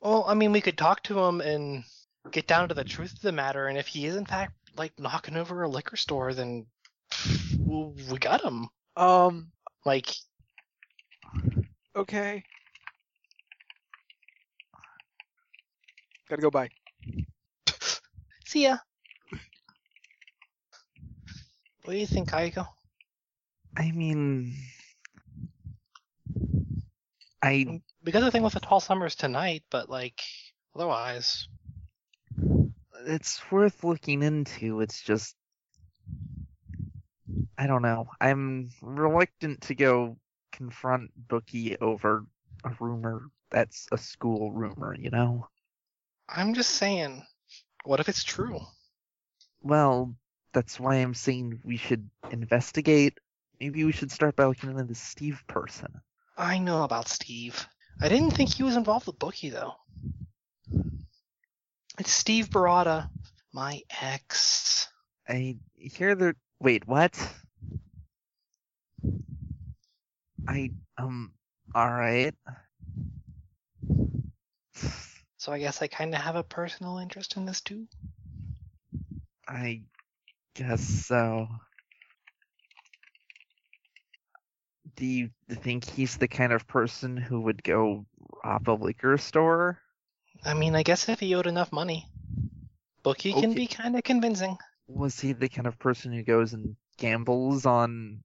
S3: Well, I mean, we could talk to him and get down to the truth of the matter. And if he is in fact like knocking over a liquor store, then pff, well, we got him.
S2: Um.
S3: Like,
S2: Okay. Gotta go. Bye.
S3: see ya. What do you think, Kaiko?
S4: I mean, I
S3: We got the thing with the tall summers tonight, but like, otherwise,
S4: it's worth looking into. It's just I don't know. I'm reluctant to go confront Bookie over a rumor that's a school rumor, you know.
S3: I'm just saying, what if it's true?
S4: Well, that's why I'm saying we should investigate. Maybe we should start by looking into the Steve person.
S3: I know about Steve. I didn't think he was involved with Bookie though. It's Steve Barada, my ex.
S4: I hear the wait, what? I um all right.
S3: So I guess I kind of have a personal interest in this too.
S4: I guess so. do you think he's the kind of person who would go rob a liquor store?
S3: I mean, I guess if he owed enough money, Bookie can
S4: Okay.
S3: be kind of convincing.
S4: Was he the kind of person who goes and gambles on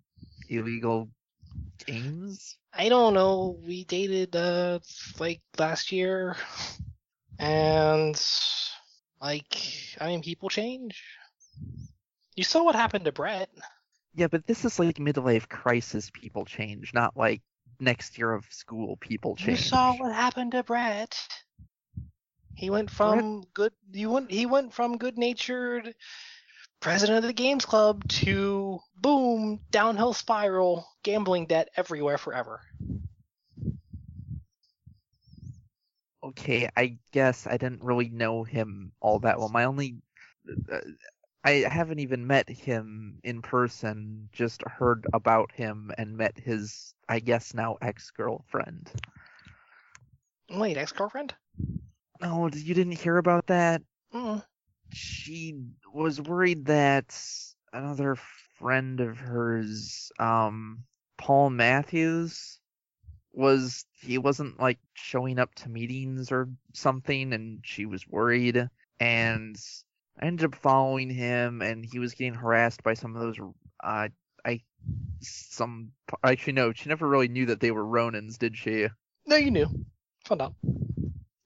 S4: illegal games?
S3: I don't know. We dated uh like last year, and like I mean, people change. You saw what happened to Brett.
S4: Yeah, but this is like midlife crisis people change, not like next year of school people
S3: You
S4: change.
S3: saw what happened to Brett. He went from good. You went. He went from good-natured president of the games club to boom downhill spiral, gambling debt everywhere forever.
S4: Okay, I guess I didn't really know him all that well. My only, uh, I haven't even met him in person. Just heard about him and met his, I guess now ex-girlfriend.
S3: Wait, ex-girlfriend?
S4: Oh, you didn't hear about that?
S3: Mm.
S4: She was worried that another friend of hers, um, Paul Matthews, was he wasn't like showing up to meetings or something, and she was worried. And I ended up following him, and he was getting harassed by some of those, uh, I, some actually no, she never really knew that they were Ronins, did she?
S3: No, you knew. Found out.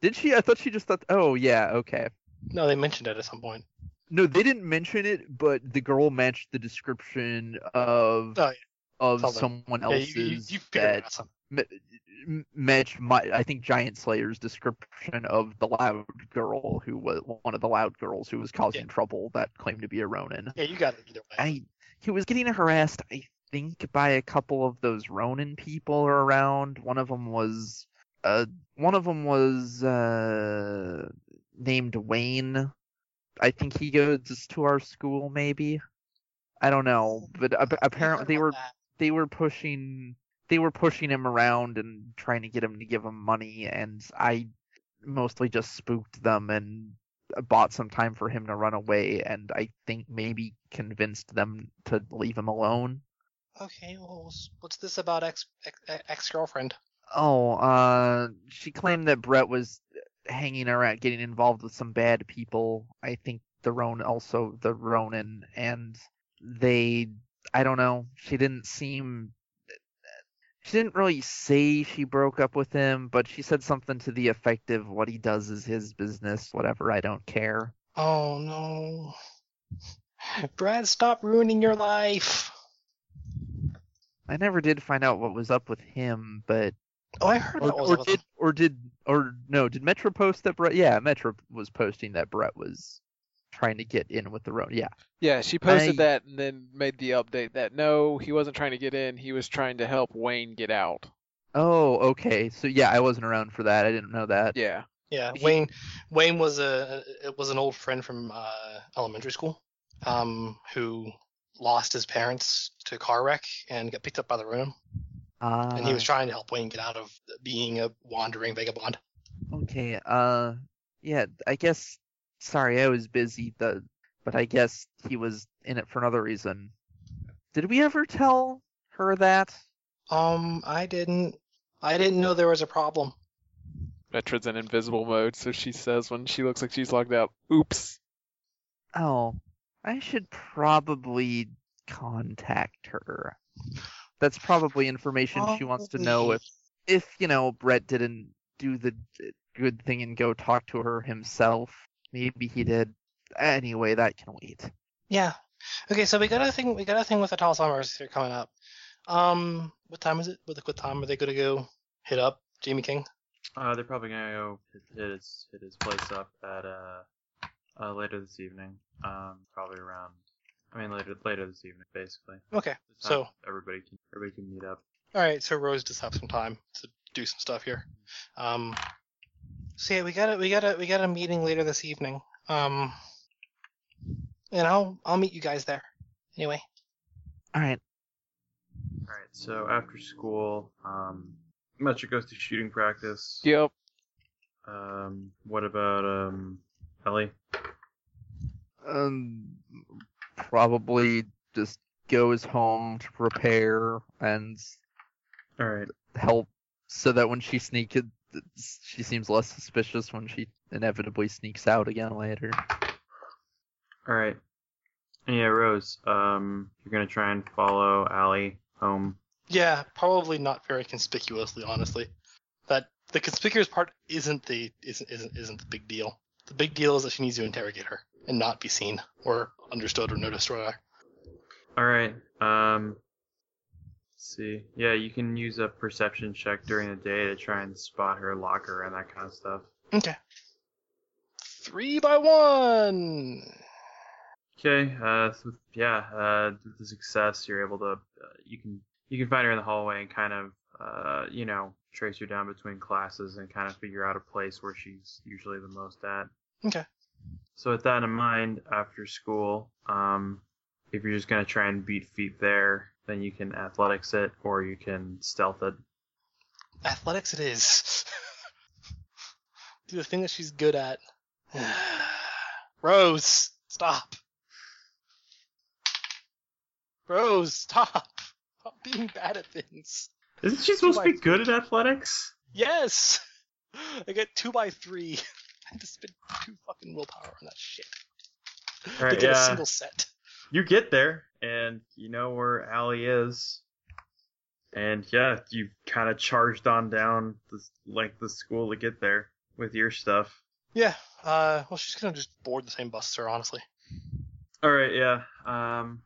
S4: Did she? I thought she just thought, oh yeah, okay.
S3: No, they mentioned it at some point.
S4: No, they didn't mention it, but the girl matched the description of
S3: Oh, yeah.
S4: of
S3: Something.
S4: someone
S3: Yeah,
S4: else's
S3: you, you, you figured it
S4: that
S3: out something.
S4: m- matched my I think Giant Slayer's description of the loud girl who was one of the loud girls who was causing trouble that claimed to be a Ronin.
S3: Yeah, you got it either way.
S4: I he was getting harassed, I think, by a couple of those Ronin people around. One of them was uh one of them was uh named Wayne. I think he goes to our school, maybe. I don't know, but ap- apparently they were they were pushing they were pushing him around and trying to get him to give him money, and I mostly just spooked them and bought some time for him to run away, and I think maybe convinced them to leave him alone.
S3: Okay, well, what's- what's this about ex ex girlfriend?
S4: Oh, uh, she claimed that Brett was hanging around, getting involved with some bad people. I think the Roan, also the Ronin, and they, I don't know. She didn't seem. She didn't really say she broke up with him, but she said something to the effect of "What he does is his business, whatever. I don't care."
S3: Oh no, Brad, stop ruining your life.
S4: I never did find out what was up with him, but
S3: Oh, I heard
S4: or,
S3: that was.
S4: or
S3: about
S4: did or did or no did metro post that brett yeah metro was posting that brett was trying to get in with the road yeah
S2: Yeah, she posted
S4: I-
S2: that and then made the update that no, he wasn't trying to get in. He was trying to help Wayne get out.
S4: oh okay so yeah i wasn't around for that i didn't know that
S2: Yeah.
S3: Yeah,
S4: He-
S3: Wayne. Wayne was a it was an old friend from uh, elementary school, um, who lost his parents to a car wreck and got picked up by the room,
S4: uh,
S3: and he was trying to help Wayne get out of being a wandering vagabond.
S4: okay uh yeah i guess sorry i was busy the but i guess he was in it for another reason did we ever tell her that
S3: Um, I didn't, I didn't know there was a problem.
S2: Veteran's in invisible mode, so she says when she looks like she's logged out, oops.
S4: Oh, I should probably contact her. That's probably information she wants to know if, if you know, Brett didn't do the d- good thing and go talk to her himself. Maybe he did. Anyway, that can wait.
S3: Yeah. Okay, so we got a thing. We got a thing with the tall summers here coming up. Um, what time is it? What, what time are they gonna go hit up Jamie King?
S1: Uh, they're probably gonna go hit, hit his hit his place up at uh, uh later this evening. Um, probably around. I mean, later later this evening, basically.
S3: Okay.
S1: It's not-
S3: So-
S1: everybody can everybody can meet up.
S3: All right, so Rose just have some time to do some stuff here. Um, so yeah, we got a we got a we got a meeting later this evening. Um, and I'll I'll meet you guys there. Anyway,
S4: All right.
S1: All right. So after school, um, Metro goes to shooting practice.
S2: Yep.
S1: Um, what about um, Ellie?
S4: Um, probably just goes home to prepare and
S1: All right.
S4: help so that when she sneaks, she seems less suspicious when she inevitably sneaks out again later.
S1: All right. Yeah, Rose. Um, you're gonna try and follow Allie home.
S3: Yeah, probably not very conspicuously, honestly. That the conspicuous part isn't the isn't isn't isn't the big deal. The big deal is that she needs to interrogate her and not be seen or understood or noticed rather.
S1: All right. Um, let's see. Yeah, you can use a perception check during the day to try and spot her locker and that kind of stuff.
S3: Okay. Three by one.
S1: Okay. Uh, so- yeah. Uh, with the success, you're able to. Uh, you can you can find her in the hallway and kind of uh, you know trace her down between classes and kind of figure out a place where she's usually the most at.
S3: Okay.
S1: So with that in mind, after school, um, if you're just gonna try and beat feet there, then you can athletics it or you can stealth it.
S3: Athletics it is. <laughs> Do the thing that she's good at. <sighs> Rose, stop. Rose, stop. Stop being bad at things.
S1: Isn't she supposed to be good at athletics?
S3: Yes! <laughs> I got two by three. <laughs> I had to spend two fucking willpower on that shit.
S1: Alright,
S3: to get
S1: yeah.
S3: a single set.
S1: You get there, and you know where Allie is. And yeah, you kind of charged on down the, like the school to get there with your stuff.
S3: Yeah, uh, well, she's gonna just board the same bus, sir, honestly.
S1: All right, yeah. Um,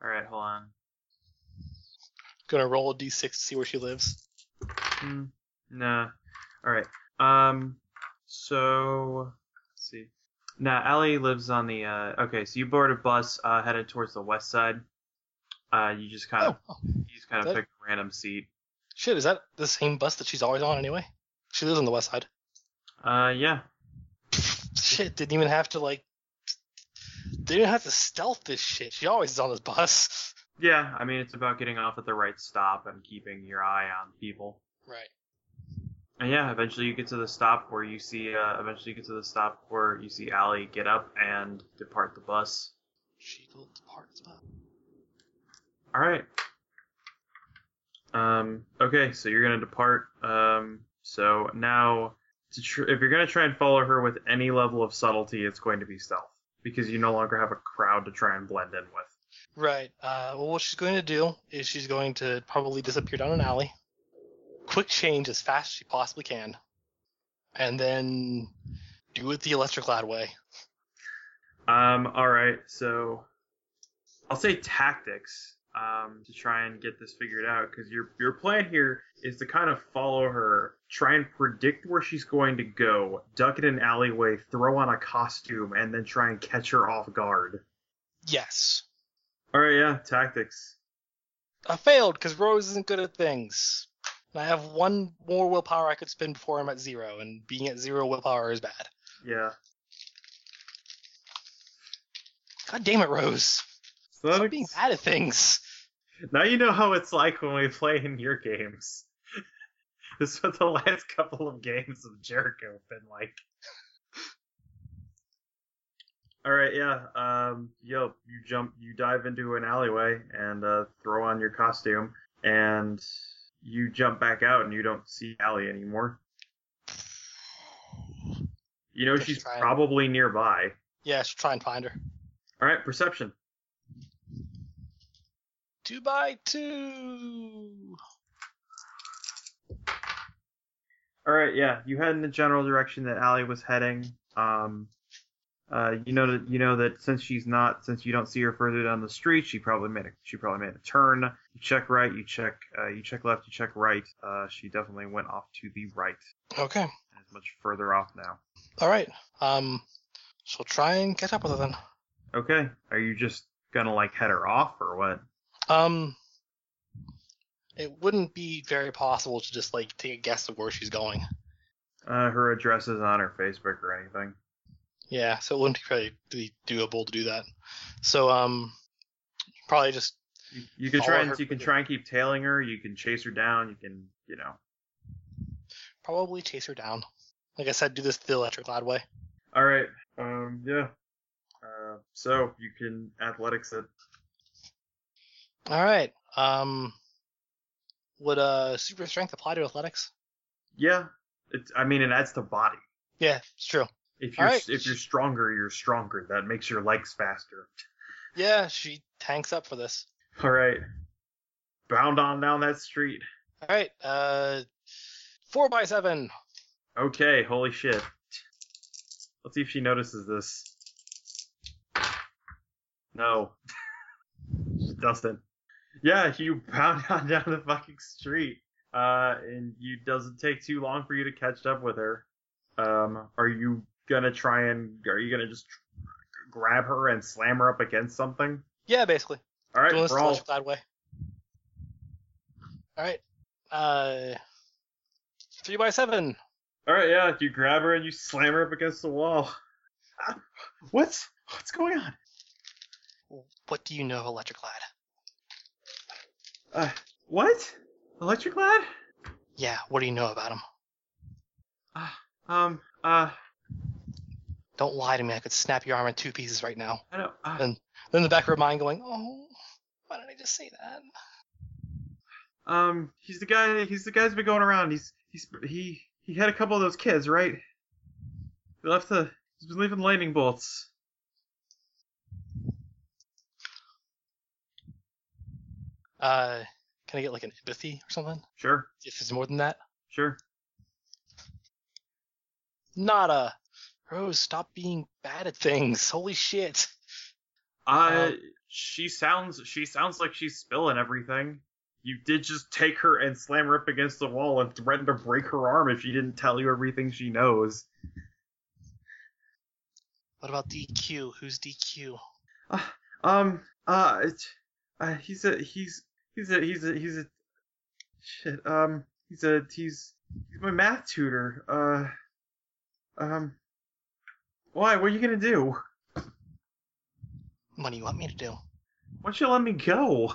S1: all right, hold on.
S3: Gonna roll a d6 to see where she lives.
S1: Hmm, nah. All right. Um, so let's see. Now Allie lives on the. Uh, okay, so you board a bus uh, headed towards the west side. Uh, you just kind of
S3: Oh, oh,
S1: you just kind of
S3: that-
S1: pick a random seat.
S3: shit, is that the same bus that she's always on anyway? She lives on the west side.
S1: Uh, yeah.
S3: Shit, didn't even have to, like. They didn't have to stealth this shit. She always is on this bus. <laughs>
S1: Yeah, I mean it's about getting off at the right stop and keeping your eye on people.
S3: Right.
S1: And yeah, eventually you get to the stop where you see uh, eventually you get to the stop where you see Allie get up and depart the bus.
S3: She will depart as well.
S1: All right. Um. Okay. So you're gonna depart. Um. So now, to tr- if you're gonna try and follow her with any level of subtlety, it's going to be stealth because you no longer have a crowd to try and blend in with.
S3: Right. Uh, well, what she's going to do is she's going to probably disappear down an alley, quick change as fast as she possibly can, and then do it the electroclad way.
S1: Um. All right. So, I'll say tactics. Um, to try and get this figured out, because your your plan here is to kind of follow her, try and predict where she's going to go, duck in an alleyway, throw on a costume, and then try and catch her off guard.
S3: Yes.
S1: All right, yeah, tactics.
S3: I failed because Rose isn't good at things. And I have one more willpower I could spend before I'm at zero, and being at zero willpower is bad.
S1: Yeah.
S3: God damn it, Rose.
S1: So
S3: Stop
S1: that-
S3: being bad at things.
S1: now you know how it's like when we play in your games. <laughs> this is what the last couple of games of Jericho have been like. All right, yeah. Um, yo, you jump, you dive into an alleyway and uh, throw on your costume, and you jump back out, and you don't see Allie anymore. You know
S3: Just
S1: she's
S3: try it.
S1: probably nearby.
S3: Yeah, I should try and find her.
S1: All right, perception.
S3: Two by two.
S1: All right, yeah, you head in the general direction that Allie was heading. Um, uh, you know that you know that since she's not, since you don't see her further down the street, she probably made a she probably made a turn. You check right, you check uh, you check left, you check right. Uh, she definitely went off to the right,
S3: Okay.
S1: and is much further off now.
S3: All right. Um, she'll try and catch up with her then.
S1: Okay, are you just gonna like head her off or what?
S3: Um, it wouldn't be very possible to just like take a guess of where she's going.
S1: Uh, her address is on her Facebook or anything.
S3: Yeah, so it wouldn't be really be doable to do that. So um, probably just
S1: You, you can
S3: Follow
S1: try and
S3: her-
S1: you can try and keep tailing her. You can chase her down. You can you know
S3: probably chase her down. Like I said, do this the electric lad way.
S1: All right. Um. Yeah. Uh. So you uh, can athletics it.
S3: All right. Um, would uh super strength apply to athletics?
S1: Yeah, it's. I mean, it adds to body.
S3: Yeah, it's true.
S1: If you're
S3: All right.
S1: if you're stronger, you're stronger. That makes your legs faster.
S3: Yeah, she tanks up for this.
S1: All right, bound on down that street.
S3: All right, uh, four by seven.
S1: Okay, holy shit. Let's see if she notices this. No. <laughs> she doesn't. Yeah, you <laughs> pound on down the fucking street. Uh, and you doesn't take too long for you to catch up with her. Um, are you gonna try and are you gonna just tr- grab her and slam her up against something?
S3: Yeah, basically.
S1: All right,
S3: Doing this the
S1: brawl.
S3: Flash Cloud way. All right, uh, three by seven.
S1: All right, yeah, you grab her and you slam her up against the wall. <laughs> Ah, What's what's going on?
S3: What do you know of Electroclad?
S1: Uh, what? Electric lad?
S3: Yeah, what do you know about him?
S1: Um, uh,
S3: Don't lie to me. I could snap your arm in two pieces right now.
S1: I don't, uh,
S3: And- Then in the back of her mind, going, "Oh, why did I just say that?"
S1: um, he's the guy, he's the guy's been going around. He's, he's, he, he had a couple of those kids, right? He left the, he's been leaving lightning bolts.
S3: Uh, can I get like an empathy or something?
S1: Sure,
S3: If it's more than that,
S1: sure.
S3: nada. Rose, stop being bad at things. Holy shit.
S1: Uh,
S3: Um,
S1: she sounds, she sounds like she's spilling everything. You did just take her and slam her up against the wall and threaten to break her arm if she didn't tell you everything she knows.
S3: What about DQ? Who's DQ?
S1: Um. Uh. It's, uh he's a. He's. He's a. He's a. He's a. Shit. Um. He's a. He's. He's my math tutor. Uh. Um. Why? What are you gonna do?
S3: What do you want me to do?
S1: Why don't you let me go?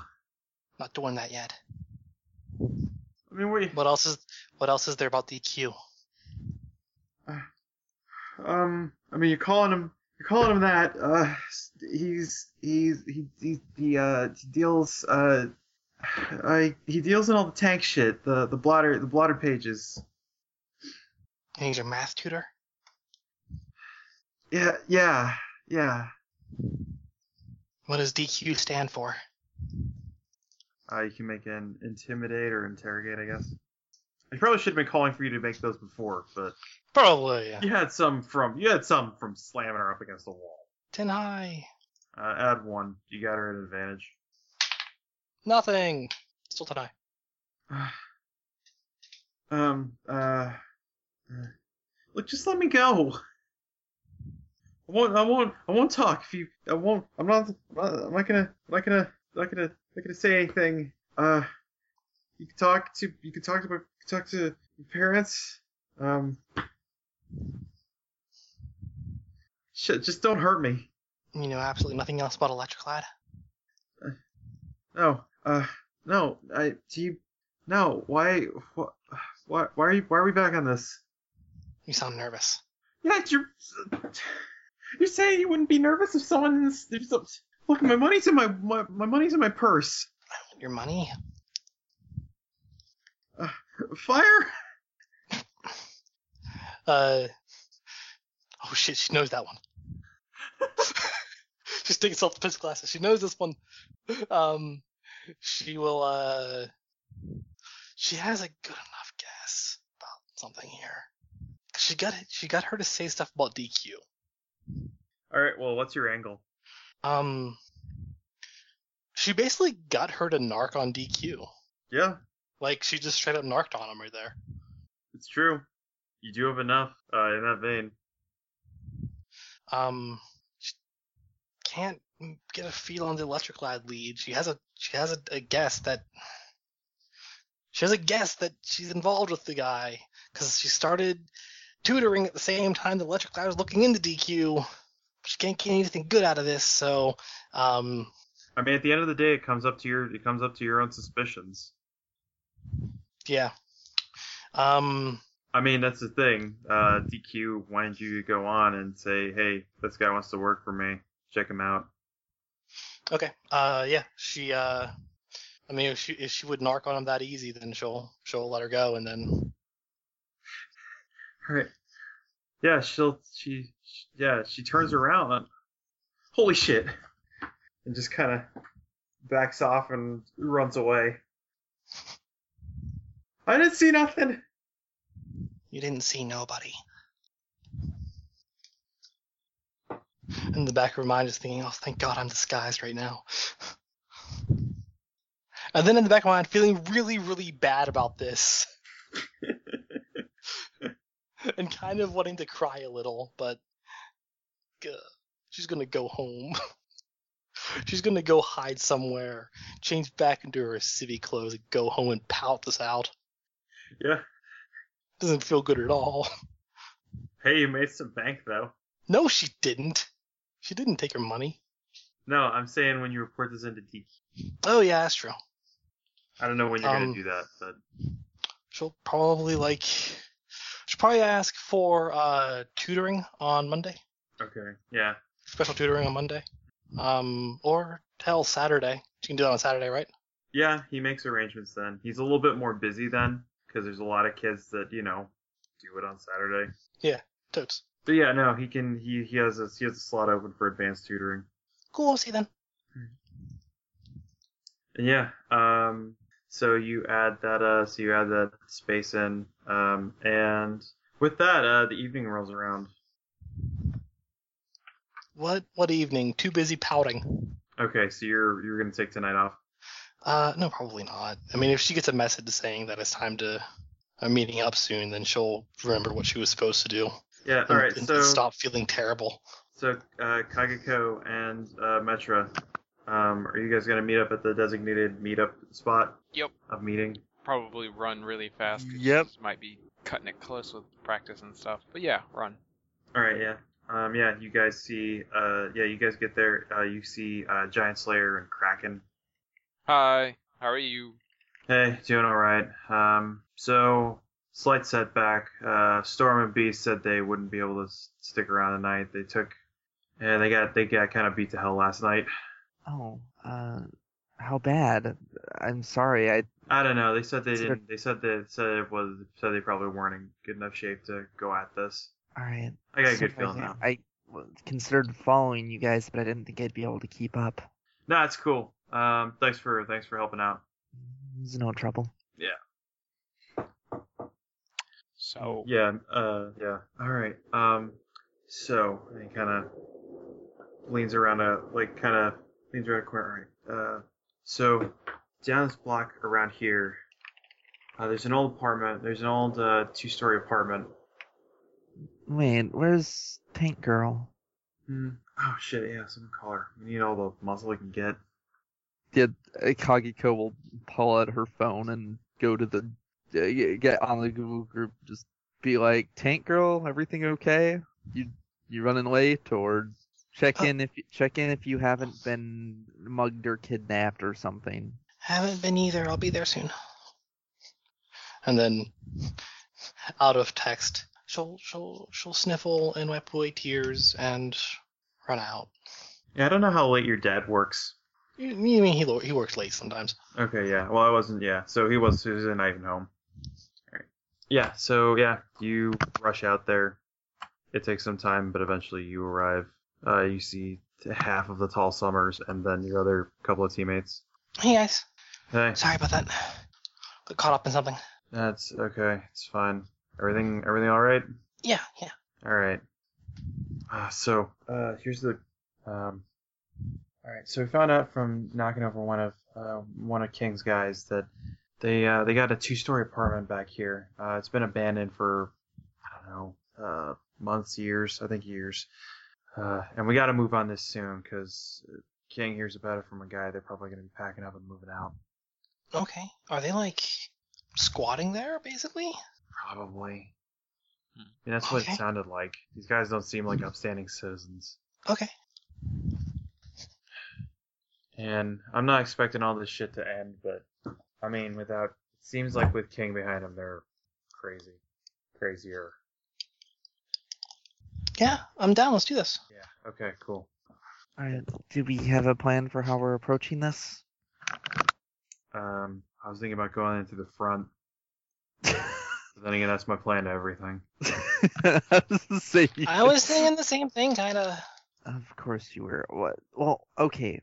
S3: Not doing that yet.
S1: I mean, wait.
S3: What else is what else is there about DQ?
S1: Um. I mean, you're calling him. You're calling him that. Uh. He's. He's. He. He. he uh. He deals. Uh. I. He deals in all the tank shit. The. The blotter. The blotter pages.
S3: You need your math tutor?
S1: Yeah. Yeah. Yeah.
S3: What does DQ stand for?
S1: Uh, you can make an intimidate or interrogate, I guess. I probably should have been calling for you to make those before, but
S3: Probably yeah.
S1: you had some from you had some from slamming her up against the wall.
S3: ten high.
S1: Uh, add one. You got her at advantage.
S3: Nothing. Still ten high.
S1: um. Uh. uh, Look, just let me go. I won't. I won't. I won't talk. If you, I won't. I'm not. I'm not, I'm not gonna. I'm not gonna. I'm not gonna. I'm not gonna say anything. Uh. You can talk to. You can talk to. My, you can talk to your parents. Um. Shit. Just don't hurt me.
S3: You know absolutely nothing else about Electroclad?
S1: No. Uh. No. I. Do you? No. Why? What? Why? Why are you? Why are we back on this?
S3: You sound nervous.
S1: Yeah, you're you're saying you wouldn't be nervous if someone if some- look my money's in my, my my money's in my purse.
S3: Your money?
S1: Fire!
S3: Uh oh shit, she knows that one. <laughs> She's taking self defense classes. She knows this one. Um she will uh she has a good enough guess about something here. 'Cause She got she got her to say stuff about DQ.
S1: All right, well, what's your angle?
S3: Um she basically got her to narc on DQ.
S1: Yeah,
S3: Like she just straight up narked on him right there.
S1: it's true. You do have enough uh, in that vein.
S3: um she can't get a feel on the electric lad lead she has a she has a, a guess that she has a guess that she's involved with the guy because she started tutoring at the same time the electric lad was looking into dq but she can't get anything good out of this so um
S1: I mean, at the end of the day, it comes up to your it comes up to your own suspicions.
S3: yeah um
S1: I mean, that's the thing. Uh, DQ wanted you to go on and say, "Hey, this guy wants to work for me. Check him out."
S3: okay uh yeah she uh I mean, if she if she would narc on him that easy, then she'll she'll let her go, and then
S5: Right. Yeah, she'll she she- yeah, she turns around. Holy shit. And just kind of backs off and runs away. I didn't see nothing.
S3: you didn't see nobody. In the back of her mind is thinking, oh, thank God I'm disguised right now. And then in the back of my mind, feeling really, really bad about this. and kind of wanting to cry a little, but Gah. she's going to go home. <laughs> she's going to go hide somewhere, change back into her city clothes, and go home and pout this out.
S5: Yeah.
S3: Doesn't feel good at all.
S5: Hey, you made some bank though.
S3: No, she didn't. She didn't take her money.
S5: No, I'm saying when you report this into Tiki.
S3: Oh, yeah, that's true.
S5: I don't know when you're
S3: Um,
S5: gonna do that, but
S3: She'll probably, like, she'll probably ask for uh, tutoring on Monday.
S5: okay. Yeah.
S3: special tutoring on Monday. Um, or hell, Saturday. You can do that on Saturday, right?
S5: Yeah, he makes arrangements then. He's a little bit more busy then because there's a lot of kids that, you know, do it on Saturday.
S3: Totes.
S5: But yeah, no, he can he he has a he has a slot open for advanced tutoring.
S3: Cool. I'll see you then.
S5: And yeah, um so you add that uh so you add that space in um and with that uh the evening rolls around.
S3: What? What evening? Too busy pouting.
S5: Okay, so you're you're going to take tonight off.
S3: Uh, no, probably not. I mean, if she gets a message saying that it's time to a meeting up soon, then she'll remember what she was supposed to do.
S5: Yeah,
S3: and-
S5: all right.
S3: and
S5: So
S3: stop feeling terrible.
S5: so uh Kagako and uh Metra um are you guys going to meet up at the designated meetup spot?
S2: Yep.
S5: Of meeting.
S2: Probably run really fast. 'cause
S4: Yep.
S2: she Might be cutting it close with practice and stuff. But yeah, run.
S5: All right, yeah. Um, yeah, you guys see, uh, yeah, you guys get there. Uh, you see uh, Giant Slayer and Kraken.
S2: Hi. How are you?
S5: Hey, doing all right. Um, so slight setback. Uh, Storm and Beast said they wouldn't be able to s- stick around tonight. They took, and they got they got kind of beat to hell last night.
S4: Oh, uh, how bad? I'm sorry. I
S5: I don't know. They said they
S4: Sort of-
S5: didn't. They said they said it was said they probably weren't in good enough shape to go at this.
S4: all right.
S5: I got a good
S4: Sorry,
S5: feeling now.
S4: I I considered following you guys, but I didn't think I'd be able to keep up.
S5: No, it's cool. Um, thanks for thanks for helping out.
S4: It's no trouble.
S2: So
S5: Yeah, uh, yeah. All right. Um, so and he kind of leans around a like kind of leans around a corner. All right. Uh, so down this block around here, uh, there's an old apartment. There's an old uh, two-story apartment.
S4: Wait, where's Tank Girl?
S5: Hmm. Oh shit! Yeah, someone call her. We need all the muscle we can get.
S4: Uh, Kagiko will pull out her phone and go to the uh, y- get on the Google group. Just be like, Tank Girl, everything okay? You you running late or check in if check in if you haven't been mugged or kidnapped or something.
S3: Haven't been either. I'll be there soon. And then, out of text, she'll she'll she'll sniffle and wipe away tears and run out.
S5: Yeah, I don't know how late your dad works.
S3: You, you mean he lo- he works late sometimes?
S5: Okay, yeah. Well, I wasn't. Yeah, so he was. He was not even home. All right. Yeah. So yeah, you rush out there. It takes some time, but eventually you arrive. Uh, you see half of the tall summers, and then your other couple of teammates.
S3: Hey guys,
S5: Hey,
S3: sorry about that. Got caught up in something.
S5: that's okay. It's fine. Everything. Everything all right?
S3: Yeah, yeah.
S5: All right. Uh, so uh, here's the. Um, all right. So we found out from knocking over one of uh, one of King's guys that they uh, they got a two story apartment back here. Uh, it's been abandoned for I don't know uh, months, years. I think years. Uh, and we got to move on this soon because King hears about it from a guy. They're probably going to be packing up and moving out.
S3: Okay. Are they like squatting there basically?
S5: Probably.
S2: Hmm.
S5: I mean, that's what
S3: Okay.
S5: it sounded like. These guys don't seem like upstanding citizens.
S3: Okay.
S5: And I'm not expecting all this shit to end, but I mean, without it seems like with King behind him, they're crazy, crazier.
S3: Yeah, I'm down. Let's do this.
S5: Yeah. Okay. Cool.
S4: All right, do we have a plan for how we're approaching this?
S5: Um, I was thinking about going into the front. But then again, that's my plan to everything.
S4: <laughs> I was gonna say-
S3: I was saying the same thing, kind of.
S4: Of course you were. What? Well, okay.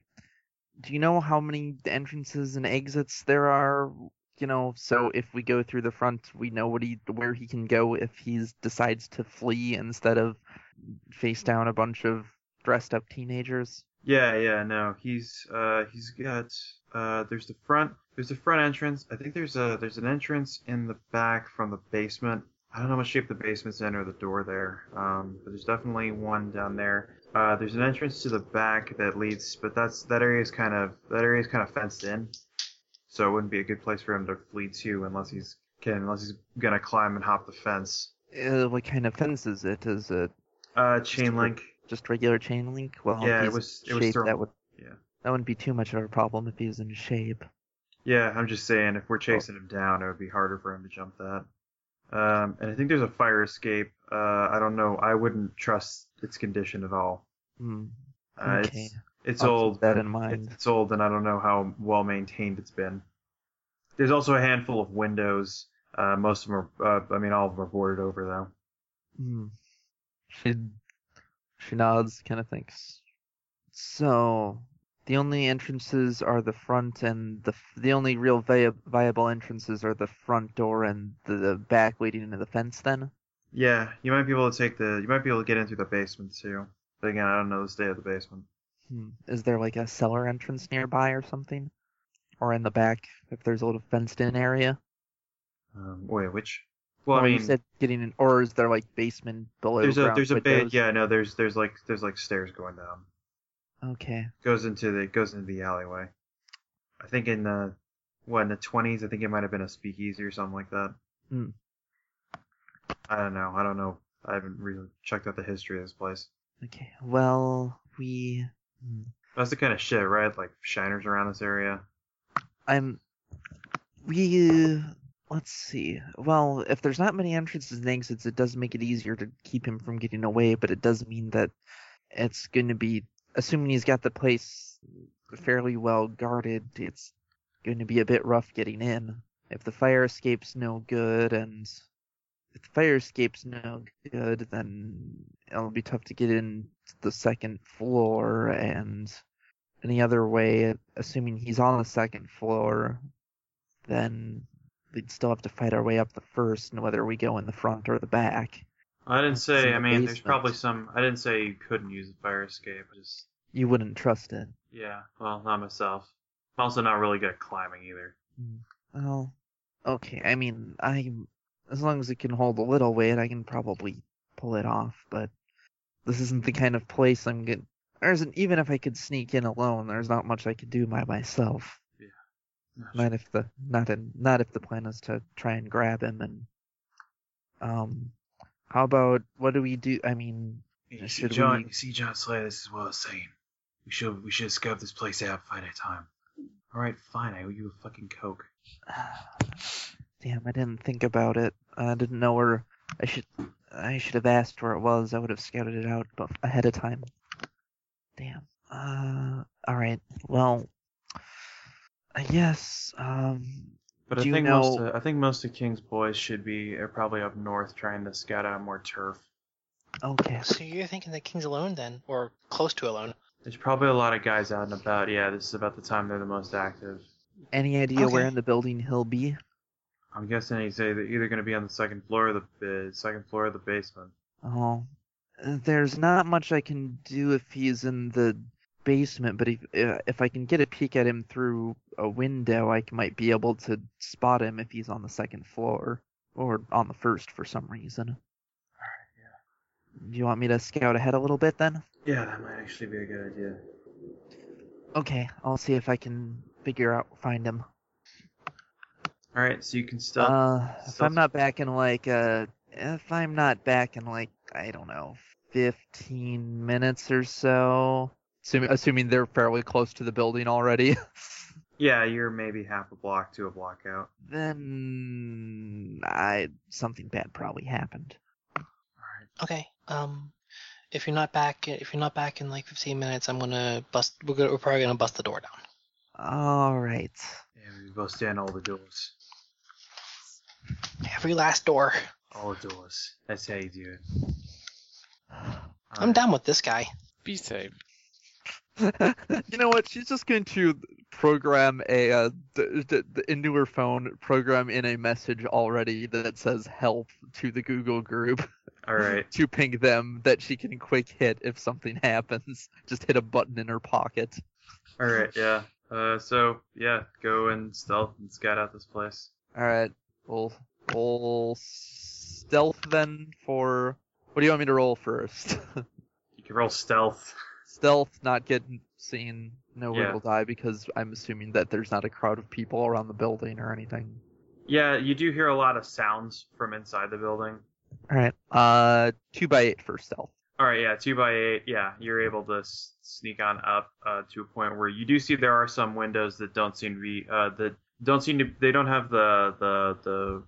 S4: Do you know how many entrances and exits there are? You know, so if we go through the front, we know what he where he can go if he decides to flee instead of face down a bunch of dressed up teenagers.
S5: Yeah, yeah, no. He's uh he's got uh there's the front there's the front entrance. I think there's a there's an entrance in the back from the basement. I don't know what shape the basement's in or the door there. Um but there's definitely one down there. Uh there's an entrance to the back that leads but that's that area's kind of that area's kind of fenced in. So it wouldn't be a good place for him to flee to unless he's can unless he's gonna climb and hop the fence.
S4: Uh, what kind of fence is it? Is it
S5: Uh chain link.
S4: just regular chain link? Well,
S5: Yeah,
S4: if
S5: it
S4: he's
S5: was
S4: in
S5: it was
S4: shape, that
S5: thrown.
S4: would
S5: yeah.
S4: that wouldn't be too much of a problem if he was in shape.
S5: Yeah, I'm just saying if we're
S4: Oh.
S5: chasing him down, it would be harder for him to jump that. Um, and I think there's a fire escape. Uh, I don't know. I wouldn't trust its condition at all.
S4: Hmm.
S5: Uh,
S4: okay,
S5: It's, it's
S4: I'll keep
S5: old.
S4: that in
S5: It's,
S4: mind.
S5: it's old, and I don't know how well maintained it's been. There's also a handful of windows. Uh, most of them are. Uh, I mean, all of them are boarded over though.
S4: Hmm. She she nods, kind of thinks. So the only entrances are the front and the f- the only real via- viable entrances are the front door and the, the back leading into the fence. Then
S5: Yeah, you might be able to take the. You might be able to get in through the basement too. But again, I don't know the state of the basement.
S4: hmm. is there like a cellar entrance nearby or something, or in the back if there's a little fenced in area?
S5: Um, wait, which? Well, I
S4: Or
S5: mean,
S4: you said getting in, or is there like basement below
S5: there's a
S4: ground
S5: there's a
S4: windows?
S5: bit. Yeah, no, there's there's like there's like stairs going down.
S4: Okay.
S5: goes into the goes into the alleyway. I think in the what in the twenties, I think it might have been a speakeasy or something like that.
S4: Hmm.
S5: I don't know. I don't know. I haven't really checked out the history of this place.
S4: Okay. Well, we. hmm.
S5: That's the kind of shit, right? Like shiners around this area.
S4: I'm. We. uh, Let's see. Well, if there's not many entrances and exits, it does make it easier to keep him from getting away, but it does mean that it's going to be. Assuming he's got the place fairly well guarded, it's going to be a bit rough getting in. If the fire escape's no good, and. If the fire escape's no good, then it'll be tough to get in to the second floor, and any other way, assuming he's on the second floor, then we'd still have to fight our way up the first, and whether we go in the front or the back.
S5: I didn't
S4: It's in
S5: say.
S4: the
S5: I mean, there's
S4: basement.
S5: probably some. I didn't say you couldn't use the fire escape. I just
S4: You wouldn't trust it.
S5: yeah. Well, not myself. I'm also not really good at climbing either.
S4: Well, okay. I mean, I, as long as it can hold a little weight, I can probably pull it off. But this isn't the kind of place I'm good. There isn't even if I could sneak in alone. There's not much I could do by myself. Not if the not in not if the plan is to try and grab him and um how about what do we do I mean <sighs>
S5: You see,
S4: Should
S5: John,
S4: we-
S5: you see, John Slayer. This is what I was saying. We should we should scope this place out finite time. All right, fine. I owe you a fucking coke.
S4: damn I didn't think about it. I didn't know where I should I should have asked where it was. I would have scouted it out bef- ahead of time. Damn. Uh all right. Well I guess um
S5: But I
S4: Do you
S5: think
S4: know-
S5: most of, I think most of King's boys should be are probably up north trying to scout out more turf.
S4: okay.
S3: So you're thinking that King's alone then, or close to alone?
S5: There's probably a lot of guys out and about. Yeah, this is about the time they're the most active.
S4: Any idea where
S3: Okay.
S4: in the building he'll be?
S5: I'm guessing he's either, either going to be on the second floor of the uh, second floor of the basement.
S4: Oh, there's not much I can do if he's in the basement, but if uh, if I can get a peek at him through a window, I c- might be able to spot him if he's on the second floor or on the first for some reason. Do you want me to scout ahead a little bit then?
S5: Yeah, that might actually be a good idea.
S4: Okay, I'll see if I can figure out find him.
S5: All right, so you can still.
S4: Uh, if
S5: stealth-
S4: I'm not back in like uh, if I'm not back in like I don't know, fifteen minutes or so. Assuming, assuming they're fairly close to the building already, <laughs>
S5: yeah, you're maybe half a block to a block out.
S4: then I something bad probably happened.
S3: Okay. Um, if you're not back, if you're not back in like 15 minutes, I'm gonna bust. We're, gonna, we're probably gonna bust the door down.
S4: All right. <laughs>
S5: Yeah, we We both stand all the doors.
S3: Every last door.
S5: All the doors. That's how you do it.
S3: I'm
S5: Alright.
S3: done with this guy.
S2: Be safe.
S4: you know what? She's just going to program a uh, d- d- d- into her phone, program in a message already that says "help" to the Google group
S5: All right.
S4: to ping them that she can quick hit if something <laughs> happens. Just hit a button in her pocket.
S5: All right. Yeah. Uh. So yeah, go and stealth and scout out this place.
S4: All right, we'll we'll stealth then for. What do you want me to roll first? <laughs>
S5: You can roll stealth.
S4: stealth, not getting seen, no
S5: Yeah.
S4: wiggle die because I'm assuming that there's not a crowd of people around the building or anything.
S5: Yeah. You do hear a lot of sounds from inside the building.
S4: All right. Uh, two by eight for stealth.
S5: All right, yeah, two by eight. Yeah, you're able to s- sneak on up uh, to a point where you do see there are some windows that don't seem to be uh, that don't seem to they don't have the the the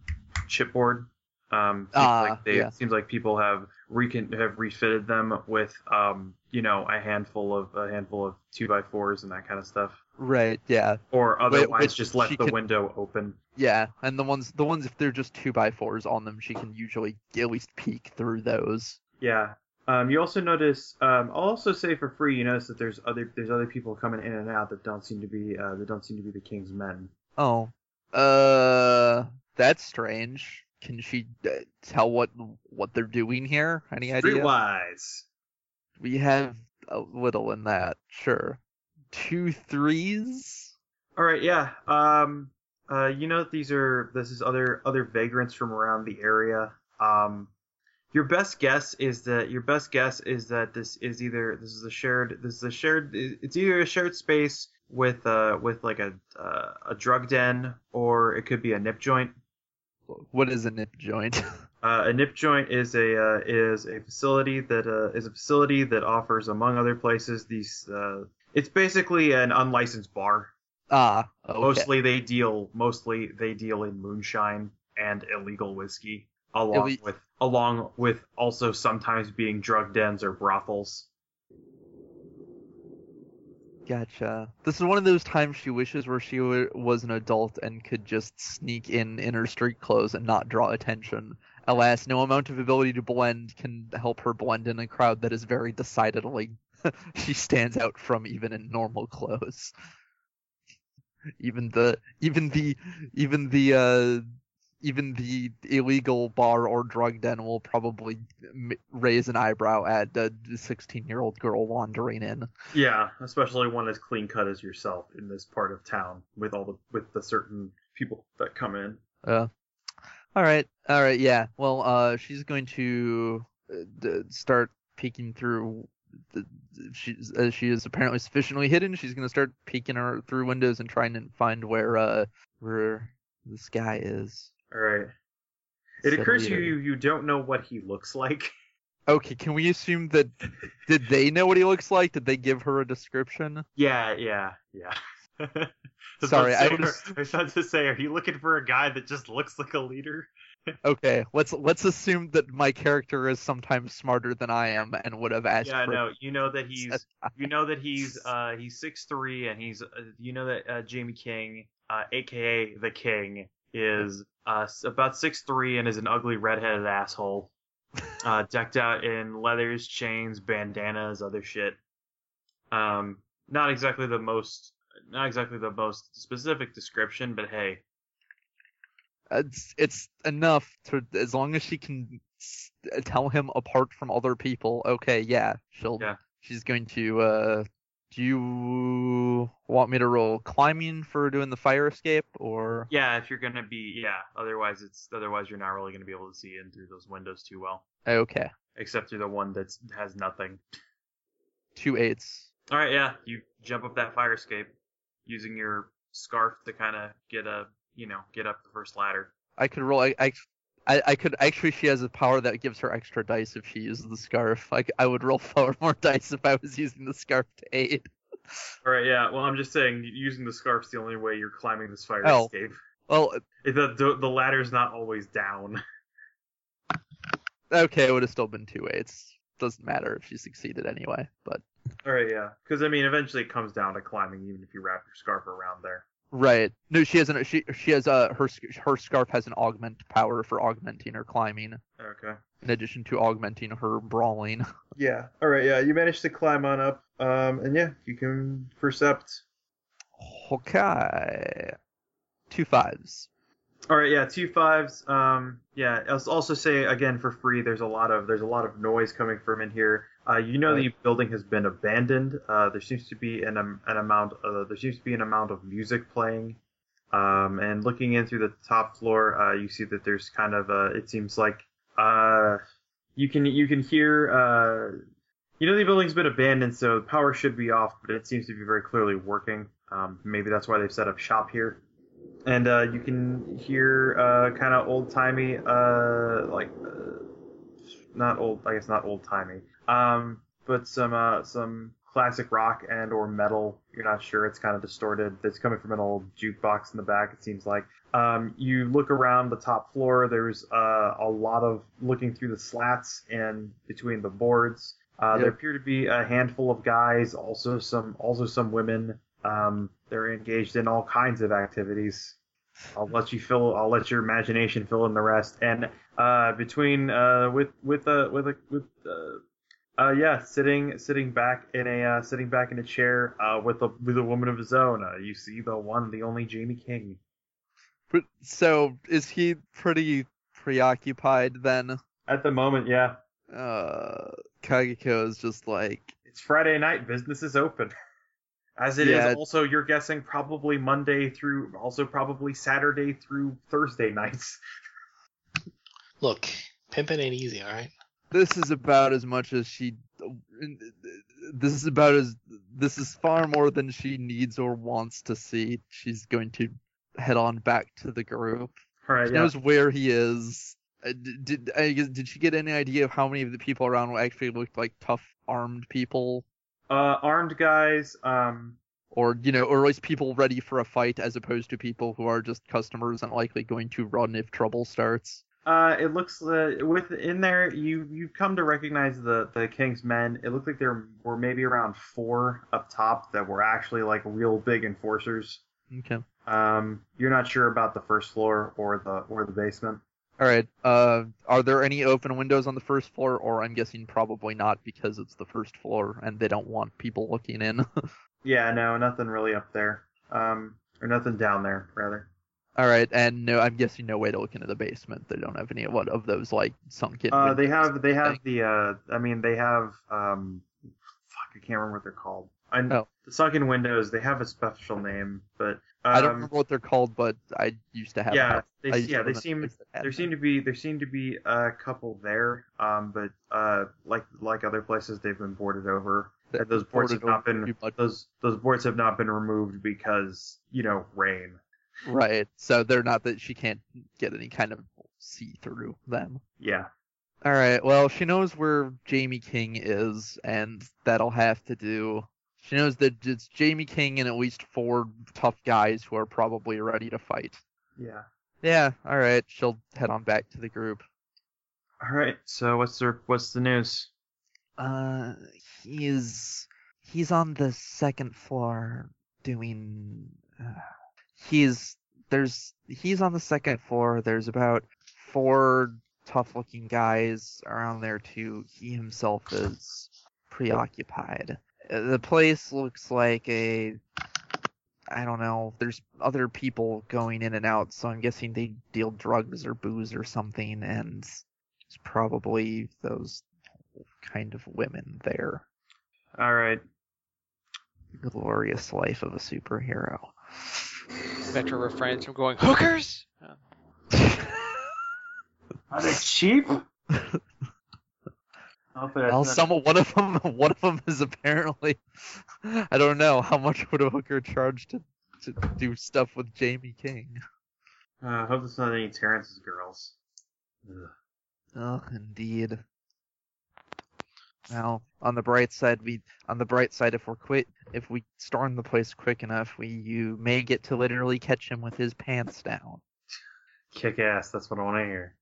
S5: chipboard. Um, seems
S4: Ah,
S5: like they,
S4: yeah.
S5: seems like people have recon have refitted them with um you know a handful of a handful of two by fours and that kind of stuff,
S4: Right. Yeah.
S5: or otherwise
S4: which
S5: just left
S4: she
S5: the
S4: can-
S5: window open.
S4: Yeah. And the ones, the ones if they're just two by fours on them, she can usually at least peek through those.
S5: Yeah. Um, you also notice. Um, I'll also say for free, you notice that there's other there's other people coming in and out that don't seem to be uh, that don't seem to be the king's men.
S4: Oh. Uh, that's strange. Can she uh, tell what what they're doing here? Any idea?
S5: Streetwise.
S4: We have a little in that. Sure. Two threes.
S5: All right, yeah. Um, uh, you know that these are this is other other vagrants from around the area. Um, your best guess is that your best guess is that this is either this is a shared this is a shared it's either a shared space with uh with like a uh, a drug den or it could be a nip joint.
S4: What is a nip joint? <laughs>
S5: Uh, a nip joint is a uh, is a facility that uh, is a facility that offers among other places these uh, it's basically an unlicensed bar.
S4: ah. Okay.
S5: Mostly they deal mostly they deal in moonshine and illegal whiskey along
S4: Ille-
S5: with along with also sometimes being drug dens or brothels.
S4: Gotcha. This is one of those times she wishes where she w- was an adult and could just sneak in in her street clothes and not draw attention. Alas, no amount of ability to blend can help her blend in a crowd that is very decidedly <laughs> she stands out from even in normal clothes. Even the even the even the uh even the illegal bar or drug den will probably m- raise an eyebrow at a 16-year-old girl wandering in.
S5: Yeah, especially one as clean cut as yourself in this part of town with all the with the certain people that come in.
S4: Uh, All right, all right, yeah. Well, uh, she's going to uh, d- start peeking through. The, she uh, she is apparently sufficiently hidden. She's going to start peeking her through windows and trying to find where uh where this guy is.
S5: All right. It
S4: Said
S5: occurs to
S4: leader.
S5: you you don't know what he looks like.
S4: Okay, can we assume that? did they know what he looks like? Did they give her a description?
S5: Yeah, yeah, yeah. <laughs> I was about
S4: Sorry,
S5: to
S4: I
S5: say,
S4: was-
S5: I was about to say, are you looking for a guy that just looks like a leader?
S4: Okay, let's let's assume that my character is sometimes smarter than I am and would have asked
S5: yeah,
S4: for
S5: no, you know
S4: <laughs>
S5: that he's you know that he's uh he's six three and he's uh, you know that uh, Jamie King, uh, aka the King, is uh s- about six three and is an ugly redheaded asshole,
S4: <laughs>
S5: uh decked out in leathers, chains, bandanas, other shit. Um, not exactly the most not exactly the most specific description, but hey,
S4: it's it's enough to as long as she can s- tell him apart from other people okay yeah she'll
S5: Yeah.
S4: she's going to uh do you want me to roll climbing for doing the fire escape or
S5: yeah, if you're gonna be yeah, otherwise it's otherwise you're not really gonna be able to see in through those windows too well,
S4: okay
S5: except through the one that has nothing.
S4: two eights
S5: All right, yeah, you jump up that fire escape using your scarf to kind of get a, you know, get up the first ladder.
S4: i could roll I, I I I could actually. She has a power that gives her extra dice if she uses the scarf. Like I would roll <laughs> four more dice if I was using the scarf to aid.
S5: All right, yeah. Well, I'm just saying using the scarf's the only way you're climbing this fire
S4: Oh.
S5: escape. <laughs>
S4: Well,
S5: It- The, the the ladder's not always down. <laughs>
S4: okay, it would have still been two eights. Doesn't matter if she succeeded anyway. But
S5: All right, yeah, because I mean, eventually it comes down to climbing, even if you wrap your scarf around there.
S4: Right. No, she has an she she has a her sc- her scarf has an augment power for augmenting her climbing
S5: Okay.
S4: in addition to augmenting her brawling.
S5: Yeah. All right. Yeah. You managed to climb on up. Um. And yeah, you can percept.
S4: Okay. Two fives.
S5: All right. Yeah. Two fives. Um. Yeah. I'll s- also say again for free. There's a lot of there's a lot of noise coming from in here. Uh. You know the building has been abandoned. Uh. There seems to be an um, an amount. Uh, there seems to be an amount of music playing. Um. And looking in through the top floor, uh, you see that there's kind of a. It seems like uh. You can you can hear uh. You know the building's been abandoned, so the power should be off, but it seems to be very clearly working. Um, maybe that's why they've set up shop here. And uh, you can hear uh, kind of old timey, uh, like uh, not old, I guess not old timey, um, but some uh, some classic rock and or metal. You're not sure. It's kind of distorted. It's coming from an old jukebox in the back. It seems like. Um, you look around the top floor. There's uh, a lot of looking through the slats and between the boards. Uh, There
S4: Yep.
S5: appear to be a handful of guys, also some also some women. Um, they're engaged in all kinds of activities. I'll let you fill. I'll let your imagination fill in the rest. And uh, between uh, with with a with a with uh, uh, yeah, sitting sitting back in a uh, sitting back in a chair uh, with a with a woman of his own. Uh, you see the one, the only Jamie King.
S4: But so is he pretty preoccupied then?
S5: At the moment, yeah,
S4: Uh Kagiko is just like
S5: it's Friday night. Business is open. As it is
S4: Yeah.
S5: also, you're guessing probably Monday through, also probably Saturday through Thursday nights. <laughs>
S3: Look, pimping ain't easy, all right?
S4: this is about as much as she this is about as this is far more than she needs or wants to see she's going to head on back to the group
S5: All right,
S4: she
S5: yeah.
S4: knows where he is Uh, d- did I guess, did she get any idea of how many of the people around actually looked like tough armed people
S5: Uh, armed guys. Um,
S4: or you know or at least people ready for a fight as opposed to people who are just customers and likely going to run if trouble starts
S5: Uh, it looks uh, within there. You you've come to recognize the the king's men. It looked like there were maybe around four up top that were actually like real big enforcers.
S4: okay
S5: Um, you're not sure about the first floor or the or the basement.
S4: All right. Uh, are there any open windows on the first floor? Or I'm guessing probably not because it's the first floor and they don't want people looking in. <laughs>
S5: Yeah, no, nothing really up there. Um, or nothing down there rather.
S4: All right, and no, I'm guessing no way to look into the basement. They don't have any what of those like sunken.
S5: Uh, they
S4: windows.
S5: have they have the uh, I mean they have um, fuck, I can't remember what they're called. I
S4: Oh.
S5: the sunken windows. They have a special name, but um,
S4: I don't remember what they're called, but I used to have.
S5: yeah,
S4: that. I
S5: they,
S4: used to
S5: yeah,
S4: live
S5: they
S4: in a
S5: seem
S4: place that had
S5: there
S4: that.
S5: seem to be there seem to be a couple there, um, but uh, like like other places, they've been boarded over.
S4: They're
S5: And those boards have
S4: boarded
S5: not
S4: over
S5: been
S4: too much.
S5: those those boards have not been removed because you know rain.
S4: right. So they're not that she can't get any kind of see through them.
S5: Yeah,
S4: All right. Well, she knows where Jamie King is, and that'll have to do. She knows that it's Jamie King and at least four tough guys who are probably ready to fight.
S5: yeah.
S4: Yeah. All right. She'll head on back to the group.
S5: All right. So what's the what's the news?
S4: Uh, he is. He's on the second floor doing. Uh, he's there's he's on the second floor. There's about four tough-looking guys around there too. He himself is preoccupied. Uh, The place looks like a. I don't know. There's other people going in and out, so I'm guessing they deal drugs or booze or something, and it's probably those kind of women there.
S5: All right.
S4: The glorious life of a superhero.
S2: Metro refrains from going hookers. Uh,
S5: Are they
S4: <laughs>
S5: cheap?
S4: well, some one of them, <laughs> one of them is apparently. <laughs> I don't know how much would a hooker charge to to do stuff with Jamie King.
S5: Uh, I hope it's not any Terrence's girls. Ugh.
S4: Oh, indeed. Well, on the bright side, we on the bright side, if we're quit, if we storm the place quick enough, we you may get to literally catch him with his pants down.
S5: Kick ass. That's what I want to hear.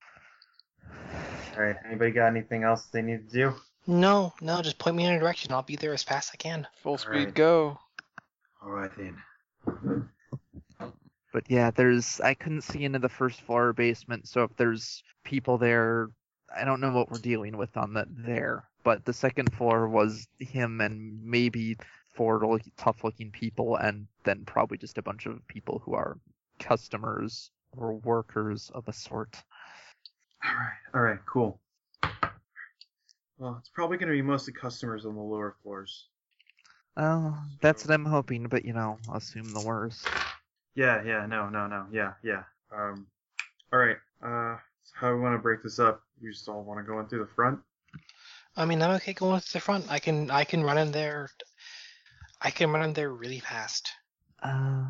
S5: All right. Anybody got anything else they need to do?
S3: No, no, just point me in a direction. I'll be there as fast as I can.
S2: full speed
S5: right.
S2: go.
S5: All right then.
S4: But yeah, there's I couldn't see into the first floor or basement, so if there's people there, I don't know what we're dealing with on that there. But the second floor was him and maybe four tough looking people, and then probably just a bunch of people who are customers or workers of a sort.
S6: All right, all right, cool. Well, it's probably going to be mostly customers on the lower floors.
S4: Well, that's what I'm hoping, but you know, assume the worst.
S6: Yeah, yeah, no, no, no, yeah, yeah. Um, all right. Uh, so how do we want to break this up? We just all want to go in through the front.
S3: I mean, I'm okay going to the front. I can I can run in there. I can run in there really fast.
S4: Uh,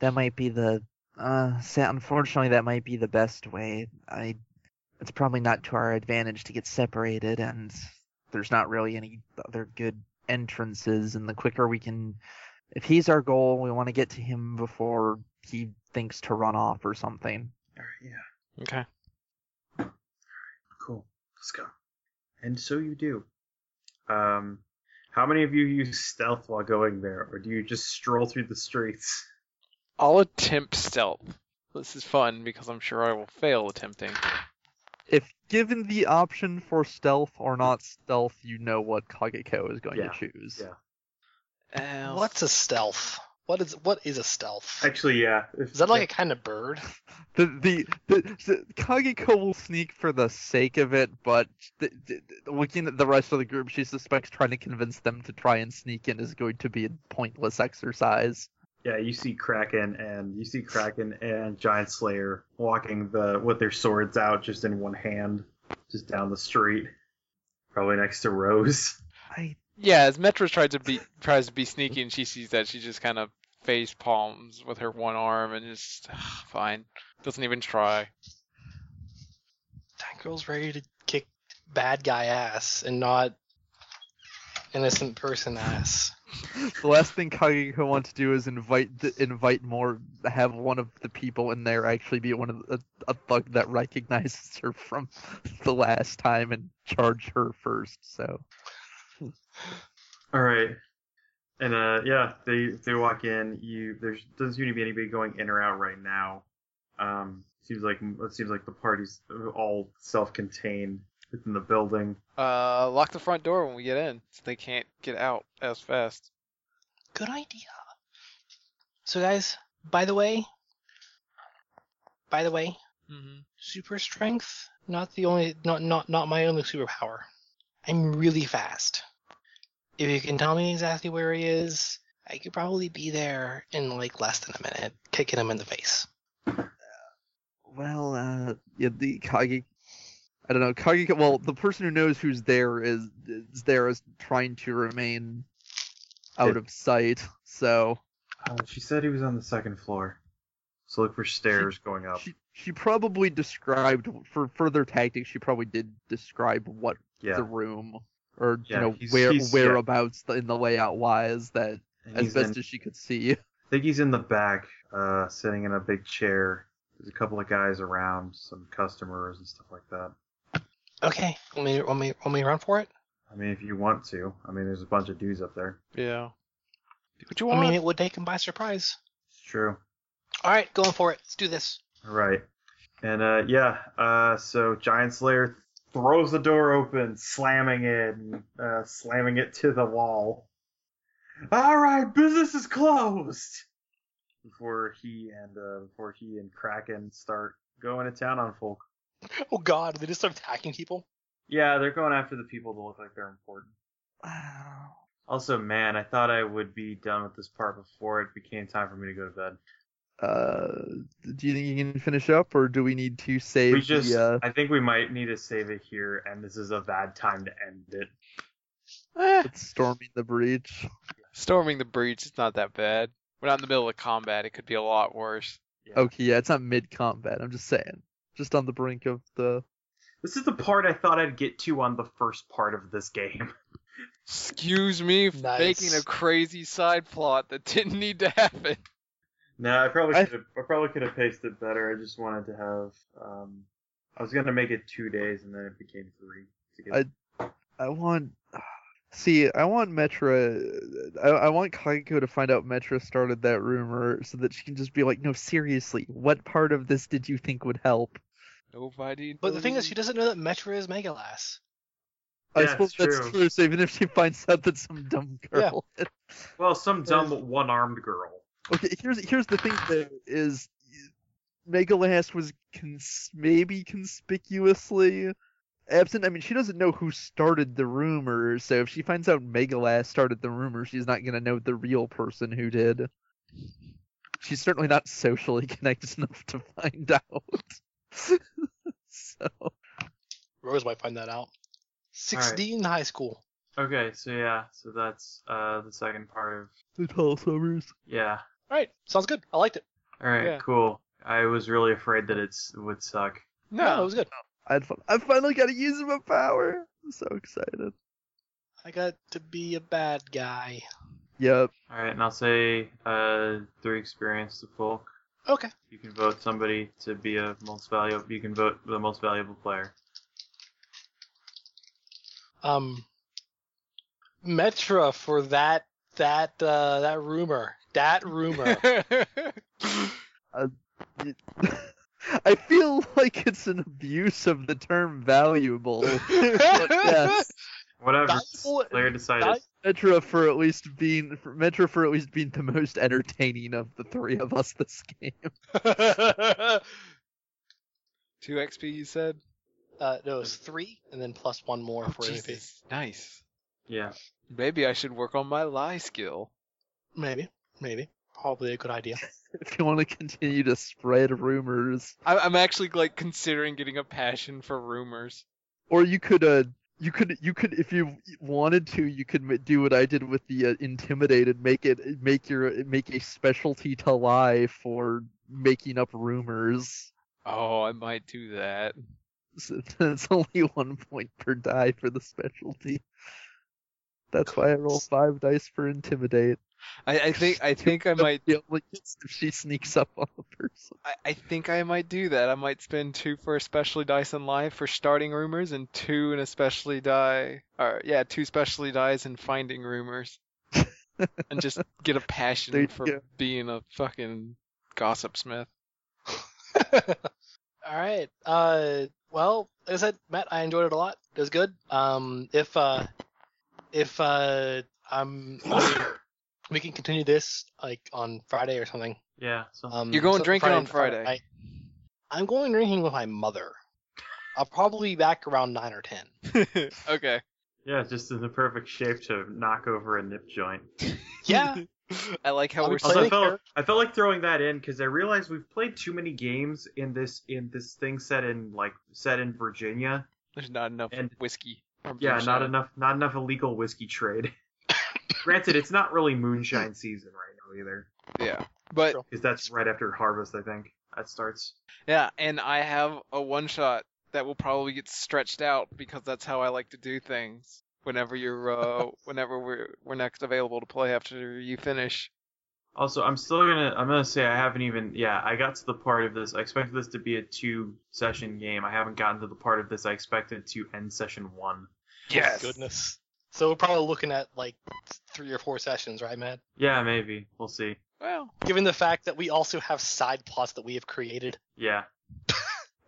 S4: that might be the uh. sa- Unfortunately, that might be the best way. I. It's probably not to our advantage to get separated, and there's not really any other good entrances. And the quicker we can, if he's our goal, we want to get to him before he thinks to run off or something.
S6: All right, yeah,
S2: Okay.
S6: cool. Let's go.
S5: And so you do. Um, how many of you use stealth while going there, or do you just stroll through the streets? <laughs>
S2: I'll attempt stealth. This is fun because I'm sure I will fail attempting.
S4: If given the option for stealth or not stealth, you know what Kageko is going
S5: Yeah,
S4: to choose.
S5: yeah.
S2: Uh,
S3: What's a stealth? What is what is a stealth?
S5: Actually, yeah. If,
S3: Is that like a kind of bird?
S4: The, the the the Kageko will sneak for the sake of it, but th th looking at the rest of the group, she suspects trying to convince them to try and sneak in is going to be a pointless exercise.
S5: yeah? You see Kraken and you see Kraken and Giant Slayer walking the with their swords out, just in one hand, just down the street, probably next to Rose. <laughs>
S4: I
S2: Yeah, as Metro tries to be tries to be sneaky and she sees that, she just kind of face palms with her one arm and just fine. Doesn't even try.
S3: That girl's ready to kick bad guy ass and not innocent person ass.
S4: the last thing Kageko wants to do is invite th- invite more, have one of the people in there actually be one of the, a thug that recognizes her from <laughs> the last time and charge her first. So
S5: All right. And uh, yeah, they they walk in. You there's doesn't seem to be anybody going in or out right now. Um, seems like it seems like the party's all self-contained within the building.
S2: Uh, lock the front door when we get in, so they can't get out as fast.
S3: Good idea. So guys, by the way, by the way,
S2: Mm-hmm.
S3: super strength not the only not not not my only superpower. I'm really fast. If you can tell me exactly where he is, I could probably be there in like less than a minute, kicking him in the face.
S4: Well, uh, yeah, the Kagi. I don't know. Kagi. Well, the person who knows who's there is is there is trying to remain out of sight. So
S5: Uh, she said he was on the second floor. So look for stairs going up.
S4: she she probably described for further tactics. She probably did describe what
S5: Yeah,
S4: the room or
S5: Yeah,
S4: you know
S5: he's-
S4: where
S5: he's- yeah.
S4: whereabouts in the layout wise that
S5: And
S4: as
S5: he's
S4: best
S5: in-
S4: as she could see. <sighs>
S5: I think he's in the back, uh, sitting in a big chair. There's a couple of guys around, some customers and stuff like that.
S3: Okay, want me want me want me to run for it?
S5: I mean, if you want to. I mean, there's a bunch of dudes up there.
S2: Yeah. Do what you
S3: I
S2: want.
S3: mean, it would take him by surprise.
S5: It's true.
S3: All right, going for it. Let's do this.
S5: All right. And uh, yeah, uh, so Giant Slayer throws the door open, slamming it, and, uh, slamming it to the wall. All right, business is closed. Before he and uh, before he and Kraken start going to town on folk.
S3: Oh God, they just start attacking people.
S5: Yeah, they're going after the people that look like they're important. Also, man, I thought I would be done with this part before it became time for me to go to bed.
S4: Uh, do you think you can finish up, or do we need to save
S5: we just,
S4: the? Uh,
S5: I think we might need to save it here, and this is a bad time to end it.
S2: Eh,
S4: it's storming the breach.
S2: storming the breach is not that bad. We're not in the middle of combat. It could be a lot worse.
S5: Yeah.
S4: Okay, yeah, it's not mid combat. I'm just saying, just on the brink of the.
S5: This is the part I thought I'd get to on the first part of this game. <laughs>
S2: Excuse me for making a
S3: Nice.
S2: crazy side plot that didn't need to happen.
S5: No, I probably
S4: I-
S5: could have. I probably could have paced it better. I just wanted to have. Um, I was gonna make it two days, and then it became three. To get,
S4: I- I want. <sighs> See, I want Metra. I, I want Kaiko to find out Metra started that rumor so that she can just be like, no, seriously, what part of this did you think would help?
S2: Nobody.
S3: But the thing is, she
S2: knows.
S3: doesn't know that Metra is Megalass.
S4: I
S5: Yeah,
S4: suppose
S5: it's
S4: that's
S5: true.
S4: true. So even if she <laughs> finds out that some dumb
S3: Yeah.
S4: girl.
S5: Well, some dumb
S4: There's-
S5: one-armed girl.
S4: Okay, here's here's the thing though is Megalas was cons- maybe conspicuously absent. I mean, she doesn't know who started the rumor, so if she finds out Megalas started the rumor, she's not gonna know the real person who did. She's certainly not socially <laughs> connected enough to find out. <laughs> so
S3: Rose might find that out. 16 high school.
S5: Okay, so yeah, so that's uh the second part of
S4: the tall summers.
S5: yeah.
S3: All right, sounds good. I liked it.
S5: All right,
S2: Yeah.
S5: cool. I was really afraid that it's it would suck.
S3: No, it
S2: No,
S3: was good.
S4: I'd fun- I finally got to use my power. I'm so excited.
S3: I got to be a bad guy.
S4: Yep.
S5: All right, and I'll say uh three experience to folk.
S3: Okay.
S5: You can vote somebody to be a most valuable. You can vote the most valuable player.
S3: Um, Metra for that that uh, that rumor.
S2: <laughs>
S3: That rumor.
S4: I feel like it's an abuse of the term valuable. yes,
S5: Whatever.
S3: Valuable-
S5: player decided.
S3: val-
S4: Metra for at least being for Metra for at least being the most entertaining of the three of us this game.
S2: two XP. You said.
S3: uh, no, it's three, and then plus one more for
S2: Oh,
S3: anything.
S2: Jesus. Nice.
S5: yeah.
S2: Maybe I should work on my lie skill.
S3: Maybe, maybe, probably a good idea.
S4: If you want to continue to spread rumors,
S2: I- I'm actually like considering getting a passion for rumors.
S4: or you could uh you could you could if you wanted to you could ma- do what I did with the uh, intimidated make it make your make a specialty to lie for making up rumors.
S2: Oh, I might do that.
S4: So <laughs> it's only one point per die for the specialty. That's why I roll five dice for intimidate.
S2: I, I think I think
S4: <laughs>
S2: I might
S4: She only gets if she sneaks up on a person.
S2: I, I think I might do that. I might spend two for especially dice in life for starting rumors and two in especially die or yeah, two specially dies in finding
S4: <laughs>
S2: rumors. and just get a
S4: There
S2: passion
S4: you
S2: for
S4: go.
S2: being a fucking gossip
S4: <laughs>
S2: smith.
S3: <laughs> All right. Uh, well, like I said, Matt, I enjoyed it a lot. It was good. Um, if uh, if uh, I'm, we can continue this like on Friday or something.
S5: Yeah. So
S3: Um,
S2: You're going
S3: so
S2: drinking on Friday.
S3: night. I'm going drinking with my mother. I'll probably be back around nine
S2: <laughs>
S3: or ten.
S2: okay.
S5: yeah, just in the perfect shape to knock over a nip joint.
S4: <laughs>
S3: Yeah.
S2: I like how
S3: I'll be
S2: we're
S5: Also, I
S3: Playing
S5: felt
S3: character-
S5: I felt like throwing that in because I realized we've played too many games in this in this thing set in like set in Virginia.
S2: there's not enough
S5: and-
S2: whiskey. or
S5: Yeah,
S2: moonshine.
S5: not enough not enough illegal whiskey trade. Granted, it's not really moonshine season right now either,
S2: Yeah. But
S5: because that's right after harvest. I think that starts.
S2: Yeah, and I have a one shot that will probably get stretched out because that's how I like to do things. Whenever you're, <laughs> uh, whenever we're we're next available to play after you finish.
S5: Also, I'm still gonna I'm gonna say I haven't even yeah I got to the part of this I expected this to be a two session game. I haven't gotten to the part of this I expected to end session one.
S3: Yes. Goodness. So we're probably looking at like three or four sessions, right, Matt?
S5: Yeah, maybe we'll see.
S2: Well,
S3: Given the fact that we also have side plots that we have created.
S5: Yeah.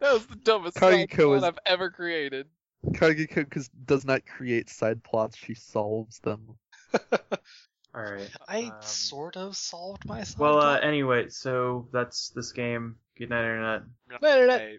S2: that was the dumbest
S4: Kaiko
S2: side plot
S4: is-
S2: I've ever created.
S4: Kageko 'cause does not create side plots; she solves them.
S5: All right.
S3: I
S5: Um,
S3: sort of solved my side
S5: Well, uh,
S3: plot.
S5: anyway, so that's this game. Good night, internet.
S3: Later,
S2: Hey.